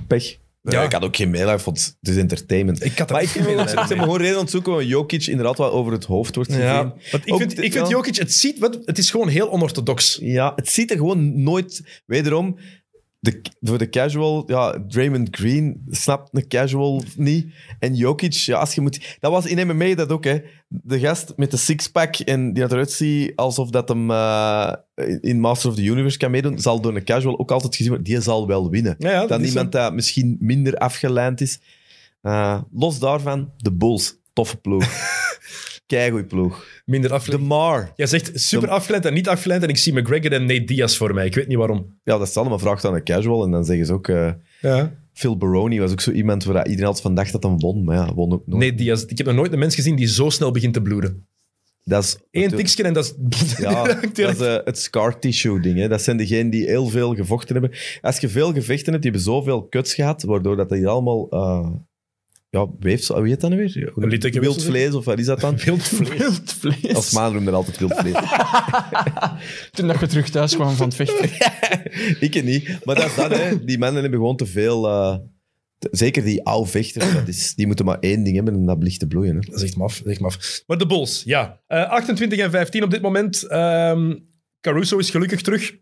Pech. Ja. Ja. Ik had ook geen meelij, ik vond het is entertainment. Ik had er maar ook ik geen vind wel- medelijden ik ben mee. gewoon reden aan het zoeken, want Jokic inderdaad wel over het hoofd wordt gezien. Ja, Ja, want ik Ook vind, de- ik vind ja. Jokic, het ziet, wat, het is gewoon heel onorthodox. het ziet er gewoon nooit... Wederom, de, voor de casual, ja, Draymond Green snapt een casual niet. En Jokic, ja, als je moet... Dat was in MMA dat ook, hè. De gast met de sixpack en die eruit ziet alsof dat hem eh, in Master of the Universe kan meedoen, zal door een casual ook altijd gezien worden. Die zal wel winnen. Ja, ja, dat dan is iemand dat misschien minder afgeleind is. Eh, los daarvan, de Bulls. Toffe [laughs] ploeg. Keigoed ploeg. Minder De afgeleid. Mar. Jij zegt super afgeleid en niet afgeleid en ik zie McGregor en Nate Diaz voor mij. Ik weet niet waarom. Ja, dat is allemaal vraagt aan een casual. En dan zeggen ze ook... eh, Ja. Phil Baroni was ook zo iemand waar iedereen altijd van dacht dat hij won. Maar ja, won ook nooit. Nate Diaz. Ik heb nog nooit een mens gezien die zo snel begint te bloeden. dat is Eén natuurlijk- tikje en dat is... [laughs] Ja, direct- dat is eh, het scar tissue ding. Hè. Dat zijn degenen die heel veel gevochten hebben. Als je veel gevechten hebt, die hebben zoveel kuts gehad, waardoor dat die allemaal... eh ja, weefsel... Wie heet dat nu weer? Een litteken Wild weefsel? vlees, of wat is dat dan? [laughs] Wild vlees. Wild vlees. Als maan noemde dat altijd wild vlees. Toen dat we terug thuis kwamen [laughs] van het vechten. Ik ken niet. Maar dat is dat, hè. Die mannen hebben gewoon te veel... eh, te- zeker die oude vechters, dat is, die moeten maar één ding hebben en dat blicht te bloeien. Hè. Dat is echt maf, dat is echt maf. Maar de Bulls, ja. Eh, 28 en 15 op dit moment. Ehm, Caruso is gelukkig terug.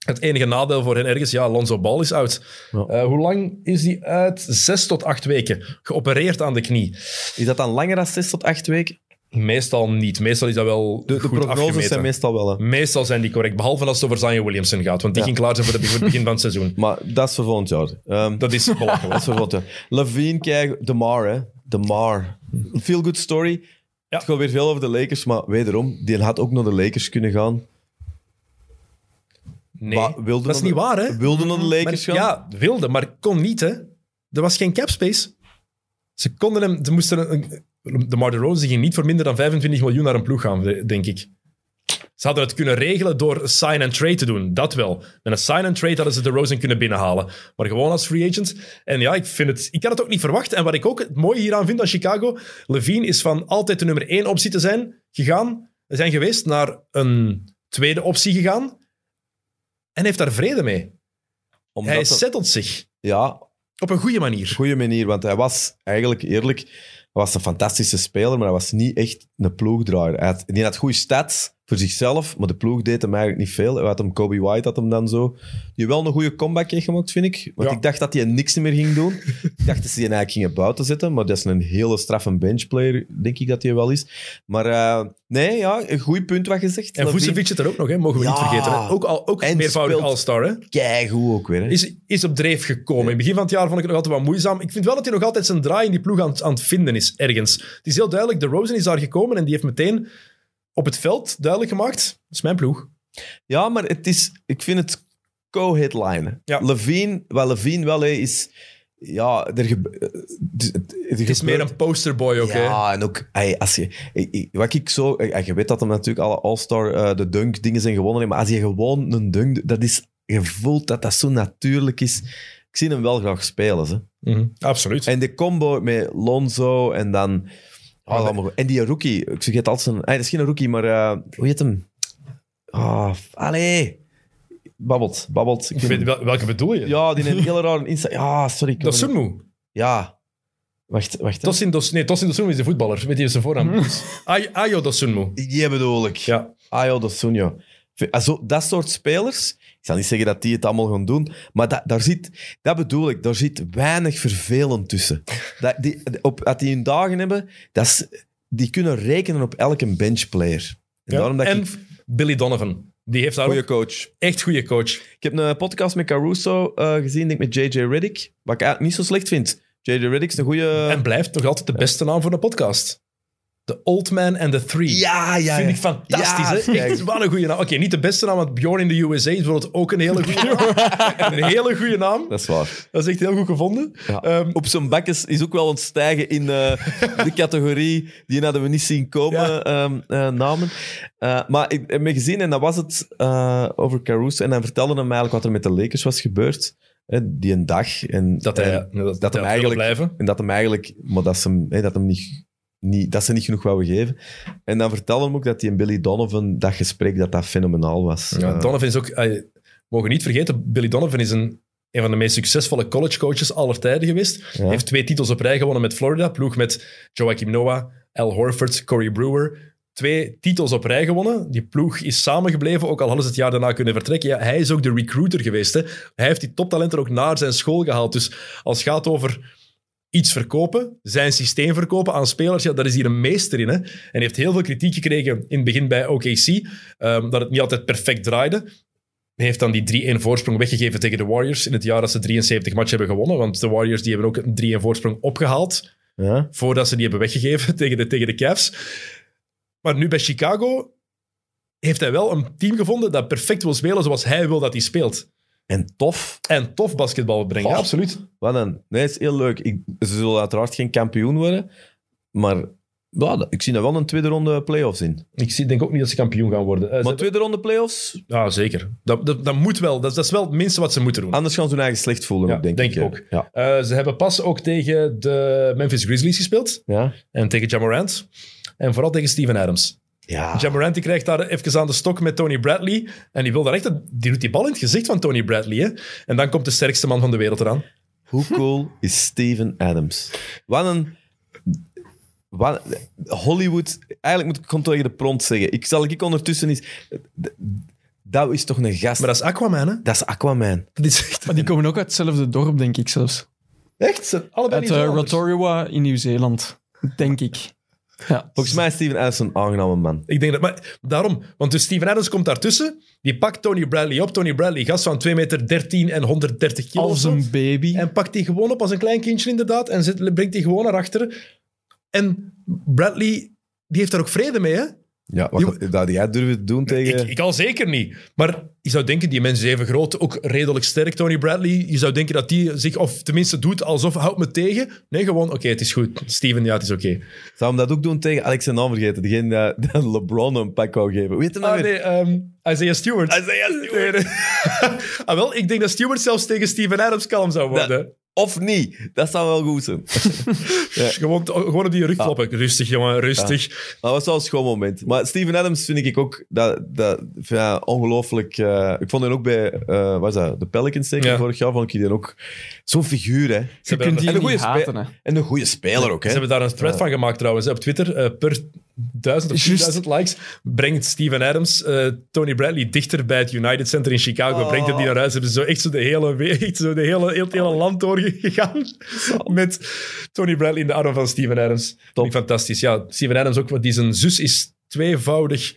Het enige nadeel voor hen ergens, ja, Lonzo Ball is uit. Ja. Eh, hoe lang is die uit? Zes tot acht weken. Geopereerd aan de knie. Is dat dan langer dan 6 tot 8 weken? Meestal niet. Meestal is dat wel De, de goed prognoses afgemeten. zijn meestal wel... Hè. Meestal zijn die correct, behalve als het over Zion Williamson gaat. Want die ging klaar zijn voor, de, voor het begin van het seizoen. Maar dat is voor volgend jaar. Ehm, dat Dat [laughs] is belachelijk. is voor volgend jaar. Levine, kijk, De Mar, hè. De Mar. Feel good story. Ja. Het gaat weer veel over de Lakers, maar wederom, die had ook naar de Lakers kunnen gaan. Nee, Maar wilde dat is naar niet de- waar, hè? Wilde naar de Maar- Lakers gaan? ja, wilde, maar kon niet, hè. Er was geen capspace. Ze konden hem... Ze moesten een- een- de Mar Rose ging niet voor minder dan 25 miljoen naar een ploeg gaan, de- denk ik. Ze hadden het kunnen regelen door sign-and-trade te doen, dat wel. Met een sign-and-trade hadden ze de Rosen kunnen binnenhalen. Maar gewoon als free agent. En ja, ik, vind het, ik had het ook niet verwacht. En wat ik ook het mooie hieraan vind aan Chicago, Levine is van altijd de nummer één optie te zijn gegaan, zijn geweest, naar een tweede optie gegaan. En heeft daar vrede mee. Omdat Hij dat- settelt zich Ja, op een goede manier. goede manier, want hij was eigenlijk eerlijk, hij was een fantastische speler, maar hij was niet echt een ploegdraaier. Hij had, die had goede stats voor zichzelf, maar de ploeg deed hem eigenlijk niet veel. Hij had hem, Kobe White had hem dan zo. Die wel een goede comeback heeft gemaakt, vind ik. Want Ja. ik dacht dat hij niks meer [laughs] ging doen. ik dacht dat ze die eigenlijk gingen buiten zetten, maar dat is een hele straffe benchplayer, denk ik dat hij wel is. Maar eh, nee, ja, een goed punt wat je zegt. En Lavine. Vucevic zit er ook nog, hè? mogen we Ja. niet vergeten. Hè? Ook, al, ook En meervoudig speelt- All-Star. Hè? Keigoed ook weer. Hè? Is, is op dreef gekomen. In het begin van het jaar vond ik het nog altijd wat moeizaam. Ik vind wel dat hij nog altijd zijn draai in die ploeg aan, aan het vinden is, ergens. Het is heel duidelijk, de Rosen is daar gekomen en die heeft meteen op het veld duidelijk gemaakt, dat is mijn ploeg. Ja, maar het is, ik vind het co-headline. Ja. Levine, wat Levine wel hè, is... Ja, er gebe- eh, het- het- Het is meer een posterboy ook. hè. Ja, en ook... ey, als je, ey, ey, wat ik zo... ey, ey, je weet dat hem natuurlijk alle All-Star, eh, de dunk dingen zijn gewonnen. Maar als je gewoon een dunk... doet, Dat is... Je voelt dat dat zo natuurlijk is. Ik zie hem wel graag spelen. Ze. Mhm, Absoluut. En de combo met Lonzo en dan... Oh, Maar- allemaal goed. en die rookie. Ik zeg het altijd zijn... Hey, dat is geen rookie, maar... eh, hoe heet hem? Ah, f- allee. Babbelt, babbelt. Ik Ik weet vind- wel- welke bedoel je? Ja, die heeft een hele rare insta... Ja, sorry. ik- Dosunmu. Ja. Wacht, wacht. hè. Tosin Dos, nee, Tosin Dosunmu is de voetballer. Weet je wat zijn [laughs] voornaam is? Ay- Ayo Dosunmu. Die bedoel ik. oh, Ja. Ayo Dosunjo. Vind- ah, zo- Dat soort spelers, ik zal niet zeggen dat die het allemaal gaan doen, maar dat, daar zit, dat bedoel ik, daar zit weinig vervelend tussen. Dat die, op, dat die hun dagen hebben, dat is, die kunnen rekenen op elke benchplayer. En Ja. daarom dat en ik... Billy Donovan. Die heeft daar Goeie ook coach. echt goede coach. Ik heb een podcast met Caruso eh, gezien, denk ik, met JJ Reddick, wat ik eigenlijk niet zo slecht vind. JJ Reddick is een goede... En blijft nog altijd de beste naam voor een podcast. The Old Man and the Three. Ja, ja, Vind ja. ik fantastisch, Ja, hè? kijk. Echt, wat een goede naam. Oké, niet de beste naam, want Bjorn in de USA is bijvoorbeeld ook een hele goede [laughs] naam. Een hele goede naam. Dat is waar. Dat is echt heel goed gevonden. Ja. Ehm, Op zijn bak is, is ook wel ontstijgen in eh, [laughs] de categorie. Die hadden we niet zien komen, Ja. ehm, eh, namen. Eh, maar ik heb me gezien en dat was het eh, over Caruso. En dan vertelde hem eigenlijk wat er met de Lakers was gebeurd. Hè, die een dag. En, dat hij, en, dat, dat dat hij hem eigenlijk... eigenlijk- blijven. en dat hem eigenlijk... Maar dat ze hem, hè, dat hem niet... Niet, dat ze niet genoeg wouden geven. En dan vertelde hem ook dat die en Billy Donovan, dat gesprek, dat dat fenomenaal was. Ja, Eh, Donovan is ook... eh, we mogen niet vergeten, Billy Donovan is een, een van de meest succesvolle collegecoaches aller tijden geweest. Ja. Heeft twee titels op rij gewonnen met Florida. Ploeg met Joachim Noah, Al Horford, Corey Brewer. twee titels op rij gewonnen. Die ploeg is samengebleven, ook al hadden ze het jaar daarna kunnen vertrekken. Ja, hij is ook de recruiter geweest. Hè. Hij heeft die toptalenten ook naar zijn school gehaald. Dus als het gaat over iets verkopen, zijn systeem verkopen aan spelers, ja, daar is hier een meester in. Hè. En hij heeft heel veel kritiek gekregen in het begin bij OKC, ehm, dat het niet altijd perfect draaide. Hij heeft dan die 3-1 voorsprong weggegeven tegen de Warriors in het jaar dat ze 73 matchen hebben gewonnen. Want de Warriors die hebben ook een 3-1 voorsprong opgehaald Ja. voordat ze die hebben weggegeven [laughs] tegen de, tegen de Cavs. Maar nu bij Chicago heeft hij wel een team gevonden dat perfect wil spelen zoals hij wil dat hij speelt. En tof. En tof basketbal wil brengen. Oh. Ja, absoluut. Wat een. Nee, het is heel leuk. Ik, ze zullen uiteraard geen kampioen worden. Maar ja, dat- ik zie daar wel een tweede ronde playoffs in. Ik zie, denk ook niet dat ze kampioen gaan worden. Eh, ze- Maar tweede ronde playoffs, Ja, zeker. Dat, dat, dat moet wel. Dat, is- dat is wel het minste wat ze moeten Ah. doen. anders gaan ze hun eigen slecht voelen, Ja, ook, denk, denk ik ik. eh. ook. Ja. Eh, ze hebben pas ook tegen de Memphis Grizzlies gespeeld. Ja. En tegen Jamorant. En vooral tegen Steven Adams. ja. Ah. Jamorant die krijgt daar even aan de stok met Tony Bradley. En die wil daar echt... een- Die doet die bal in het gezicht van Tony Bradley. Hè? En dan komt de sterkste man van de wereld eraan. Hoe cool is Steven Adams? Wat een... Wat, Hollywood... Eigenlijk moet ik gewoon tegen de prompt zeggen. Ik zal ik ondertussen eens... d- Dat is toch een gast... Maar dat is Aquaman, hè? dat is Aquaman. Dat is echt... Maar die komen ook uit hetzelfde dorp, denk ik zelfs. Echt? Ze- Allebei Uit niet zo eh, anders. Rotorua in Nieuw-Zeeland, denk ik. Ja. Volgens mij is Steven Adams een aangename man. Ik denk dat... Maar daarom. Want dus Steven Adams komt daartussen. Die pakt Tony Bradley op. Tony Bradley, gast van 2 meter 13 en 130 kilo. of Als zo. een baby. En pakt die gewoon op als een klein kindje, inderdaad. En zet, brengt die gewoon naar achteren. En Bradley, die heeft daar ook vrede mee, hè? Ja, wat Jo- dat had jij durven doen tegen... Ik, ik al zeker niet. Maar je zou denken, die mensen is even groot, ook redelijk sterk, Tony Bradley. Je zou denken dat die zich, of tenminste doet alsof, houdt me tegen. Nee, gewoon, oké, het is goed. Steven, ja, het is oké. Zou hem dat ook doen tegen Alex en naam vergeten? Degene [laughs] dat- dat LeBron een pak wou geven. Weet je nou Ah weer? nee, ehm, Isaiah Stewart. [laughs] Isaiah Stewart. Nee, nee. ah wel, ik denk dat Stewart zelfs tegen Steven Adams kalm zou worden. Of niet? Dat zou wel [laughs] goed zijn. Gewoon, gewoon op die rug kloppen. Rustig, jongen, rustig. Maar dat was wel een schoon moment. Maar Steven Adams vind ik ook dat, dat, ja, ongelooflijk. eh, ik vond hem ook bij eh wat is dat, de Pelicans zeker Ja. vorig jaar. Vond ik die ook zo'n figuur. Hè. Je kunt hebben- die en een niet goede spe- haten, hè. En een goede speler ook. Hè. Ze hebben daar een thread van gemaakt trouwens hè, op Twitter. Eh, per duizend of Juist. 10.000 likes brengt Steven Adams eh, Tony Bradley dichter bij het United Center in Chicago. Oh. Brengt hem die naar huis. Ze hebben zo echt zo de hele, we- [laughs] echt zo de hele, heel, het Oh. hele land doorgegaan met Tony Bradley in de armen van Steven Adams. Vind ik fantastisch. Ja, Steven Adams ook, want die zijn zus is tweevoudig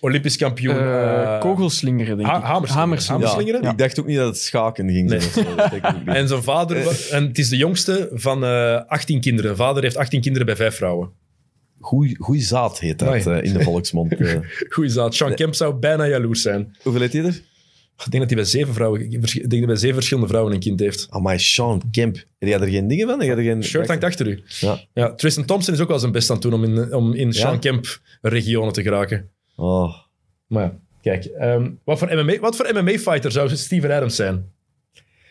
Olympisch kampioen. Eh, eh, kogelslingeren, denk ik. ha- hamerslingeren. Ja. slingeren? Ja. Ik dacht ook niet dat het schaken ging zijn. Nee. of zo. Dat denk ik ook niet. En zijn vader, Eh. was- en het is de jongste van eh 18 kinderen. Vader heeft 18 kinderen bij vijf vrouwen. [laughs] Goeie, goeie zaad heet dat Nee. eh, in de [laughs] volksmond. eh. Goeie zaad. Sean Kemp zou bijna jaloers zijn. Hoeveel heet hij er? Ik denk dat hij bij zeven, vrouwen, ik vers- ik denk dat hij bij zeven verschillende vrouwen een kind heeft. Amai, Sean Kemp. Heb jij er geen dingen van? Heb jij er geen... Shirt hangt achter u. Ja. Ja, Tristan Thompson is ook wel zijn best aan het doen om in, om in Sean Kemp regionen te geraken. Oh. Maar ja, kijk. ehm, wat voor MMA, wat voor MMA fighter zou Steven Adams zijn?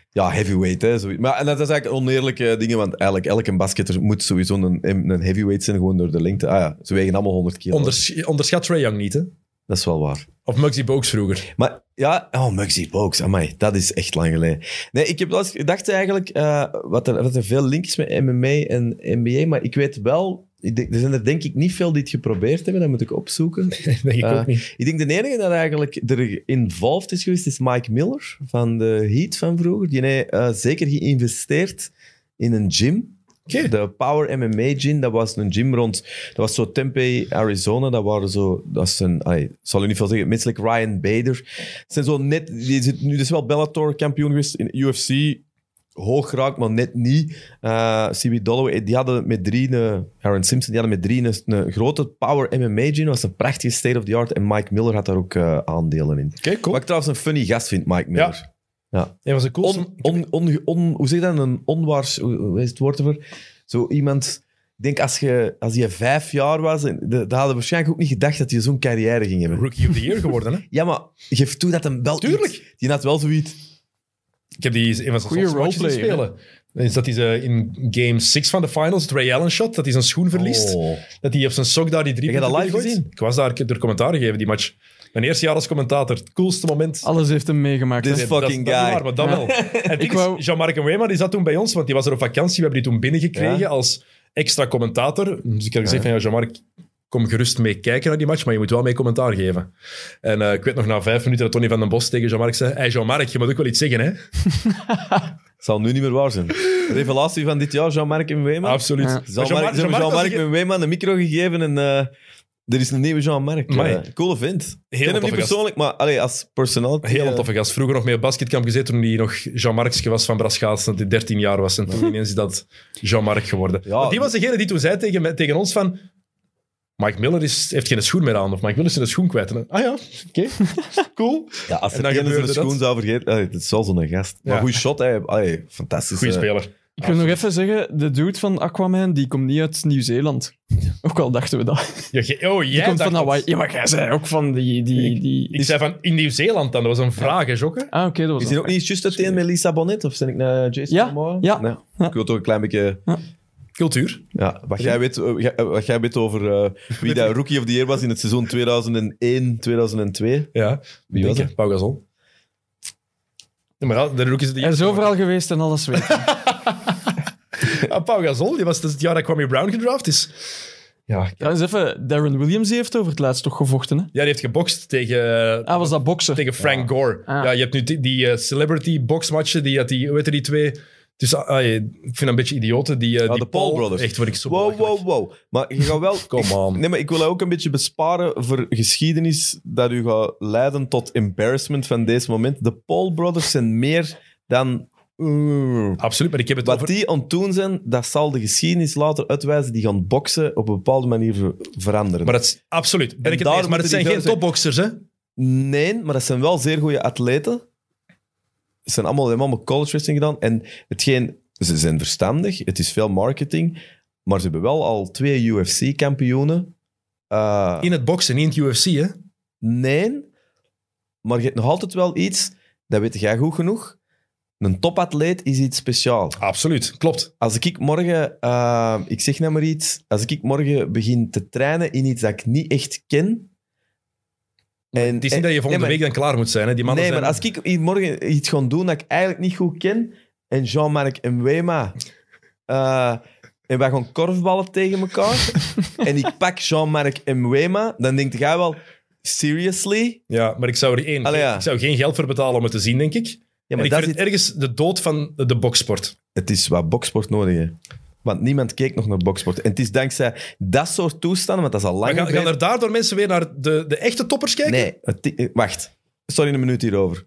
Ja, heavyweight, hè. zoiets. Maar en dat is eigenlijk een oneerlijke dingen, want eigenlijk elke basketter moet sowieso een, een heavyweight zijn, gewoon door de lengte. Ah ja, ze wegen allemaal 100 kilo. Onders- onderschat Trae Young niet, hè? Dat is wel waar. Of Muggsy Bogues vroeger. [laughs] Maar ja, oh, Muggsy Bogues, amai, dat is echt lang geleden. Nee, ik heb laatst gedacht eigenlijk, eh, wat, er, wat er veel link is met MMA en NBA, maar ik weet wel, ik denk, er zijn er denk ik niet veel die het geprobeerd hebben, dat moet ik opzoeken. denk ik Eh, ook niet. Ik denk de enige dat eigenlijk er involved is geweest, is Mike Miller van de Heat van vroeger. Die heeft eh, zeker geïnvesteerd in een gym. Oké. De Power MMA Gym, dat was een gym rond... Dat was zo Tempe, Arizona. Dat waren zo... Dat is een... allee, ik zal u niet veel zeggen. Mensen like Ryan Bader. Het zijn zo net... Die zit nu dus wel Bellator-kampioen geweest in UFC. Hoog geraakt, maar net niet. Eh CB Dolloway, die hadden met drie... een- Aaron Simpson, die hadden met drie een, een grote Power MMA Gym. Dat was een prachtige state-of-the-art. En Mike Miller had daar ook eh, aandelen in. Oké, Wat ik trouwens een funny gast vind, Mike Miller. Ja. Een van zijn coolste... On, on, on, on- hoe zeg je dat? Een onwaars... Hoe hoe is het woord ervoor? Zo iemand... Ik denk, als je, als je vijf jaar was, en de- dat hadden we waarschijnlijk ook niet gedacht dat hij zo'n carrière ging hebben. Rookie of the Year geworden, hè? Ja, maar geef toe dat hem wel... Tuurlijk. iets- die had wel zoiets... Ik heb die een van zijn Goeie zotste matches zien roleplayer, spelen. Is dat hij ze in game 6 van de finals, het Ray Allen shot, dat hij zijn schoen verliest. Oh. Dat hij op zijn sok daar die drie Heb je dat punten live binnengooit. gezien? Ik was daar, ik heb er commentaar gegeven, die match. Mijn eerste jaar als commentator. Het coolste moment. Alles heeft hem meegemaakt. Dit hè. is fucking dat, dat is guy. waar, maar dat Ja. [laughs] wel. En het ding is, wou- Jean-Marc Wema die zat toen bij ons, want die was er op vakantie. We hebben die toen binnengekregen Ja. als extra commentator. Dus ik heb gezegd van, ja, Jean-Marc, kom gerust mee kijken naar die match, maar je moet wel mee commentaar geven. En eh, ik weet nog na vijf minuten dat Tony van den Bos tegen Jean-Marc zei, hey Jean-Marc, je moet ook wel iets zeggen, hè? Zal nu niet meer waar zijn. Revelatie van dit jaar, Jean-Marc en Weeman. Absoluut. Ja. Jean-Marc Jean-Marc, was Jean-Marc een- en Weeman een micro gegeven en eh, er is een nieuwe Jean-Marc. Amai. Eh, coole vent. Ik toffe ken hem niet gast. persoonlijk, maar allee, als personality. Heel eh, toffe gast. Vroeger nog meer basketkamp gezeten toen hij nog Jean-Marcske was van Braschaats, dat hij 13 jaar was. En [laughs] toen ineens is dat Jean-Marc geworden. Ja. Want die was degene die toen zei tegen, me- tegen ons van... Mike Miller is, heeft geen schoen meer aan, of Mike Miller is zijn schoen kwijt. En dan, ah ja, oké, [laughs] cool. Ja, als En er dan een zijn gebeurde schoen dat. zou vergeten... Allee, het is wel zo'n gast. Ja. Maar goed shot, hè. Allee, fantastisch. Goeie eh. speler. Ik wil nog even zeggen, de dude van Aquaman, die komt niet uit Nieuw-Zeeland. [laughs] Ook al dachten we dat. Die Ja, ge- oh, jij komt dacht van dat- Hawaii. Ja, maar jij zei ook van die... die, die... Ik zei van in Nieuw-Zeeland dan, dat was een vraag, hè, Jokke? Ah, oké, dat Is was die dat. ook niet juist uiteen met Lisa Bonnet? Of ben ik naar Jason Ja, Momoa? ja. Nee. Ja. Ik wil toch een klein beetje... Cultuur. Ja, wat, jij weet, eh, jij- eh, wat jij weet over eh, [laughs] wie dat Rookie of the Year was in het seizoen 2001, 2002. Ja. Wie was Denk je? Pau Gasol. Ja, maar ja, de rookies die... Hij is overal geweest en alles [laughs] weet. Ah, Pau Gasol, die was dat is het jaar dat Kwame Brown gedraft is. Ja, Trouwens even, Darren Williams die heeft over het laatst toch gevochten, hè? Ja, die heeft gebokst tegen, Ah, was dat boksen? tegen Frank Gore. Ah. Ja, je hebt nu die, die eh, celebrity boxmatchen, die had die, weet je, die twee... Dus, ah, ah, ik vind dat een beetje idioten. Die, eh, Ah, die de Paul Brothers. Echt, word ik zo Wow, belachelijk. wow, wow. Maar je gaat [laughs] wel... Come on. Nee, maar ik wil dat ook een beetje besparen voor geschiedenis dat u gaat leiden tot embarrassment van deze moment. De Paul Brothers zijn meer dan... eh, Absoluut, maar ik heb het Wat over... die aan het doen zijn, dat zal de geschiedenis later uitwijzen. Die gaan boksen op een bepaalde manier ver- veranderen. Maar dat is... Absoluut. Ben ik het daar mee eens, maar het moeten zijn die geen gozer- topboxers, hè? Nee, maar dat zijn wel zeer goede atleten. Ze zijn allemaal, hebben allemaal college wrestling gedaan. En hetgeen, ze zijn verstandig, het is veel marketing. Maar ze hebben wel al twee UFC-kampioenen. Eh, In het boksen, niet in het UFC, hè? nee, maar je hebt nog altijd wel iets, dat weet jij goed genoeg. Een topatleet is iets speciaals. Absoluut, klopt. Als ik morgen, eh, ik zeg nou maar iets, als ik morgen begin te trainen in iets dat ik niet echt ken. En, Het is niet dat je nee, volgende maar- week dan klaar moet zijn, hè? Die mannen nee, maar zijn- als ik hier morgen iets ga doen dat ik eigenlijk niet goed ken, en Jean-Marc en Wema, eh, en wij gaan korfballen [laughs] tegen elkaar, en ik pak Jean-Marc en Wema, dan denkt jij wel, seriously? Ja, maar ik zou er één... Allee, ja. Ik zou geen geld voor betalen om het te zien, denk ik. Ja, en maar ik dat vind is, het ergens de dood van de, de boksport. het is wat boksport nodig heeft. Want niemand keek nog naar boksport. En het is dankzij dat soort toestanden, want dat is al Maar lang gaan, gaan geleden- er daardoor mensen weer naar de, de echte toppers kijken? Nee, het- eh, wacht. Sorry, een minuut [laughs] hierover.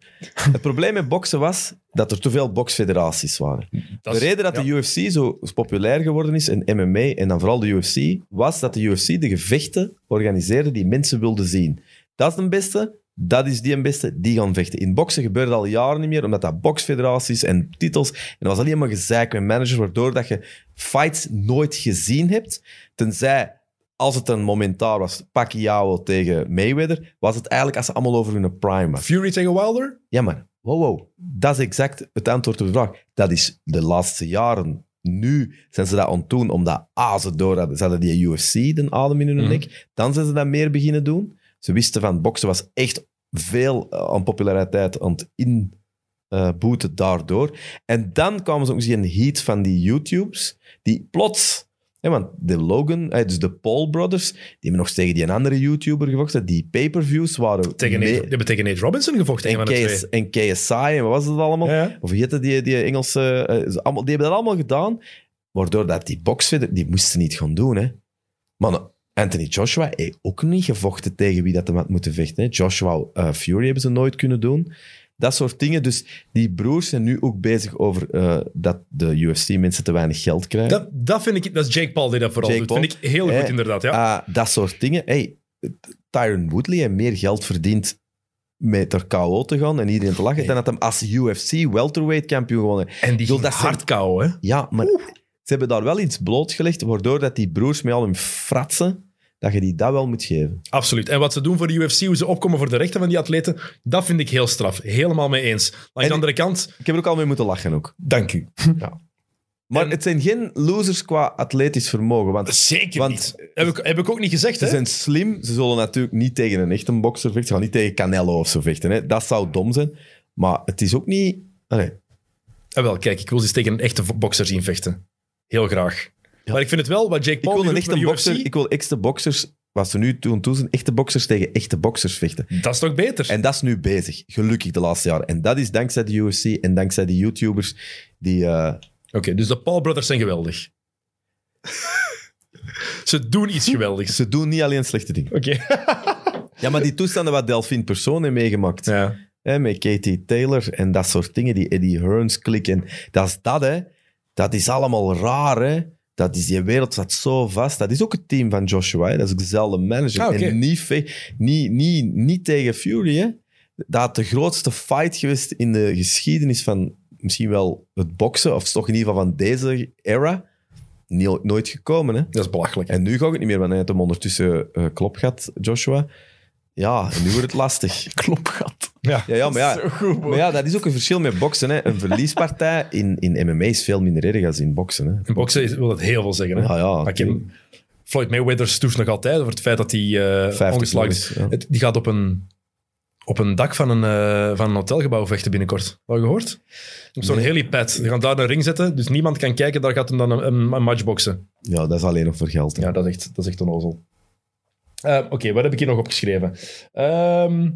Het probleem met boksen was dat er te veel boksfederaties waren. Dat de is- reden dat ja. de UFC zo populair geworden is, en MMA, en dan vooral de UFC, was dat de UFC de gevechten organiseerde die mensen wilden zien. Dat is de beste, dat is die een beste, die gaan vechten. In boksen gebeurde dat al jaren niet meer, omdat dat boksfederaties en titels... En dat was alleen maar gezeik met managers, waardoor dat je fights nooit gezien hebt, tenzij... Als het een momentaar was, Pacquiao tegen Mayweather, was het eigenlijk als ze allemaal over hun prime was. Fury tegen Wilder? Ja, maar wow, wow. Dat is exact het antwoord op de vraag. Dat is de laatste jaren. Nu zijn ze dat aan het doen, omdat A, ze door hadden, ze hadden die UFC, de adem in hun Mhm. nek. Dan zijn ze dat meer beginnen doen. Ze wisten van, boksen was echt veel eh, aan populariteit aan het inboeten daardoor. En dan kwamen ze ook eens in een heat van die YouTubes, die plots... hè, want de Logan, eh, dus de Paul Brothers, die hebben nog eens tegen die een andere YouTuber gevochten. Die pay-per-views waren... Tegen mee- Nate, die hebben tegen Nate Robinson gevochten. een en, van de KS, en KSI en wat was het allemaal? twee. Ja, ja. Of hoe heette die, die Engelse... eh, ze allemaal, die hebben dat allemaal gedaan, waardoor dat die boxfitter... Die moesten niet gaan doen, hè. Maar eh, Anthony Joshua heeft ook niet gevochten tegen wie dat hem had moeten vechten. Hè. Joshua eh, Fury hebben ze nooit kunnen doen. Dat soort dingen. Dus die broers zijn nu ook bezig over eh, dat de UFC-mensen te weinig geld krijgen. Dat, dat vind ik, dat is Jake Paul die dat vooral Jake doet. vind ik heel goed, Eh, inderdaad. Ja. Ah, dat soort dingen. Hey, Tyron Woodley heeft meer geld verdiend met er KO te gaan en iedereen te lachen, dan dat hem als UFC welterweight kampioen gewonnen heeft. en die bedoel, ging dat zijn- hard kou, hè? Ja, maar ze hebben daar wel iets blootgelegd, waardoor dat die broers met al hun fratsen, dat je die dat wel moet geven. Absoluut. En wat ze doen voor de UFC, hoe ze opkomen voor de rechten van die atleten, dat vind ik heel straf. Helemaal mee eens. Aan de En- andere kant, Ik heb er ook al mee moeten lachen ook. dank u. Maar En- het zijn geen losers qua atletisch vermogen, want Zeker Want- niet. Heb ik, heb ik ook niet gezegd, Ze hè? zijn slim. Ze zullen natuurlijk niet tegen een echte bokser vechten. Ze gaan niet tegen Canelo of zo vechten. Hè. Dat zou dom zijn. Maar het is ook niet... Allee, Ah, wel, kijk, ik wil ze eens tegen een echte vo- bokser zien vechten. Heel graag. Maar ik vind het wel, wat Jake ik Paul wil een nu doet met echte de UFC... bokser... Ik wil echte boksers wat ze nu toen, toen zijn, echte boxers tegen echte boxers vechten. Dat is toch beter? En dat is nu bezig, gelukkig de laatste jaren. En dat is dankzij de UFC en dankzij de YouTubers die... eh, Oké, dus de Paul Brothers zijn [laughs] geweldig. Ze doen iets geweldigs. ze doen niet alleen slechte dingen. Oké. Ja, maar die toestanden wat Delphine Persoon heeft meegemaakt. [laughs] Ja. Hè, met Katie Taylor en dat soort dingen, die Eddie Hearns klik. En dat is dat, hè. Dat is allemaal raar, hè. Dat is, die wereld zat zo vast. Dat is ook het team van Joshua, hè. Dat is ook dezelfde manager. Ah, oké. En niet, ve- niet, niet, niet tegen Fury, hè. Dat had de grootste fight geweest in de geschiedenis van misschien wel het boksen, of toch in ieder geval van deze era. Niet- nooit gekomen, hè. Dat is belachelijk. En nu ga ik het niet meer, want hij heeft hem ondertussen eh klop gehad, Joshua. Ja, en nu wordt het lastig. [laughs] Klopgat. Ja. Ja, ja, maar, ja, Zo goed, man. maar ja, dat is ook een verschil met boksen. Hè. Een verliespartij [laughs] in, in MMA is veel minder erg als in boksen. Hè. In boksen is- wil dat heel veel zeggen. Hè? Ja, ja, Maar ik heb- Floyd Mayweather stoeft nog altijd over het feit dat hij eh 50 ongeslagen is. miljoen, ja. Het- Die gaat op een, op een dak van een, eh, van een hotelgebouw vechten binnenkort. Al gehoord? Op zo'n helipad. Ze gaan daar een ring zetten, dus niemand kan kijken. Daar gaat hem dan een, een, een match boksen. Ja, dat is alleen nog voor geld. hè. Ja, dat is echt, dat is echt onnozel. Eh, Oké, wat heb ik hier nog opgeschreven? Ehm,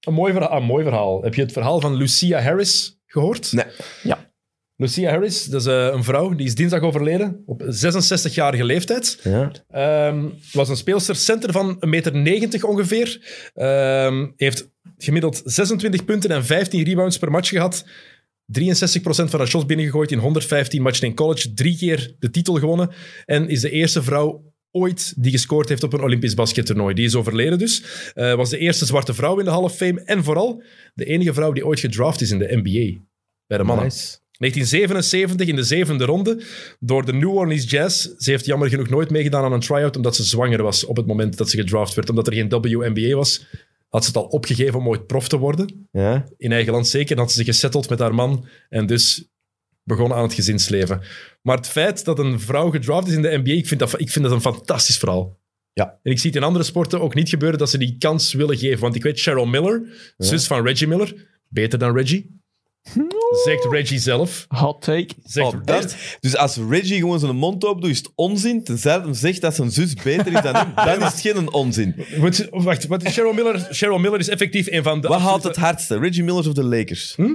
een mooi verhaal, een mooi verhaal. Heb je het verhaal van Lucia Harris gehoord? Nee. Lucia Harris, dat is eh, een vrouw, die is dinsdag overleden op 66-jarige leeftijd. Ja. Ehm, was een speelster center van 1,90 meter ongeveer. Ehm, heeft gemiddeld 26 punten en 15 rebounds per match gehad. 63% van haar shots binnengegooid in 115 matchen in college. Drie keer de titel gewonnen. En is de eerste vrouw ooit die gescoord heeft op een Olympisch baskettoernooi. Die is overleden dus. Eh, was de eerste zwarte vrouw in de Hall of Fame. En vooral de enige vrouw die ooit gedraft is in de NBA. Bij de mannen. 1977 in de zevende ronde door de New Orleans Jazz. Ze heeft jammer genoeg nooit meegedaan aan een try-out omdat ze zwanger was op het moment dat ze gedraft werd. Omdat er geen WNBA was, had ze het al opgegeven om ooit prof te worden. Ja. In eigen land zeker. En had ze zich gesetteld met haar man en dus begonnen aan het gezinsleven. Maar het feit dat een vrouw gedraft is in de NBA, ik vind dat, ik vind dat een fantastisch verhaal. Ja. En ik zie het in andere sporten ook niet gebeuren dat ze die kans willen geven. Want ik weet, Cheryl Miller, zus van Reggie Miller, beter dan Reggie. Zegt Reggie zelf. Hot take. Zegt, Oh, dat- Dus als Reggie gewoon zijn mond open doet, is het onzin. Tenzij hij zegt dat zijn zus beter is dan [laughs] hem, dan is het geen onzin. Wat- wacht, wat is Cheryl Miller? Cheryl Miller is effectief een van de... Wat haalt het hardste? Reggie Miller of de Lakers? Hm? Eh,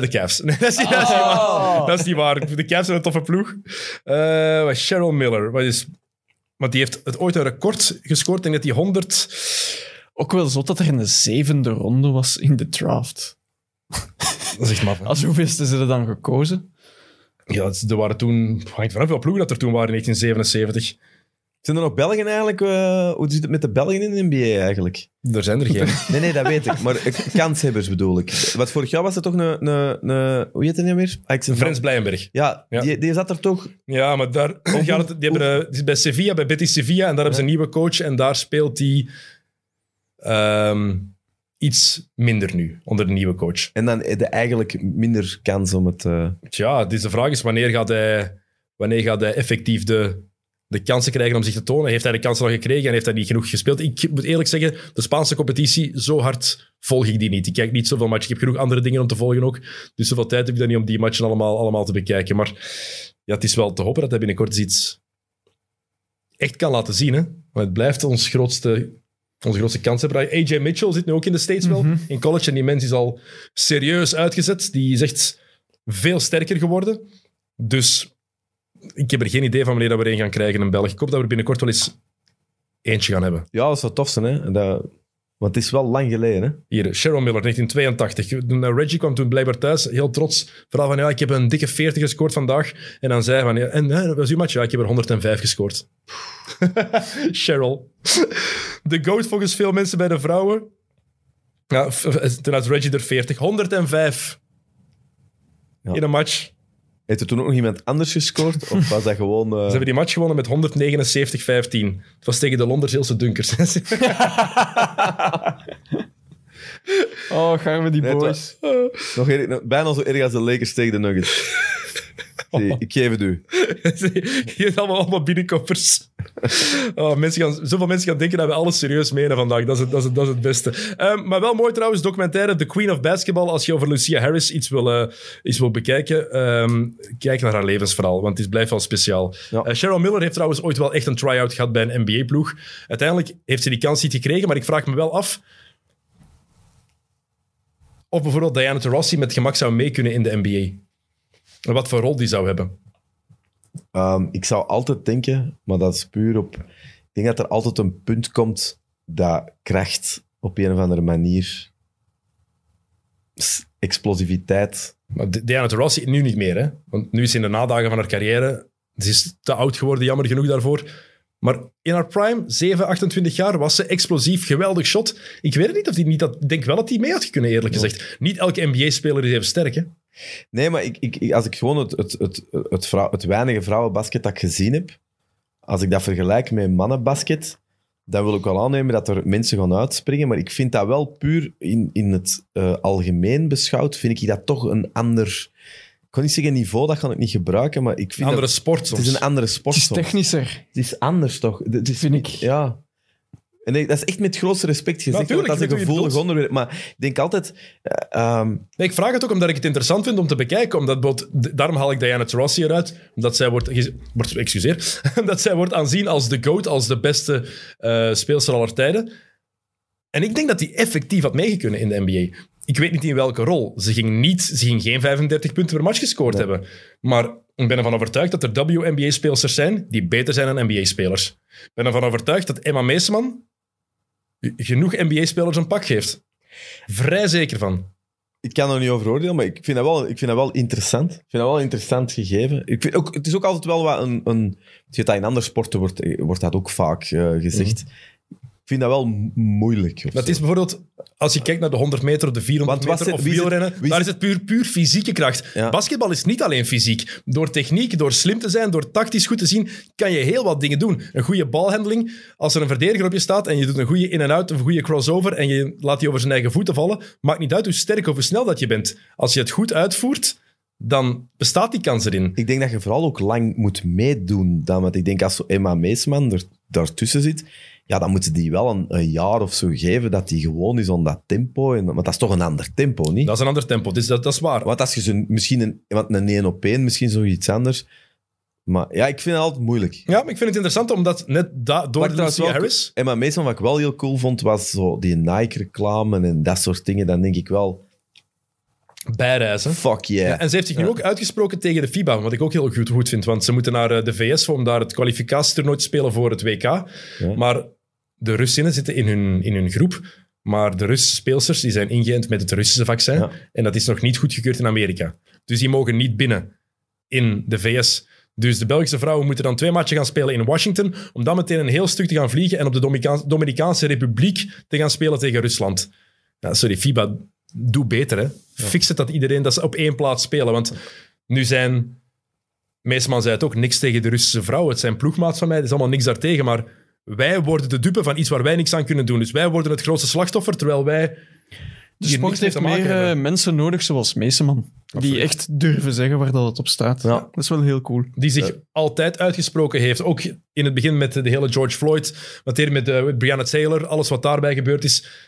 de Cavs. [laughs] Nee, dat, is niet, dat is niet waar. Dat is niet waar. De Cavs zijn een toffe ploeg. Eh, wat is Cheryl Miller. Wat is, want die heeft het ooit een record gescoord. Ik denk dat die 100... Ook wel zo dat er een zevende ronde was in de draft. Dat is echt maf. Als hoeveelste ze er dan gekozen? Ja, dat is- er waren toen... Hangt vanaf wel ploegen dat er toen waren in 1977. Zijn er nog Belgen eigenlijk? eh, hoe zit het met de Belgen in de NBA eigenlijk? Er zijn er geen. Nee, nee, dat weet ik. Maar eh, kanshebbers bedoel ik. Wat vorig jaar was er toch een... een, een hoe heet het nou weer? Ajax en- [laughs] Frans Blijenberg. Ja, Ja. Die, die zat er toch... Ja, maar daar gaat het, die hebben, eh, die is bij Sevilla, bij Betis Sevilla, en daar hebben ze een nieuwe coach. En daar speelt hij ehm, iets minder nu, onder de nieuwe coach. En dan de eigenlijk minder kans om het... eh, Tja, dus de vraag is, wanneer gaat hij, wanneer gaat hij effectief de, de kansen krijgen om zich te tonen? Heeft hij de kansen al gekregen en heeft hij niet genoeg gespeeld? Ik moet eerlijk zeggen, de Spaanse competitie, zo hard volg ik die niet. Ik kijk niet zoveel matchen. Ik heb genoeg andere dingen om te volgen ook. Dus zoveel tijd heb ik dan niet om die matchen allemaal, allemaal te bekijken. Maar ja, het is wel te hopen dat hij binnenkort eens iets echt kan laten zien. Hè? Want het blijft ons grootste, onze grootste kans hebben. AJ Mitchell zit nu ook in de States wel, in college. En die mens is al serieus uitgezet. Die is echt veel sterker geworden. Dus ik heb er geen idee van wanneer dat we er een gaan krijgen in België. Ik hoop dat we er binnenkort wel eens eentje gaan hebben. Ja, dat zou tof zijn, hè. Dat, want het is wel lang geleden, hè. Hier, Cheryl Miller, 1982. Toen, eh, Reggie kwam toen blijkbaar thuis, heel trots. Vooral van, ja, ik heb een dikke 40 gescoord vandaag. En dan zei hij van, ja, en eh, dat was uw match? Ja, ik heb er 105 gescoord. [laughs] Cheryl. De GOAT volgens veel mensen bij de vrouwen. Ja, f- f- toen had Reggie er 40. 105 Ja. in een match. Heeft er toen ook nog iemand anders gescoord? Of was dat gewoon... eh, [laughs] Ze hebben die match gewonnen met 179-15. Het was tegen de Londers Hilse Dunkers. [laughs] Oh, gaan we die Nee, het boys. Oh, [laughs] Nog erg- nog- bijna zo erg als de Lakers tegen de Nuggets. Zie, ik geef het u. Hier zijn allemaal, allemaal binnenkoppers. Oh, mensen gaan, zoveel mensen gaan denken dat we alles serieus menen vandaag. Dat is het, dat is het, dat is het beste. Ehm, maar wel mooi trouwens, documentaire The Queen of Basketball. Als je over Lucia Harris iets wil, eh, iets wil bekijken, ehm, kijk naar haar levensverhaal, want het blijft wel speciaal. Ja. Eh, Cheryl Miller heeft trouwens ooit wel echt een try-out gehad bij een NBA-ploeg. Uiteindelijk heeft ze die kans niet gekregen, maar ik vraag me wel af... Of bijvoorbeeld Diana Taurasi met gemak zou mee kunnen in de NBA. En wat voor rol die zou hebben. Ehm, ik zou altijd denken, maar dat is puur op... Ik denk dat er altijd een punt komt dat kracht op een of andere manier... s- Explosiviteit... Maar Di- Diana Taurasi nu niet meer, hè? Want nu is ze in de nadagen van haar carrière. Ze is te oud geworden, jammer genoeg daarvoor. Maar in haar prime, 7, 28 jaar, was ze explosief, geweldig shot. Ik weet het niet of die niet dat. Ik denk wel dat die mee had kunnen, eerlijk gezegd. Niet elke NBA-speler is even sterk, hè? Nee, maar ik, ik, ik- als ik gewoon het, het, het, het, vrou- het weinige vrouwenbasket dat ik gezien heb, als ik dat vergelijk met mannenbasket, dan wil ik wel aannemen dat er mensen gaan uitspringen. Maar ik vind dat wel puur in, in het eh, algemeen beschouwd, vind ik dat toch een ander... Ik kon niet zeggen niveau, dat kan ik niet gebruiken, maar ik Een vind andere dat... sport soms. Het is een andere sport Het is soms. technischer. Het is anders toch? Het is- Vind ik. Ja. En ik- dat is echt met het grootste respect gezegd, want Natuurlijk, dat ik is een weet hoe je het gevoelig onderwerp. Maar ik denk altijd... eh, ehm, Nee, ik vraag het ook omdat ik het interessant vind om te bekijken. Omdat bijvoorbeeld- d- daarom haal ik Diana Taurasi eruit. Omdat zij wordt, ge- wordt, excuseer, [laughs] omdat zij wordt aanzien als de GOAT, als de beste eh speelster aller tijden. En ik denk dat die effectief had meegekunnen in de NBA. Ik weet niet in welke rol. Ze ging, niet, ze ging geen 35 punten per match gescoord hebben. Maar ik ben ervan overtuigd dat er WNBA-spelers zijn die beter zijn dan NBA-spelers. Ik ben ervan overtuigd dat Emma Meesman genoeg NBA-spelers een pak geeft. Vrij zeker van. Ik kan er niet over oordelen, maar ik vind dat wel, ik vind dat wel interessant. Ik vind dat wel een interessant gegeven. Ik vind ook, het is ook altijd wel wat een... een je weet dat in andere sporten wordt, wordt dat ook vaak eh, gezegd. Ik vind dat wel mo- moeilijk. Dat of zo. Mhm. is bijvoorbeeld, als je kijkt naar de 100 meter of de 400 Want wat meter of zit- wie zit- wielrennen, wie daar is zit- het puur, puur fysieke kracht. Ja. Basketbal is niet alleen fysiek. Door techniek, door slim te zijn, door tactisch goed te zien, kan je heel wat dingen doen. Een goede balhandeling, als er een verdediger op je staat en je doet een goede in-en-out of een goede crossover en je laat die over zijn eigen voeten vallen, maakt niet uit hoe sterk of hoe snel dat je bent. Als je het goed uitvoert, dan bestaat die kans erin. Ik denk dat je vooral ook lang moet meedoen. Dan, want ik denk als zo Emma Meesman er, daartussen zit, ja, dan moeten die wel een, een jaar of zo geven dat die gewoon is aan dat tempo. En, want dat is toch een ander tempo, niet? Dat is een ander tempo, dus dat, dat is waar. Want als je zo'n, misschien een, want een 1 op 1, misschien zoiets anders. Maar ja, ik vind het altijd moeilijk. Ja, maar ik vind het interessant, omdat net da- door Wat ik trouwens Lucia wel- Harris... En maar meestal wat ik wel heel cool vond, was zo die Nike-reclame en dat soort dingen. Dan denk ik wel, Bijreizen. fuck yeah. Ja, en ze heeft zich nu ook uitgesproken tegen de FIBA, wat ik ook heel goed, goed vind. Want ze moeten naar eh, de VS voor om daar het kwalificatietoernooi te spelen voor het WK. Maar de Russinnen zitten in hun, in hun groep. Maar de Russische speelsters die zijn ingeënt met het Russische vaccin. Ja. En dat is nog niet goedgekeurd in Amerika. Dus die mogen niet binnen in de VS. Dus de Belgische vrouwen moeten dan twee matchen gaan spelen in Washington. Om dan meteen een heel stuk te gaan vliegen en op de Dominica- Dominicaanse Republiek te gaan spelen tegen Rusland. Ja, sorry, FIBA, doe beter. Hè. Fix het dat iedereen dat ze op één plaats spelen. Want nu zijn, Meesman zei het ook, niks tegen de Russische vrouwen. Het zijn ploegmaats van mij, het is allemaal niks daartegen. Maar wij worden de dupe van iets waar wij niks aan kunnen doen. Dus wij worden het grootste slachtoffer, terwijl wij... De hier niks sport mee heeft te maken meer eh, hebben. mensen nodig, zoals Meeseman. Die echt durven zeggen waar dat het op staat. Ja. Dat is wel heel cool. die zich altijd uitgesproken heeft. Ook in het begin met de hele George Floyd, wat hier met, eh, met Breonna Taylor, alles wat daarbij gebeurd is.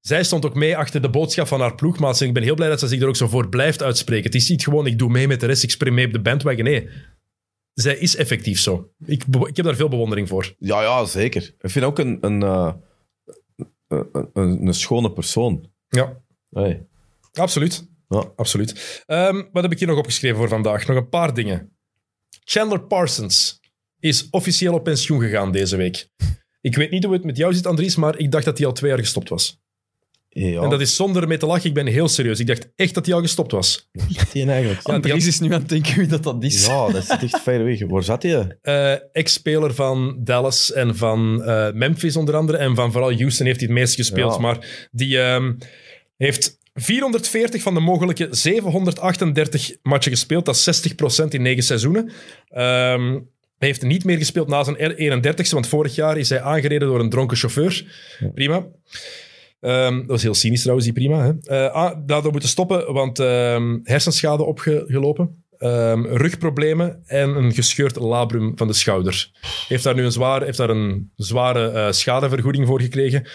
Zij stond ook mee achter de boodschap van haar ploegmaats. En ik ben heel blij dat ze zich er ook zo voor blijft uitspreken. Het is niet gewoon, ik doe mee met de rest, ik spring mee op de bandwagon. Nee, zij is effectief zo. Ik, be- ik heb daar veel bewondering voor. Ja, ja, zeker. Ik vind ook een, een, eh, een, een, een schone persoon. Ja, Hey. absoluut. Ja. absoluut. Ehm, wat heb ik hier nog opgeschreven voor vandaag? Nog een paar dingen. Chandler Parsons is officieel op pensioen gegaan deze week. Ik weet niet hoe het met jou zit, Andries, maar ik dacht dat hij al twee jaar gestopt was. Ja, En dat is is zonder ermee te lachen, ik ben heel serieus. Ik dacht echt dat hij al gestopt was. die eigenlijk. Ja, Ja, Andries is nu aan het denken wie dat, dat is. dat zit echt ver weg. Waar zat hij? Eh, Ex-speler van Dallas en van eh, Memphis onder andere. En van vooral Houston heeft hij het meest gespeeld. Ja. Maar die ehm, heeft 440 van de mogelijke 738 matchen gespeeld. Dat is 60% in negen seizoenen. Ehm, hij heeft niet meer gespeeld na zijn 31ste, want vorig jaar is hij aangereden door een dronken chauffeur. Prima. Ehm, dat was heel cynisch trouwens, die prima. Hè? Eh, ah, daardoor moeten stoppen, want ehm, hersenschade opgelopen. ehm, rugproblemen en een gescheurd labrum van de schouder. Heeft daar nu een, zwaar, heeft daar een zware eh, schadevergoeding voor gekregen.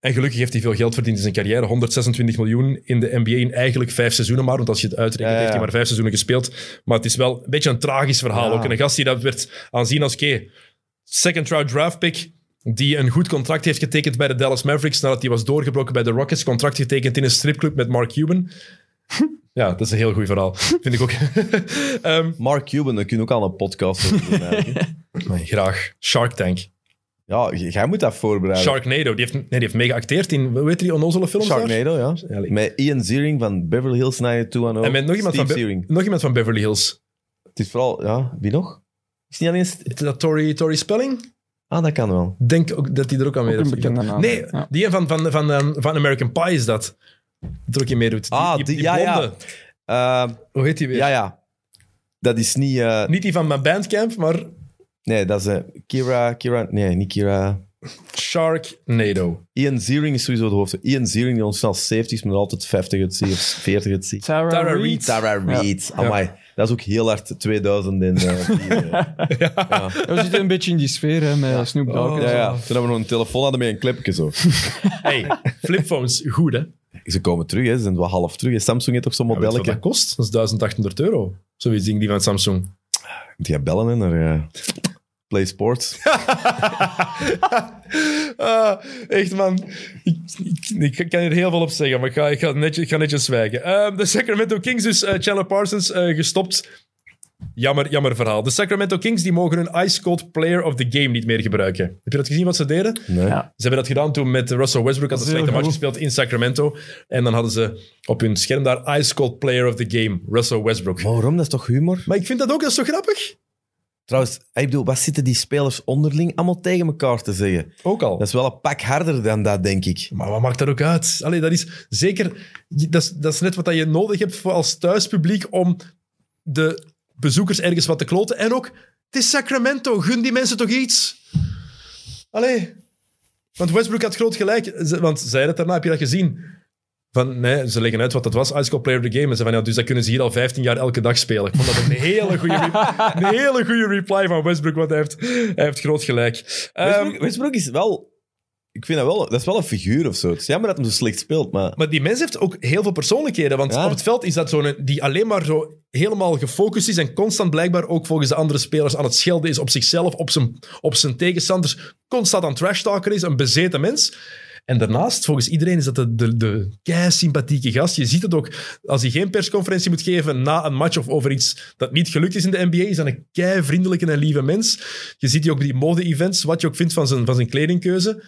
En gelukkig heeft hij veel geld verdiend in zijn carrière. 126 miljoen in de NBA in eigenlijk vijf seizoenen maar. Want als je het uitrekent, Ja, ja. heeft hij maar vijf seizoenen gespeeld. Maar het is wel een beetje een tragisch verhaal. Ja. Ook een gast die dat werd aanzien als... oké, second round draft pick die een goed contract heeft getekend bij de Dallas Mavericks nadat hij was doorgebroken bij de Rockets. Contract getekend in een stripclub met Mark [laughs] Cuban. Ja, dat is een heel goed verhaal. Vind ik ook. [laughs] Ehm, Mark Cuban, daar kunnen we ook al een podcast over doen. eigenlijk. nee, graag. Shark Tank. ja, j- jij moet dat voorbereiden. Sharknado. Die heeft, nee, die heeft mee geacteerd in, hoe heet die onnozele films daar? Sharknado, ja. Eigenlijk. Met Ian Ziering van Beverly Hills 90210. En met nog iemand, van Steve Be- Ziering. nog iemand van Beverly Hills. Het is vooral, ja, wie nog? Is niet alleen... St- Is dat Tori, Tori Spelling? Ah, dat kan wel. Denk ook dat die er ook aan Ook meedoet. een bekende naam. Nee, Ja. die een van, van, van, ehm, van American Pie is dat. Dat er ook in meedoet. Ah, die- ja, ja. blonde. Eh, Hoe heet die weer? ja, ja. Dat is niet... eh, Niet die van mijn bandcamp, maar nee, dat is eh, Kira... Kira... Nee, niet Kira... Sharknado. Ian Ziering is sowieso het hoofd. Ian Ziering, die ons snel 70 is, maar altijd 50 het ziet of 40 het ziet. Tara, Tara Reid. Reid. Sarah Ja. Reid. Amai. Dat is ook heel hard 2000 in... eh, die, [laughs] eh, Ja, we zitten een beetje in die sfeer hè, met Snoop Oh. Dogg. en ja, zo. ja. Toen hebben we nog een telefoon hadden met een klepje zo. Hey, flipphones, goed hè? Ze komen terug, hè. ze zijn wel half terug. hè. Samsung heeft toch zo'n Weet je wat modelletje. dat kost? Dat is 1800 euro. Zoiets ding die van Samsung. Moet jij bellen hè, naar eh, Play [laughs] Sports? Ah, echt man. Ik, ik- ik kan hier heel veel op zeggen, maar ik ga, ik ga, netjes, ik ga netjes zwijgen. Ehm, de Sacramento Kings, dus eh, Chandler Parsons eh, gestopt. Jammer, jammer verhaal. De Sacramento Kings die mogen hun Ice Cold Player of the Game niet meer gebruiken. Heb je dat gezien wat ze deden? Nee. Ja. Ze hebben dat gedaan toen met Russell Westbrook. Had een Dat is slechte heel match goed. gespeeld in Sacramento. En dan hadden ze op hun scherm daar Ice Cold Player of the Game, Russell Westbrook. Maar waarom? Dat is toch humor? Maar ik vind dat ook, dat is zo grappig? Trouwens, ik bedoel, wat zitten die spelers onderling allemaal tegen elkaar te zeggen? Ook al. Dat is wel een pak harder dan dat, denk ik. Maar wat maakt dat ook uit? Allee, dat is zeker... je- Dat is, dat is net wat dat je nodig hebt voor als thuispubliek om de bezoekers ergens wat te kloten. En ook, het is Sacramento. Gun die mensen toch iets? Allee. Want Westbrook had groot gelijk. Ze- Want zij dat daarna, heb je dat gezien? Van, nee, ze leggen uit wat dat was. Ice Cold Player of the Game. En ze van, ja, dus dat kunnen ze hier al 15 jaar elke dag spelen. Ik vond dat een hele goede, [laughs] re- een hele goede reply van Westbrook, want hij heeft, hij heeft groot gelijk. Ehm, Westbrook, Westbrook is wel... Ik vind dat wel... Dat is wel een figuur of zo. Het is jammer dat hem zo slecht speelt, maar... Maar die mens heeft ook heel veel persoonlijkheden. Want Ja. op het veld is dat zo'n die alleen maar zo helemaal gefocust is en constant blijkbaar ook volgens de andere spelers aan het schelden is op zichzelf, op zijn, op zijn tegenstanders, constant aan trash talken is, een bezeten mens. En daarnaast, volgens iedereen, is dat de, de, de sympathieke gast. Je ziet het ook als hij geen persconferentie moet geven na een match of over iets dat niet gelukt is in de NBA. Is dat een kei vriendelijke en lieve mens. Je ziet die ook bij die mode-events, wat je ook vindt van zijn, van zijn kledingkeuze.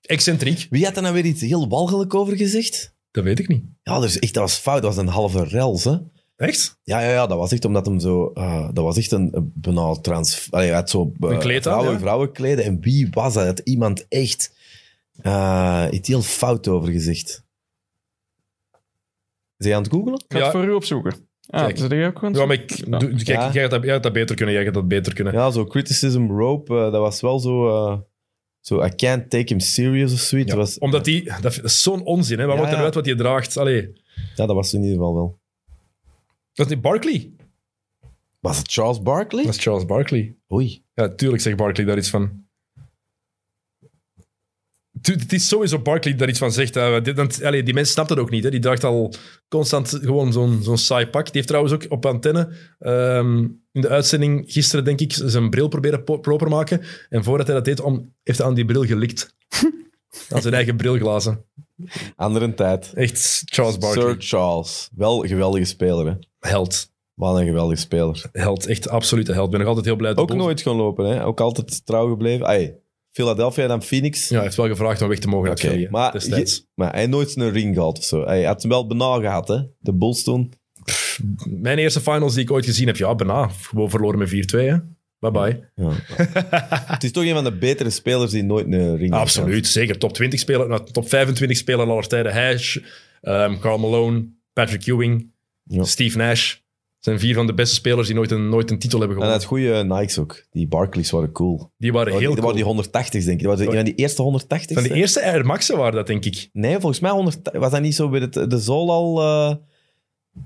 Excentriek, Wie had daar nou weer iets heel walgelijk over gezegd? dat weet ik niet. Ja, dus echt, dat was fout. Dat was een halve rels, hè? Echt? Ja, ja, ja, dat was echt omdat hem zo... ah, dat was echt een, een bijna trans... Allee, hij had zo eh, Een kleed aan, vrouwen, ja. vrouwenkleden. En wie was dat? Dat iemand echt eh iets heel fout over gezegd. Zijn je aan het googelen? Ik ga het Ja. voor u opzoeken. Ah, Kijk. dat doe je ook gewoon. Ja, maar ik, Ja. doe- kijk, Ja. jij, gaat dat, jij gaat dat beter kunnen. Jij gaat dat beter kunnen. Ja, zo criticism rope, eh, dat was wel zo... eh, zo, I can't take him serious of zoiets. Ja, Dat was, Omdat die, dat, dat is zo'n onzin, hè? Wat Ja, wordt er ja. uit wat je draagt? Allee. ja, dat was in ieder geval wel. Dat is niet Barkley. Was het Charles Barkley? Dat is Charles Barkley. Oei. Ja, tuurlijk zegt Barkley daar iets van. Tu- Het is sowieso Barkley die daar iets van zegt. hè. Dit- want, allee, die mens snapt dat ook niet. Hè. Die draagt al constant gewoon zo'n zo'n saai pak. Die heeft trouwens ook op antenne ehm, in de uitzending gisteren, denk ik, zijn bril proberen po- proper maken. En voordat hij dat deed, om, heeft hij aan die bril gelikt. [laughs] aan zijn eigen brilglazen. Andere tijd. Echt Charles Barkley. Sir Charles. Wel een geweldige speler, hè. Held. Wat een geweldige speler. Held. Echt absolute held. Ik ben nog altijd heel blij dat Ook de Bulls- nooit gaan lopen, hè? Ook altijd trouw gebleven. Ai, Philadelphia en dan Phoenix. Ja, hij heeft wel gevraagd om weg te mogen uit Oké, Philly, hè, maar, destijds. je- maar hij heeft nooit een ring gehad of zo. Hij had hem wel bena gehad, hè? De Bulls toen. Mijn eerste finals die ik ooit gezien heb, ja, bijna. Gewoon verloren met 4-2, hè. Bye-bye. Ja. het is toch een van de betere spelers die nooit een ring heeft gehad. Ah. Absoluut, zeker. Top 20 speler, nou, top 25 speler aller tijden. Hash, ehm Carl Malone, Patrick Ewing, Ja. Steve Nash. Dat zijn vier van de beste spelers die nooit een, nooit een titel hebben En hij gewonnen. had goede Nikes ook. Die Barclays waren cool. Die waren Dat heel waren cool. Oh, Oh. die 180's, denk ik. Dat waren die, die eerste 180's. Van de eerste Air Max'en waren dat, denk ik. Nee, volgens mij 100, was dat niet zo bij het, de zool al... eh,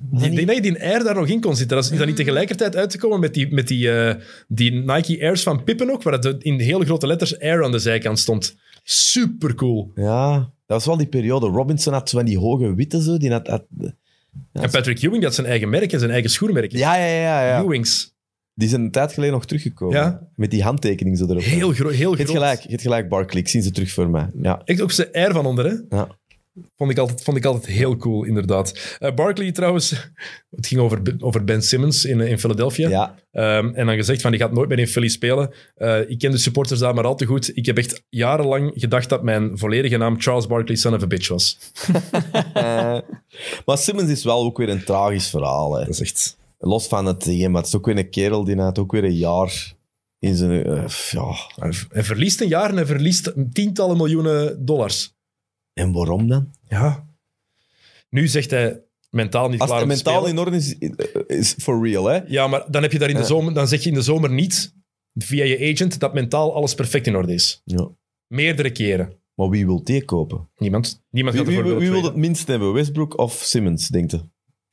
Die- Ik denk dat je die Air daar nog in kon zitten. Dat is, is dat Ah. niet tegelijkertijd uit te komen met die, met die, eh, die Nike Airs van Pippen ook, waar het in hele grote letters Air aan de zijkant stond. Super cool. Ja, dat was wel die periode. Robinson had zo van die hoge witte zo. Die had, had- en Patrick Ewing had zijn eigen merk en zijn eigen schoenmerk. ja, ja, ja, ja. Ewings. Die zijn een tijd geleden nog teruggekomen. Ja. Met die handtekening zo erop. Heel, gro heel Je groot. hebt gelijk, je hebt gelijk Barkley. Ik zie ze terug voor mij. Ja. Echt ook zijn R van onder, hè? Ja. Vond ik, altijd, vond ik altijd heel cool, inderdaad. Eh Barkley trouwens, [laughs] het ging over, Ben- over Ben Simmons in, eh, in Philadelphia. Ja. Ehm, en dan gezegd van, die gaat nooit meer in Philly spelen. Eh, ik ken de supporters daar maar al te goed. Ik heb echt jarenlang gedacht dat mijn volledige naam Charles Barkley son of a bitch was. Eh, maar Simmons is wel ook weer een tragisch verhaal. Hè. Dat is echt... Los van het tegen, maar het is ook weer een kerel die na het ook weer een jaar in zijn... eh, f- ja. Hij verliest een jaar en hij verliest tientallen miljoenen dollars. En waarom dan? Ja. Nu zegt hij mentaal niet Als klaar het om te mentaal spelen. in orde is, is for real, hè? Ja, maar dan, heb je daar in de Ja. zomer, dan zeg je in de zomer niet, via je agent, dat mentaal alles perfect in orde is. Ja. Meerdere keren. Maar wie wil die kopen? Niemand, niemand Wie, gaat wie, ervoor wie willen wil traden. het minst hebben? Westbrook of Simmons, denkt je?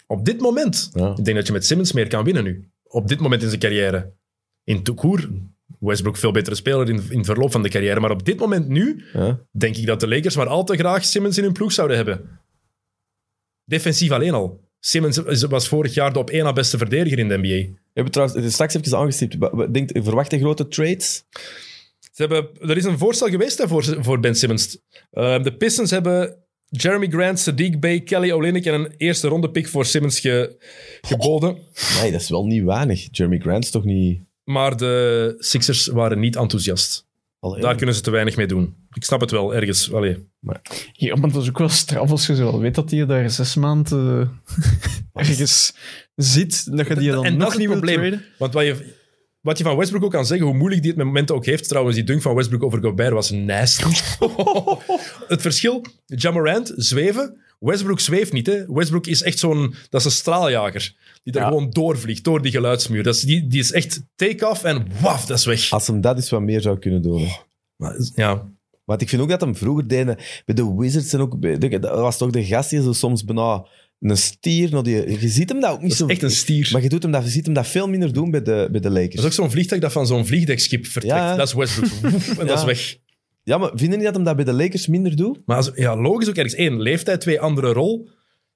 Op dit moment. Ja. Ik denk dat je met Simmons meer kan winnen nu. Op dit moment in zijn carrière. In Toekoer. Westbrook veel betere speler in, in verloop van de carrière. Maar op dit moment nu Ja. denk ik dat de Lakers maar al te graag Simmons in hun ploeg zouden hebben. Defensief alleen al. Simmons is- was vorig jaar de op één na beste verdediger in de NBA. We hebben trouwens het is straks even aangestipt. Wa- wa- Denkt, verwacht je grote trades? Ze hebben, er is een voorstel geweest hè, voor, voor Ben Simmons. Eh, de Pistons hebben Jeremy Grant, Sadiq Bey, Kelly Olynyk en een eerste ronde pick voor Simmons ge- geboden. Nee, dat is wel niet weinig. Jeremy Grant is toch niet... Maar de Sixers waren niet enthousiast. Allee, Daar kunnen ze te weinig mee doen. Ik snap het wel, ergens. Allee. Ja, maar dat is ook wel straf als je zo wel weet dat hij daar zes maanden eh, ergens zit. Dat je die dan en dat nog is het niet wil probleem. traden. Want wat je, wat je van Westbrook ook kan zeggen, hoe moeilijk die het met momenten ook heeft. Trouwens, die dunk van Westbrook over Gobert was nasty. het verschil, Jamarant, zweven. Westbrook zweeft niet. Hè. Westbrook is echt zo'n... Dat is een straaljager. Die daar Ja. gewoon doorvliegt, door die geluidsmuur. Dat is, die, die is echt take-off en waf, dat is weg. Als hem dat eens wat meer zou kunnen doen. Ja. Want ik vind ook dat hem vroeger deed... Bij de Wizards en ook... bij- Dat was toch de gast die zo soms bijna een stier... Naar die, je ziet hem dat ook niet Dat is zo... echt een stier. Maar je, doet hem dat, je ziet hem dat veel minder doen bij de, bij de Lakers. Dat is ook zo'n vliegtuig dat van zo'n vliegdekschip vertrekt. Ja, hè. Dat is Westbrook. en dat is Ja. weg. Ja, maar vinden niet dat hem dat bij de Lakers minder doet? Maar als- ja, logisch ook ergens. Eén, leeftijd. Twee, andere rol.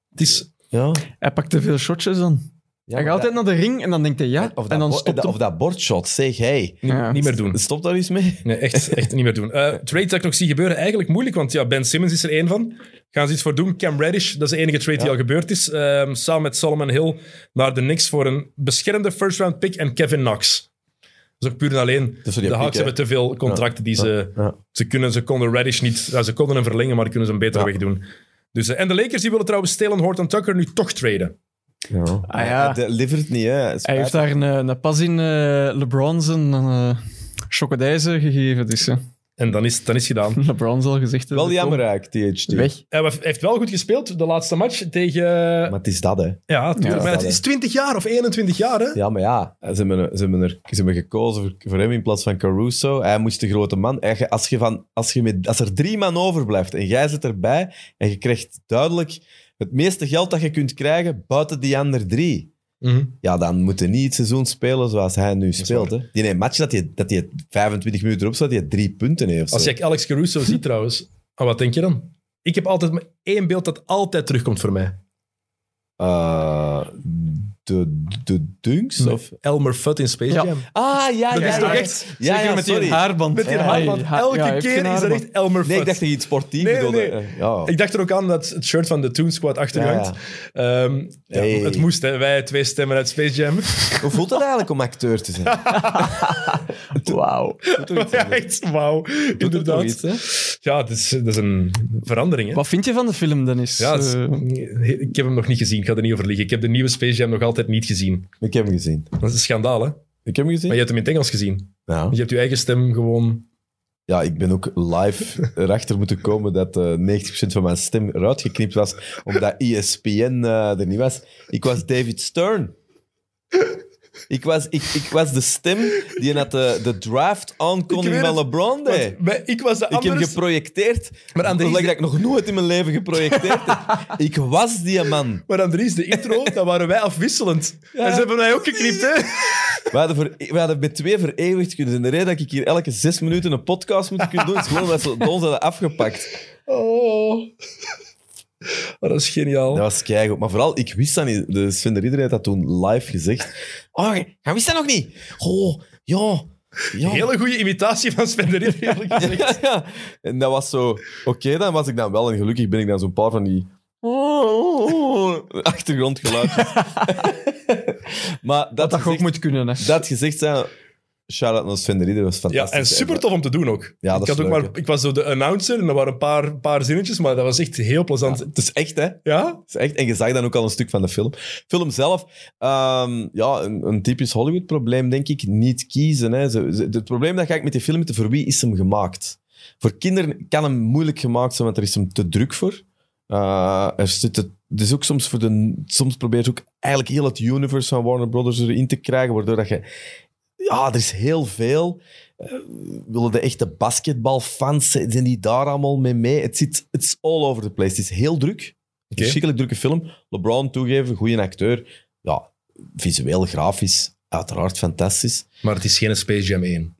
Het is... Ja. Hij pakt te veel shotjes dan. ja hij gaat altijd naar de ring en dan denkt hij ja. Of dat, en dan bo- stopt dat- hij. of dat bordshot, zeg hey. Niet, Ja. niet meer doen. Stop daar eens mee. Nee, echt, echt niet meer doen. Eh trade dat ik nog zie gebeuren, eigenlijk moeilijk, want ja, Ben Simmons is er één van. Gaan ze iets voor doen? Cam Reddish, dat is de enige trade die al gebeurd is. Ehm, samen met Solomon Hill naar de Knicks voor een beschermde first-round pick en Kevin Knox. Dat is ook puur en alleen. is De voor die Hawks pick, hè? hebben te veel contracten die ze... Ja. Ze, kunnen, ze konden Reddish niet... ja, ze konden hem verlengen, maar kunnen ze hem beter Ja. wegdoen. Dus, eh, en de Lakers die willen trouwens Stalen, Horton Tucker nu toch traden. Ah ja, Dat levert niet, hè. Spijt. hij heeft daar een, een pas in eh LeBron zijn eh, chocodijzen gegeven. Dus eh, En dan is, het- dan is het [laughs] gedaan. [laughs] Eh, LeBron zal gezegd hebben. Wel jammer eigenlijk, THT. kom, Weg. Hij heeft wel goed gespeeld, de laatste match tegen... Maar het is dat, hè. Ja, tuurlijk, Ja, maar dat het is- is 20 jaar of 21 jaar, hè? Ja, maar ja. Ze hebben, ze hebben, er, ze hebben gekozen voor, voor hem in plaats van Caruso. Hij moest de grote man. En je- Als, je van, als, je met, als er drie man overblijft en jij zit erbij en je krijgt duidelijk het meeste geld dat je kunt krijgen buiten die andere drie. Ja, dan moet hij niet het seizoen spelen zoals hij nu speelt. Hè. Die ene match dat hij dat hij 25 minuten erop staat, die drie punten heeft. of zo. Als je Alex Caruso ziet trouwens, ah, wat denk je dan? Ik heb altijd maar één beeld dat altijd terugkomt voor mij. Eh, de, de dunks? Of? Elmer Fudd in Space Ja. Jam. Ah, ja, Dat ja. is toch ja. echt... Ja, Zeker ja, met die sorry. haarband. Met die Ja, haarband. hij- Elke ja, hij heeft keer geen is dat haarband. echt Elmer Nee, ik Fudd. dacht dat je iets sportief Nee, bedoelde. nee. Eh, Ja. Ik dacht er ook aan dat het shirt van de Toon Squad achterhangt. Ja, Ehm, ja, Hey. het moest, hè. Wij twee stemmen uit Space [laughs] Jam. [laughs] Hoe voelt het eigenlijk om acteur te zijn? [laughs] Wauw. Doe toch iets, Ja, anders. echt, wauw. Doe toch Inderdaad. iets, hè? ja, dat is, dat is een verandering, hè. Wat vind je van de film, Dennis? Ja, het is- Eh, ik heb hem nog niet gezien. Ik ga er niet over liggen. Ik heb de nieuwe Space Jam nog altijd niet gezien. Ik heb hem gezien. Dat is een schandaal, hè? Ik heb hem Maar gezien? je hebt hem in het Engels gezien. Ja. Je hebt je eigen stem gewoon... ja, ik ben ook [laughs] live erachter moeten komen dat eh, 90% van mijn stem eruit geknipt E was, omdat ESPN eh, er niet was. Ik was David Stern. Ik was, ik, ik was de stem die had de, de draft Ik aankondiging weet van het, LeBron deed. Maar ik was de Ik heb andere- geprojecteerd. Maar aan deze- Like dat ik nog nooit in mijn leven geprojecteerd heb. Ik was die man. Maar Andries, de intro, dan waren wij afwisselend. En ze hebben mij ook geknipt, hè? We hadden, voor, e- we hadden met twee vereeuwigd kunnen zijn. De reden dat ik hier elke zes minuten een podcast moet kunnen doen, is gewoon omdat ze ons hadden afgepakt. Oh. Maar dat is geniaal. Dat was keigoed. Maar vooral, ik wist dat niet. De Sven de Ridder heeft dat toen live gezegd. Oh, hij wist dat nog niet. Oh, ja. ja. Hele goede imitatie van Sven de Ridder, eerlijk gezegd. [laughs] Ja, ja. En dat was zo... Oké, dan was ik dan wel. En gelukkig ben ik dan zo'n paar van die... [laughs] Achtergrondgeluidjes. maar dat, Dat je ook gezegd- moet kunnen, hè. dat gezegd zijn... Shout-out naar Sven de Ridder, was Ja, fantastisch. en super tof om te doen ook. Ja, ik, dat is had ook leuk, maar, hè. ik was zo de announcer en er waren een paar, paar zinnetjes, maar dat was echt heel plezant. Ja? Het is echt, hè? Het is echt. En je zag dan ook al een stuk van de film. Film zelf, ehm, ja, een, een typisch Hollywood-probleem, denk ik. Niet kiezen. Hè. Ze- ze- het probleem dat ga ik met die film is, voor wie is hem gemaakt? Voor kinderen kan hem moeilijk gemaakt zijn, want er is hem te druk voor. Eh, er zit het, dus ook soms, voor de, soms probeer je ook eigenlijk heel het universe van Warner Brothers erin te krijgen, waardoor dat je... Ja, er is heel veel. Eh, willen de echte basketbalfans, zijn die daar allemaal mee mee? Het zit, it's all over the place. Het is heel druk. Oké. Verschrikkelijk drukke film. LeBron toegeven, goede acteur. Ja, visueel, grafisch, uiteraard fantastisch. Maar het is geen Space Jam 1.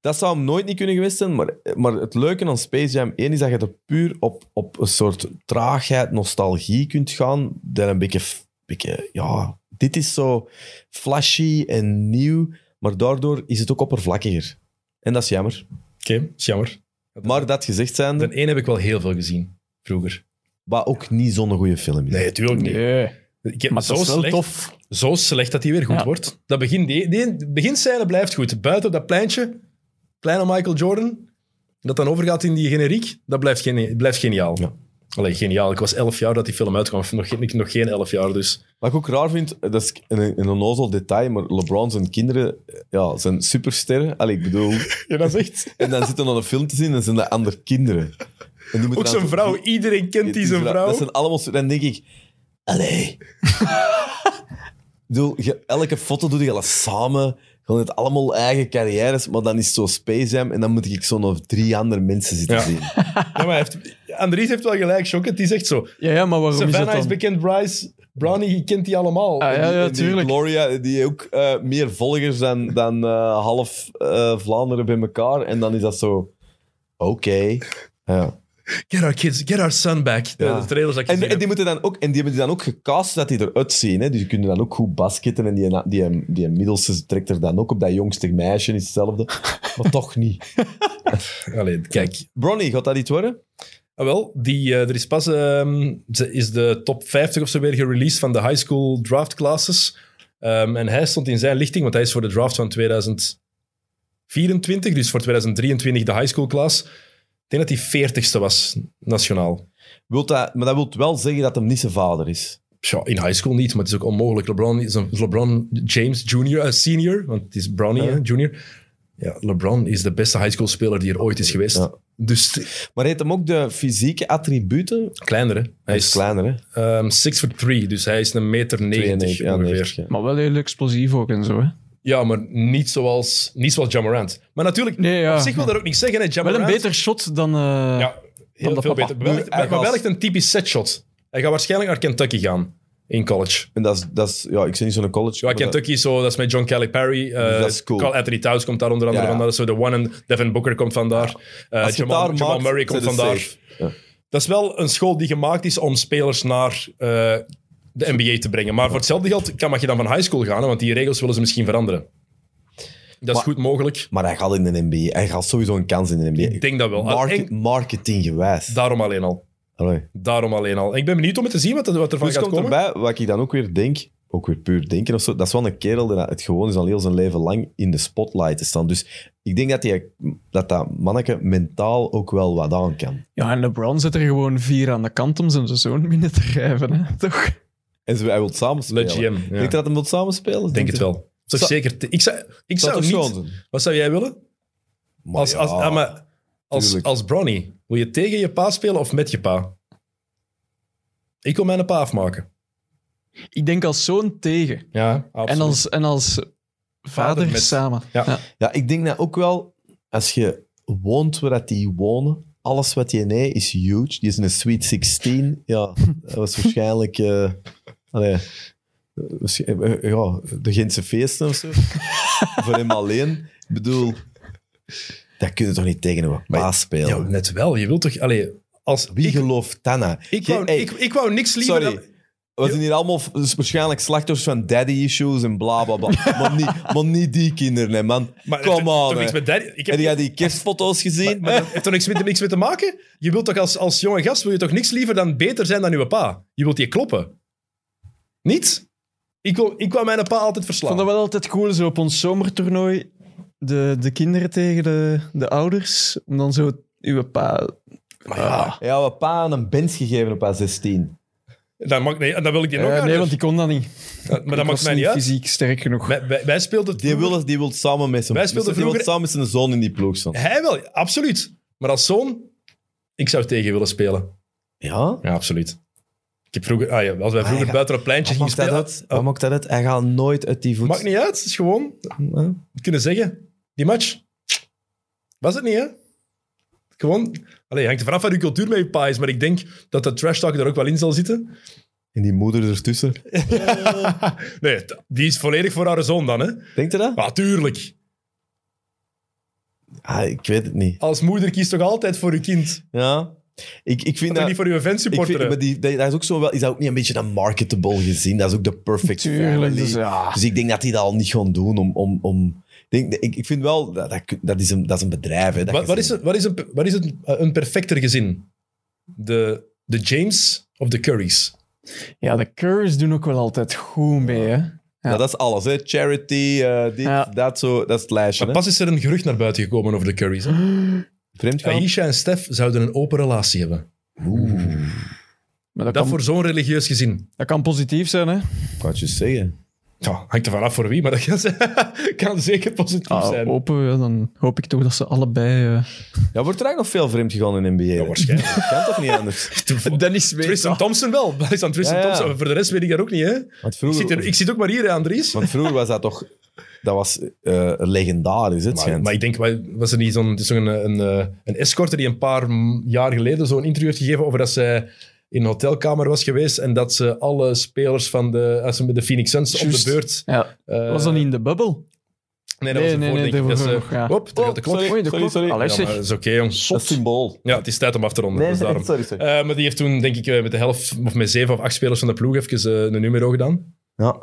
Dat zou hem nooit niet kunnen geweest zijn, maar, maar het leuke aan Space Jam 1 is dat je er puur op, op een soort traagheid, nostalgie kunt gaan. Dan een beetje, f- beetje, ja, dit is zo flashy en nieuw, maar daardoor is het ook oppervlakkiger. En dat is jammer. Oké, is jammer. Maar dat gezegd De zijnde, 1 heb ik wel heel veel gezien, vroeger. wat ook niet zo'n goede film is. Nee, tuurlijk niet. Nee. Ik heb Maar zo dat is wel slecht, tof. Zo slecht dat hij weer goed Ja. wordt. Dat begin, die, die beginscène blijft goed. Buiten op dat pleintje, kleine Michael Jordan, dat dan overgaat in die generiek, dat blijft, geni- blijft geniaal. Ja. Allee, geniaal. Ik was 11 jaar dat die film uitkwam. Of Nog, geen- ik nog geen 11 jaar, dus... Wat ik ook raar vind, dat is een, een onnozel detail, maar LeBron zijn kinderen ja, zijn supersterren. Allee, ik bedoel... Ja, dat is echt... En dan zitten we dan een film te zien en dan zijn de andere kinderen. En die [laughs] moeten Ook dan zijn zo- vrouw. Iedereen kent die zijn vrouw. Dat zijn allemaal... zo- Dan denk ik... Allee. ik bedoel, je- elke foto doe je al samen. Gewoon het allemaal eigen carrières. Maar dan is het zo Space Jam en dan moet ik zo nog drie andere mensen zitten Ja. zien. Ja, maar hij heeft, Andries heeft wel gelijk, Shock. Het is echt zo. Ja, ja, maar waarom Savannah is, is dat dan? bekend, Bryce, Brownie, je kent die allemaal. Ah, ja, En ja, die tuurlijk. Gloria, die ook eh, meer volgers dan, dan eh, half eh, Vlaanderen bij elkaar. En dan is dat zo... Oké. Ja. Get our kids, get our son back. De, Ja. de trailers dat ik En, gezien en heb. die moeten dan ook, en die hebben die dan ook gecast dat die eruit zien. Hè? Dus die kunnen dan ook goed basketten. En die, die, die middelste trekt er dan ook op. Dat jongste meisje is hetzelfde. Maar toch niet. Allee, kijk. Bronny, gaat dat iets worden? Ah, wel, die, eh, er is pas ehm, ze is de top 50 of zo weer gereleased van de high school draft classes. Ehm, en hij stond in zijn lichting, want hij is voor de draft van 2024, dus voor 2023 de high school class. Ik denk dat hij 40ste was, nationaal. Wilt dat, maar dat wil wel zeggen dat hem niet zijn vader is. Tja, in high school niet, maar het is ook onmogelijk. LeBron is een LeBron James junior, eh, senior, want het is Brownie Ja. hè, junior. Ja, LeBron is de beste high school speler die er ooit is geweest. Ja. Dus t- Maar heeft hem ook de fysieke attributen? Hij kleiner, hè? Hij is is kleiner, hè? 6 for 3, dus hij is een meter 90 92, ja, ongeveer. 90, ja. Maar wel heel explosief ook en zo, hè. Ja, maar niet zoals, niet zoals Jamarant. Maar natuurlijk, Nee, ja. op zich wil dat ook niet zeggen. Hè, Ja Wel een Morant- beter shot dan... eh, Ja, heel dan dat veel papa. beter. Wel echt- Hij maar wel was- echt een typisch setshot. Hij gaat waarschijnlijk naar Kentucky gaan in college. En dat is, dat is... Ja, ik zit niet zo'n college. Ja, maar dat- Kentucky is zo, dat is met John Calipari. eh dat is cool. Carl Anthony Towns komt daar onder andere Ja, ja. vandaan. Dat is zo de one en Devin Booker komt vandaar. Eh, als je het Jamal, daar Jamal maakt, Murray komt zijn ze vandaar. safe. Ja. Dat is wel een school die gemaakt is om spelers naar eh, de NBA te brengen. Maar voor hetzelfde geld kan, mag je dan van high school gaan, hè, want die regels willen ze misschien veranderen. Dat is Maar- goed mogelijk. Maar hij gaat in de NBA. Hij gaat sowieso een kans in de NBA. Ik denk dat wel. Market, En- marketing gewijs. Daarom alleen al. Daarom alleen al. En ik ben benieuwd om het te zien wat, er- wat ervan Plus gaat Dus komt komen. erbij, wat ik dan ook weer denk, ook weer puur denken of zo, dat is wel een kerel die het gewoon is al heel zijn leven lang in de spotlight te staan. Dus ik denk dat die, dat, dat manneke mentaal ook wel wat aan kan. Ja, en LeBron zit er gewoon vier aan de kant om zijn zoon binnen te drijven, hè. Toch? En ze, hij wil samen spelen. Let GM. Ja. Denk je dat hij wil samen spelen? Ik denk het wel. Zeg Zou- zeker. te- Ik zou, ik zou niet. Wat zou jij willen? Maar Als, als, ja, ah, maar als, tuurlijk. als Bronny, wil je tegen je pa spelen of met je pa? Ik wil mijn pa afmaken. Ik denk als zoon tegen. Ja, En absoluut. als, en als vader, met. samen. Ja. Ja, ik denk dat ook wel, als je woont waar dat die wonen, alles wat je nee is huge. Die is in een Sweet 16. Ja, dat was waarschijnlijk... eh, allee, eh, waarsch- eh, eh, ja, de Gentse feesten of zo. Voor hem alleen. Ik bedoel, dat kun je toch niet tegen een paas spelen? Ja, net wel. Je wilt toch... Allee, als... Wie ik, gelooft Tanna? ik, wou, Hey, ik, ik wou niks liever Sorry. dan... We zijn hier allemaal v- dus waarschijnlijk slachtoffers van daddy-issues en bla bla bla. maar, niet, maar niet die kinderen, hè, man. Maar het- Come on. toch hè. niks met daddy. Ik heb, Heb jij die kerstfoto's gezien? [laughs] maar dat heeft toch niks met, niks mee te maken? Je wilt toch als, als jonge gast wil je toch niks liever dan beter zijn dan je pa? Je wilt je kloppen. Niet? Ik, wil, ik wou mijn pa altijd Ik verslaan. vond dat wel altijd cool, zo op ons zomertoernooi. De, de kinderen tegen de, de ouders. Om dan zo uw pa... Ah, Ja, we hebben pa aan een bens gegeven op haar 16. Dan, mag, nee, dan wil ik die nog Eh, nee, harder. want die kon dat niet. Ja, Maar dat ik maakt was mij niet niet uit. fysiek sterk genoeg. Wij, wij, wij speelden... Die wil, die wil samen met zijn Wij speelden die wil vroeger- samen met zijn zoon in die ploeg staan. Hij wel, absoluut. Maar als zoon, ik zou tegen willen spelen. Ja? Ja, absoluut. Ik heb vroeger, ah ja, als wij vroeger ja. buiten op het pleintje Wat gingen maakt dat spelen... uit? Wat maakt dat uit? Hij gaat nooit uit die voet. Maakt niet uit, het is gewoon Huh? kunnen zeggen. Die match, was het niet, hè? Gewoon, allee, hangt er vanaf van je cultuur met je pa is, maar ik denk dat dat trash talk er ook wel in zal zitten. En die moeder ertussen. Nee, t- die is volledig voor haar zoon dan, hè? Denkt je dat? Maar tuurlijk. Ah, ik weet het niet. Als moeder kiest toch altijd voor je kind, Ja. Ik, ik vind en dat... niet voor je Nou, Ik fansupporter. vind, hè? maar die, die- dat is ook zo wel, is dat ook niet een beetje een marketable gezien? Dat is ook de perfect Tuurlijk, family. dus ja. Dus ik denk dat die dat al niet gaan doen om... om, om ik denk, ik, ik vind wel, dat, dat, dat, is, een, dat is een bedrijf. Hè, dat Wat, je wat is, zegt. het, wat is, een, wat is het, eh, een perfecter gezin? De, de James of de Curry's? Ja, de Curves doen ook wel altijd goed mee, hè. Ja. Ja. Nou, dat is alles, hè. Charity, eh, dit, Ja. dat, zo, dat is het lijstje, Maar hè. pas is er een gerucht naar buiten gekomen over de Curry's. hè. Vreemdgaan? Aisha en Stef zouden een open relatie hebben. Maar dat, Dat kan, voor zo'n religieus gezin. dat kan positief zijn, hè. Ik wou het je zeggen. Ja, hangt er vanaf voor wie, maar dat [laughs] kan, ze- kan zeker positief Ah, zijn. open, ja, dan hoop ik toch dat ze allebei... eh, Ja, wordt er eigenlijk nog veel vreemd gegaan in NBA? Ja, waarschijnlijk. [laughs] kan toch niet [laughs] anders? Dennis weet Tristan Thompson wel. [laughs] Dat is aan Tristan Ja, ja. Thompson. Voor de rest weet ik dat ook niet. Hè? Want Ik, vroeger, zit er- ik zit ook maar hier, hè, Andries. Want vroeger was dat toch... Dat was eh, legendarisch, hè, het Maar, schijnt. maar ik denk, wa- was er niet zo'n het is zo'n, eh, een, eh, een escorte die een paar mm, jaar geleden zo'n interview heeft gegeven over dat zij in een hotelkamer was geweest en dat ze alle spelers van de, als ze met de Phoenix Suns op Juist. de beurt... Ja, eh, was dat niet in de bubbel? Nee, dat was Nee, ervoor, nee, nee, denk ik. Dat daarvoor ze, nog, ja. Hop, terug uit de klok. sorry, Oei, de klok. sorry. Allee, Ja, zeg. maar dat is oké, jongens. Dat is symbool. Ja, het is tijd om af te ronden. Nee, [laughs] dus daarom. sorry, sorry. Eh, maar die heeft toen, denk ik, eh, met de helft, of met zeven of acht spelers van de ploeg even eh, een numero gedaan. Ja.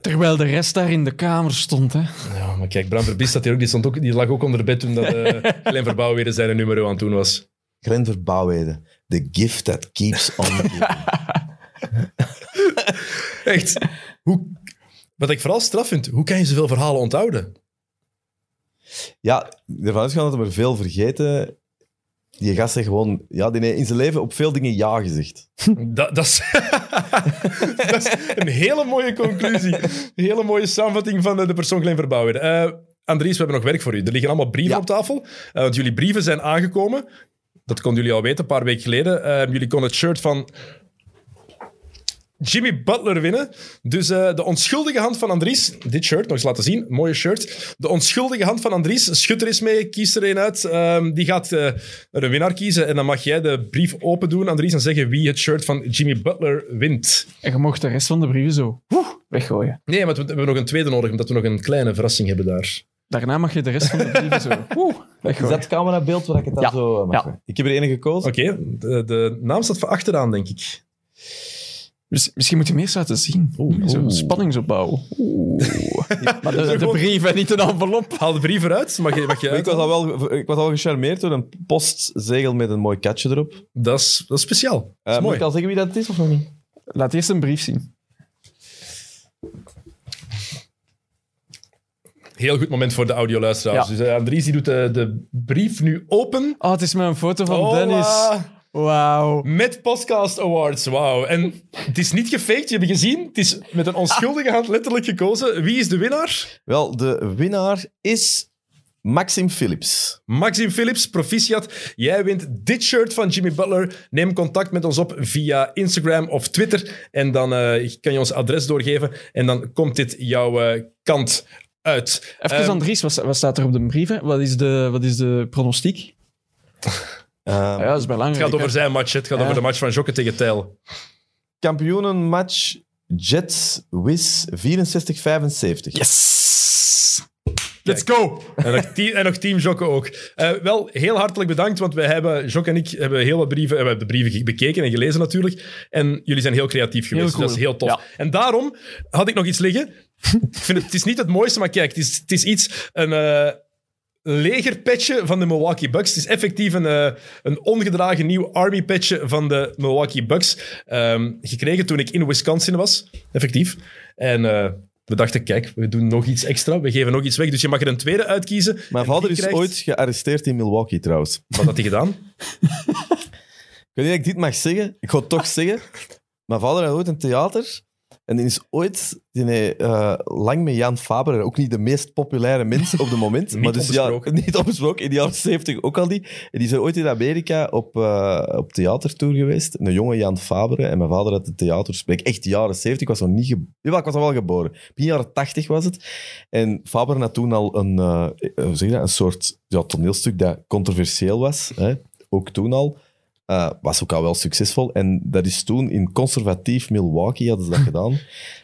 Terwijl de rest daar in de kamer stond, hè. Ja, maar kijk, Bram Verbiest had hier ook, die, stond ook, die lag ook onder de bed toen dat [laughs] eh Glenn Verbouwen weer zijn numero aan het doen was. Glenn Verbouwheden. The gift that keeps [laughs] on giving. Echt. Hoe, wat ik vooral straf vind, hoe kan je zoveel verhalen onthouden? ja, ervan uitgaan dat we er veel vergeten... Die gast heeft gewoon... Ja, die heeft in zijn leven op veel dingen ja gezegd. Dat, dat, is, [laughs] dat is een hele mooie conclusie. Een hele mooie samenvatting van eh, de persoon Glenn Verbouwen. Eh, Andries, we hebben nog werk voor u. Er liggen allemaal brieven Ja. op tafel. Eh, want jullie brieven zijn aangekomen. Dat konden jullie al weten, een paar weken geleden. Eh, jullie konden het shirt van Jimmy Butler winnen. Dus eh, de onschuldige hand van Andries. Dit shirt, nog eens laten zien. Mooie shirt. De onschuldige hand van Andries. Schud er eens mee. Kies er een uit. Ehm, die gaat eh, een winnaar kiezen. En dan mag jij de brief open doen, Andries. En zeggen wie het shirt van Jimmy Butler wint. En je mocht de rest van de brieven zo woeh, weggooien. Nee, want we hebben nog een tweede nodig. Omdat we nog een kleine verrassing hebben daar. Daarna mag je de rest van de brieven [laughs] zo woeh, Is weggooien. dat het camerabeeld waar ik het dan Ja. zo eh, mag Ja. doen? Ik heb er ene gekozen. Oké, de, de naam staat van achteraan, denk ik. Eh, Miss- Misschien moet je hem eerst laten zien. Zo, spanning opbouwen. Maar de, de brief en niet een envelop. Haal de brief eruit. Mag je, [laughs] mag je Maar Ik uit- was, al wel, ik was al gecharmeerd door een postzegel met een mooi katje erop. Eh, dat, is, dat is speciaal. Dat is moet mooi. ik al zeggen wie dat is of nog niet? Laat eerst een brief zien. Heel goed moment voor de audioluisteraars. Ja. Dus eh, Andries die doet de, de brief nu open. Oh, het is met een foto van Hola. Dennis. Wauw. Met Podcast Awards, wauw. En het is niet gefaked, je hebt gezien. Het is met een onschuldige hand letterlijk gekozen. Wie is de winnaar? Wel, de winnaar is Maxim Philips. Maxim Philips, proficiat. Jij wint dit shirt van Jimmy Butler. Neem contact met ons op via Instagram of Twitter. En dan eh, kan je ons adres doorgeven. En dan komt dit jouw eh, kant uit. Even, Ehm, Andries, wat, sta- wat staat er op de brieven? Wat is de, wat is de [laughs] pronostiek? Eh, Ah ja, dat is belangrijk. Ehm, het gaat over hè. zijn match. hè. Het gaat Ja. over de match van Jokke tegen Tijl. Kampioenenmatch Jets Wiz 64-75. Yes! Let's go! En nog, team, en nog team Jokke ook. Eh, wel, heel hartelijk bedankt, want wij hebben, Jokke en ik hebben heel wat brieven, eh, we hebben de brieven ge- bekeken en gelezen natuurlijk. En jullie zijn heel creatief geweest, cool. dus dat is heel tof. Ja. En daarom had ik nog iets liggen. ik vind het, het is niet het mooiste, maar kijk, het is, het is iets, een eh legerpetje van de Milwaukee Bucks. Het is effectief een, eh, een ongedragen nieuw Army-petje van de Milwaukee Bucks. Ehm, gekregen toen ik in Wisconsin was, effectief. En... eh, we dachten, kijk, we doen nog iets extra. We geven nog iets weg. Dus je mag er een tweede uitkiezen. Mijn En vader die is krijgt- ooit gearresteerd in Milwaukee trouwens. Wat had hij gedaan? Ik weet niet of ik dit mag zeggen. Ik ga het [laughs] toch zeggen. Mijn vader had ooit een theater. En die is ooit die, nee, eh, lang met Jan Faber, ook niet de meest populaire mens [laughs] op het moment. Niet maar dus ja, onbesproken. [laughs] niet opgesproken. In de jaren 70 ook al die. En die is er ooit in Amerika op, eh, op theatertour geweest. Een jonge Jan Faber. En mijn vader had een theaterspreek. Echt jaren 70. Ik was nog niet geboren. ik was nog wel geboren. Begin jaren 80 was het. En Faber had toen al een, eh, eh, hoe zeg je dat, een soort ja, toneelstuk dat controversieel was. Hè? Ook toen al. Eh, was ook al wel succesvol. En dat is toen in conservatief Milwaukee, [laughs] hadden ze dat gedaan,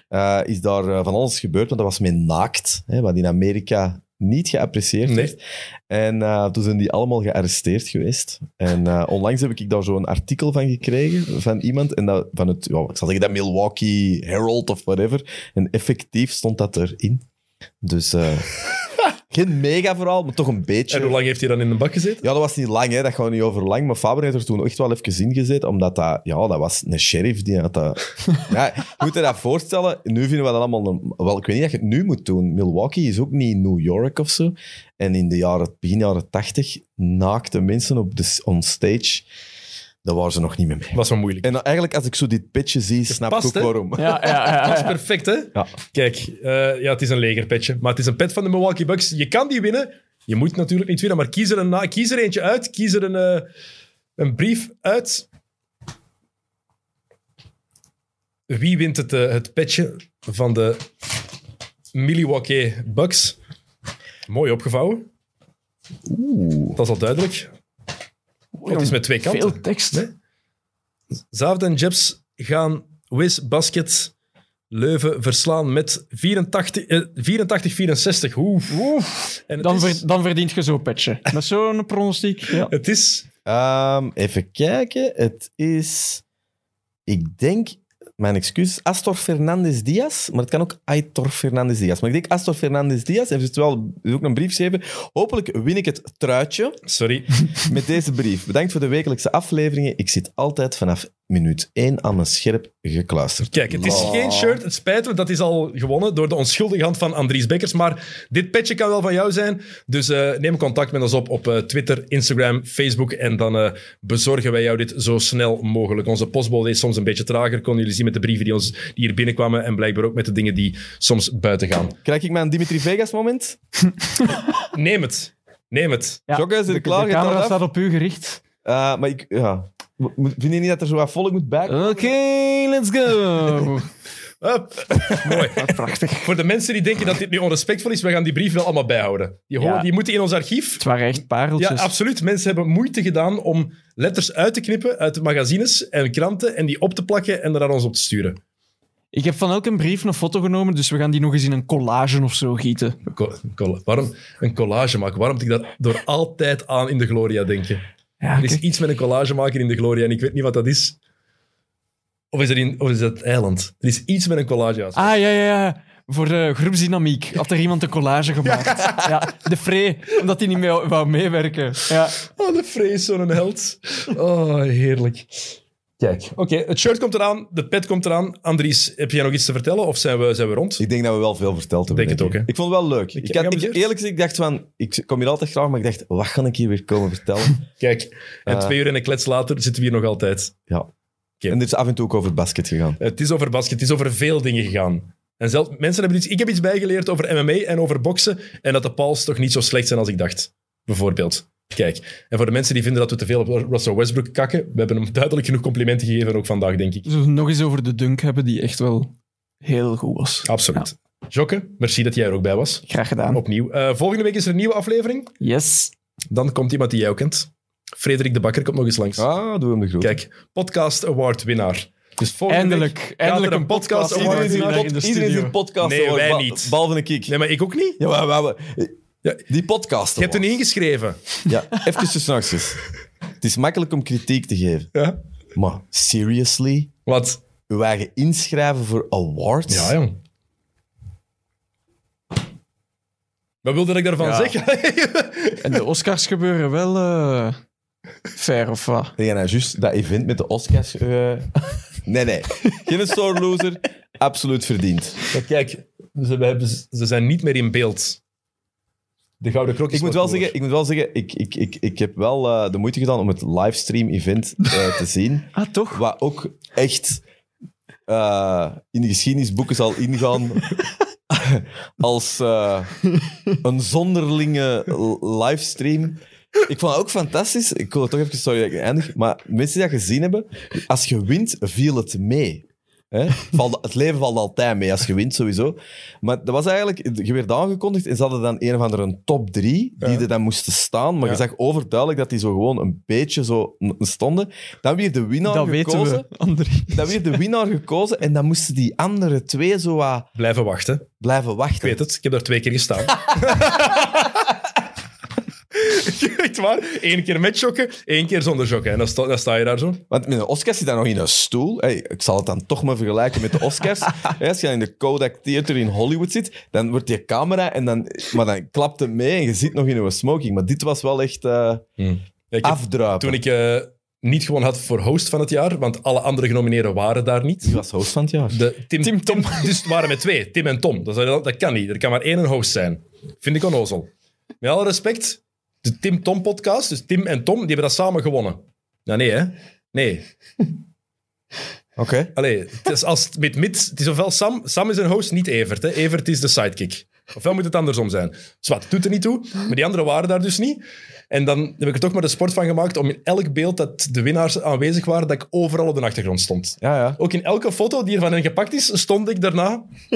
eh, is daar eh, van alles gebeurd. Want dat was met naakt, hè, wat in Amerika niet geapprecieerd Nee. werd. En eh, toen zijn die allemaal gearresteerd geweest. En eh, onlangs heb ik daar zo'n artikel van gekregen van iemand. En dat, van het, ja, ik zal zeggen dat Milwaukee Herald of whatever. En effectief stond dat erin. [laughs] Dus eh, geen mega verhaal, maar toch een beetje. En hoe lang heeft hij dan in de bak gezeten? Ja, dat was niet lang, hè. dat gaat niet over lang. Maar Faber heeft er toen echt wel even in gezeten, omdat dat, ja, dat was een sheriff die [laughs] had dat. ja, je moet je dat voorstellen. Nu vinden we dat allemaal. norm- Wel, ik weet niet dat je het nu moet doen. Milwaukee is ook niet New York of zo. En in de jaren, begin jaren tachtig naakte mensen op de s- on stage. Daar waren ze nog niet meer mee. was wel moeilijk. En dan eigenlijk, als ik zo dit pitje zie, snap past, ik hè? ook waarom. Ja, ja, ja, ja, Dat is ja. perfect, hè? Ja. Kijk, eh, ja, het is een legerpetje. Maar het is een pet van de Milwaukee Bucks. Je kan die winnen. Je moet natuurlijk niet winnen, maar kies er, een na- kies er eentje uit. Kies er een, eh, een brief uit. Wie wint het, eh, het petje van de Milwaukee Bucks? Mooi opgevouwen. Dat is al duidelijk. Oh, het is met twee kanten. Veel tekst. Nee. Zavid en Jeps gaan Wiz Basket Leuven verslaan met 84, eh, 84-64. Oeh. En het, Dan, is, ver- dan verdient je zo'n petje. Met zo'n pronostiek. Ja. het is Ehm, even kijken. Het is, ik denk, mijn excuus, Astor Fernandez Diaz. Maar het kan ook Aitor Fernandez Diaz. Maar ik denk Astor Fernandez Diaz heeft het wel heeft ook een brief geschreven. Hopelijk win ik het truitje Sorry. met deze brief. Bedankt voor de wekelijkse afleveringen. Ik zit altijd vanaf minuut 1 aan mijn scherp gekluisterd. Kijk, het is Lol. geen shirt. Het spijt me, dat is al gewonnen door de onschuldige hand van Andries Bekkers. Maar dit petje kan wel van jou zijn. Dus eh, neem contact met ons op op eh, Twitter, Instagram, Facebook. En dan eh, bezorgen wij jou dit zo snel mogelijk. Onze postbode is soms een beetje trager. Konden jullie zien met de brieven die, ons, die hier binnenkwamen. En blijkbaar ook met de dingen die soms buiten gaan. Krijg ik mijn Dimitri Vegas moment? Neem het. Neem het. Ja. Joggen, is er de, klaar? de Je telt camera af? staat op u gericht. Eh, maar ik, ja. Mo- Vind je niet dat er zo wat volk moet bij? Oké, let's go. [laughs] Hup. Mooi. Prachtig. Voor de mensen die denken dat dit nu onrespectvol is, we gaan die brief wel allemaal bijhouden. Die, horen, Ja. die moeten in ons archief. Het waren echt pareltjes. Ja, absoluut. Mensen hebben moeite gedaan om letters uit te knippen uit de magazines en kranten en die op te plakken en er aan ons op te sturen. Ik heb van elke brief een foto genomen, dus we gaan die nog eens in een collage of zo gieten. Co- col- waarom een collage maken? Waarom moet ik dat door altijd aan in de Gloria denken? Ja, Er is iets met een collage maken in de Gloria en ik weet niet wat dat is. Of is dat, in, of is dat het eiland? Er is iets met een collage. ja. Ah, ja, ja, ja. Voor de groepsdynamiek had er iemand een collage gemaakt. Ja. de Free, omdat hij niet mee wou meewerken. Ja. Oh, de vrees, zo'n held. Oh, heerlijk. Kijk, oké, het shirt komt eraan, de pet komt eraan. Andries, heb jij nog iets te vertellen of zijn we, zijn we rond? Ik denk dat we wel veel verteld hebben. Denk het ook, hè? ik. Ik vond het wel leuk. Ik- Ik, ik had, heb ik, het- eerlijk gezegd, ik dacht van, ik kom hier altijd graag, maar ik dacht, wat ga ik hier weer komen [laughs] vertellen? Kijk, en Eh. twee uur en een klets later zitten we hier nog altijd. ja. En er is af en toe ook over het basket gegaan. Het is over basket, het is over veel dingen gegaan. En zelfs mensen hebben iets... Ik heb iets bijgeleerd over MMA en over boksen. En dat de pals toch niet zo slecht zijn als ik dacht. Bijvoorbeeld. Kijk. En voor de mensen die vinden dat we te veel op Russell Westbrook kakken. We hebben hem duidelijk genoeg complimenten gegeven, ook vandaag, denk ik. Dus nog eens over de dunk hebben, die echt wel heel goed was. Absoluut. Jokke, merci dat jij er ook bij was. Graag gedaan. Opnieuw. Eh, volgende week is er een nieuwe aflevering. Yes. Dan komt iemand die jij ook kent. Frederik de Bakker komt nog eens langs. Ah, doe hem de groet. Kijk, podcast award winnaar. Dus volgende Eindelijk. week gaat Eindelijk er een award podcast Iedereen award is winnaar. winnaar. in in de de Iedereen is studio. in podcast. Nee, hoor, wij ba- niet. Behalve ik. Nee, maar ik ook niet. Ja, maar, maar, maar- Ja. Die podcast. Je hebt er award. niet ingeschreven. Ja, even tussen haakjes. Het is makkelijk om kritiek te geven. Ja. Maar seriously? Wat? Uw eigen inschrijven voor awards? Ja, jong. Wat wilde ik daarvan Ja. [laughs] zeggen? En de Oscars gebeuren wel eh, fair of wat? Nee, nou, juist dat event met de Oscars. eh, [laughs] nee, nee. Geen store loser. Absoluut verdiend. Maar kijk, ze, we hebben- ze zijn niet meer in beeld. De Gouden Krok is Ik moet wat wel hoger. zeggen, ik, moet wel zeggen, ik, ik, ik, ik heb wel eh, de moeite gedaan om het livestream-event eh, te zien. Ah, toch? Wat ook echt eh, in de geschiedenisboeken zal ingaan als eh, een zonderlinge l- livestream. Ik vond het ook fantastisch. Ik wil het toch even, sorry dat ik eindig. Maar mensen die dat gezien hebben, als je wint, viel het mee. Hè? Valt- het leven valt altijd mee als je wint, sowieso. Maar dat was eigenlijk, je werd aangekondigd en ze hadden dan een of andere top drie die Ja. er dan moesten staan. Maar Ja. je zag overduidelijk dat die zo gewoon een beetje zo n- stonden. Dan weer de winnaar Dat weten gekozen. we, André. Dan weer de winnaar gekozen en dan moesten die andere twee zo wat Blijven wachten. blijven wachten. Ik weet het, ik heb daar twee keer gestaan. [laughs] Echt waar? Eén keer met jokken, één keer zonder jokken. En dan sta, dan sta je daar zo. Want met de Oscars zit daar nog in een stoel. Hey, ik zal het dan toch maar vergelijken met de Oscars. Hey, als je in de Kodak Theater in Hollywood zit, dan wordt die camera en dan, maar dan klapt het mee en je zit nog in een smoking. Maar dit was wel echt eh Hmm. Ja, ik heb- afdruipen. toen ik eh, niet gewoon had voor host van het jaar, want alle andere genomineerden waren daar niet. Die was host van het jaar. De, Tim, Tim, Tom. [laughs] dus het waren met twee, Tim en Tom. Dat, dat, dat kan niet, er kan maar één een host zijn. Vind ik onnozel. Met alle respect, de Tim-Tom-podcast, dus Tim en Tom, die hebben dat samen gewonnen. Nou, nee, hè? Nee, Oké. Allee, het is als het met mits, het is ofwel Sam, Sam is een host, niet Evert. Hè. Evert is de sidekick. Ofwel moet het andersom zijn. Zwat, het doet er niet toe. Maar die anderen waren daar dus niet. En dan heb ik er toch maar de sport van gemaakt om in elk beeld dat de winnaars aanwezig waren, dat ik overal op de achtergrond stond. Ja, ja. Ook in elke foto die er van hen gepakt is, stond ik daarna [laughs]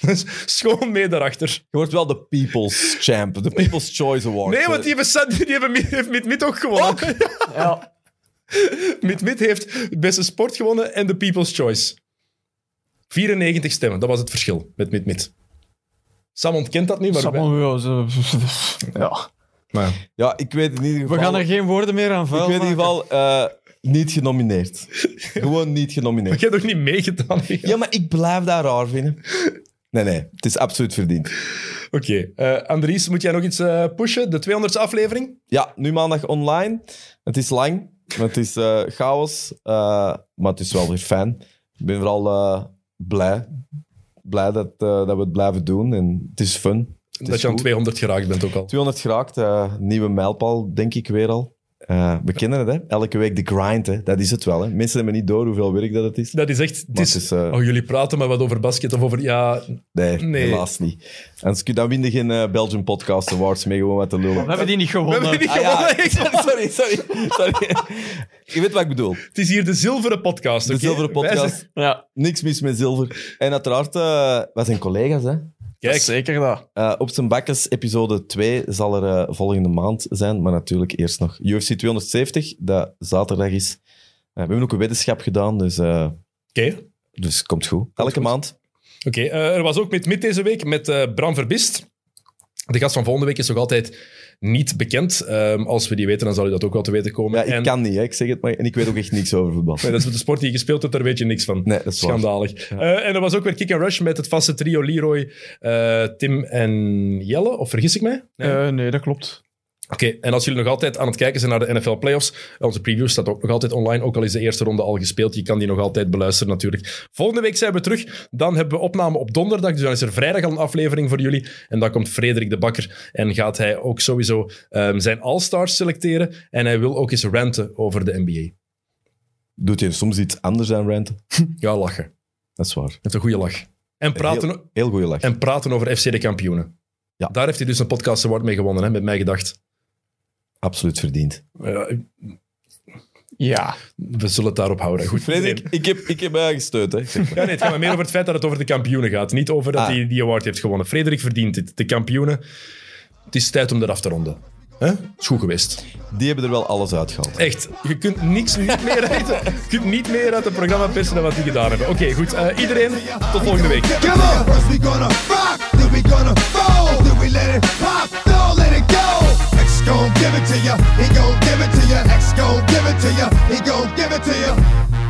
Dus schoon mee daarachter. Je wordt wel de People's Champ, de People's Choice Award. Nee, want die hebben, Sa- die hebben Mi- heeft Mit Mit ook [laughs] Oh, gewonnen. Ja. Mit Mit heeft beste sport gewonnen en de People's Choice. 94 stemmen, dat was het verschil met Mit Mit. Sam ontkent dat nu, maar... wij- Samuel, ze- ja. Maar ja. Ja, ik weet in ieder We geval... gaan er geen woorden meer aan Ik vuil weet in ieder maken. geval eh, niet genomineerd. Gewoon niet Maar genomineerd. jij hebt ook niet meegedaan. Micha. Ja, maar ik blijf daar raar vinden. Nee, nee, het is absoluut [laughs] verdiend. Oké. eh, Andries, moet jij nog iets eh, pushen? De 200ste aflevering? Ja, nu maandag online. Het is lang, het is eh, chaos, eh, maar het is wel weer fijn. Ik ben vooral eh, blij. Blij dat, eh, dat we het blijven doen en het is fun. Het is Dat je aan goed. 200 geraakt bent ook al. 200 geraakt, eh, nieuwe mijlpaal, denk ik weer al. Eh, we kennen het, hè? elke week de grind, hè? dat is het wel. Hè? Mensen hebben niet door hoeveel werk dat het is. Dat is echt... Het Maar is, het is, eh, Oh, jullie praten maar wat over basket of over... Ja, Nee, Nee. helaas niet. Anders kun- dan win je geen eh, Belgian Podcast Awards mee, gewoon wat te lullen. We hebben die niet gewonnen. hebben die niet- Ah, ja. gewonnen. [laughs] Sorry, sorry, [laughs] sorry. Je weet wat ik bedoel. het is hier de zilveren podcast. De oké? zilveren Wij zijn- podcast. Ja, Niks mis met zilver. En uiteraard, eh wij zijn collega's. Hè? dat is Kijk, zeker dat. Eh, op zijn bakkes, episode 2 zal er eh, volgende maand zijn. Maar natuurlijk eerst nog UFC 270, dat zaterdag is. Eh, we hebben ook een wetenschap gedaan, dus, eh, oké. dus komt goed. Elke goed. maand. Oké, eh, er was ook met mid deze week met eh, Bram Verbist. De gast van volgende week is nog altijd niet bekend. Ehm, als we die weten, dan zal u dat ook wel te weten komen. Ja, ik en, kan niet, hè. ik zeg het maar. En ik weet ook echt niks over voetbal. Nee, [laughs] dat is de sport die je gespeeld hebt, daar weet je niks van. Nee, dat is waar. Schandalig. Eh, en er was ook weer Kick and Rush met het vaste trio Leroy, eh, Tim en Jelle. Of vergis ik mij? Nee. Eh, nee, dat klopt. Oké, en als jullie nog altijd aan het kijken zijn naar de NFL Playoffs, onze preview staat ook nog altijd online, ook al is de eerste ronde al gespeeld. Je kan die nog altijd beluisteren natuurlijk. Volgende week zijn we terug, dan hebben we opname op donderdag, dus dan is er vrijdag al een aflevering voor jullie. En dan komt Frederik de Bakker en gaat hij ook sowieso ehm, zijn All-Stars selecteren. En hij wil ook eens ranten over de NBA. Doet je soms iets anders aan ranten? Ja, lachen. Dat is waar. Met een goede lach. En praten, Heel, heel goede lach. en praten over FC de kampioenen. Ja. Daar heeft hij dus een podcast award mee gewonnen, hè, met mij gedacht. Absoluut verdiend. Ja, Ja. we zullen het daarop houden. Goed. Frederik, Nee. ik heb, ik heb mij gesteund. Hè. Ik zeg maar. Ja, nee, het gaat me meer over het feit dat het over de kampioenen gaat. Niet over dat Ah. hij die award heeft gewonnen. Frederik verdient dit. De kampioenen. Het is tijd om dat af te ronden. Hè? Is goed geweest. Die hebben er wel alles uitgehaald. Echt, je kunt niks niet meer uit, je kunt niet meer uit het programma persen dan wat die gedaan hebben. Oké, goed. Eh, iedereen, tot volgende week. Come on. First we gonna rock, then we gonna roll, then we let it pop, don't let it go. X gon' give it to ya, he gon' give it to ya. X gon' give it to ya, he gon' give it to ya.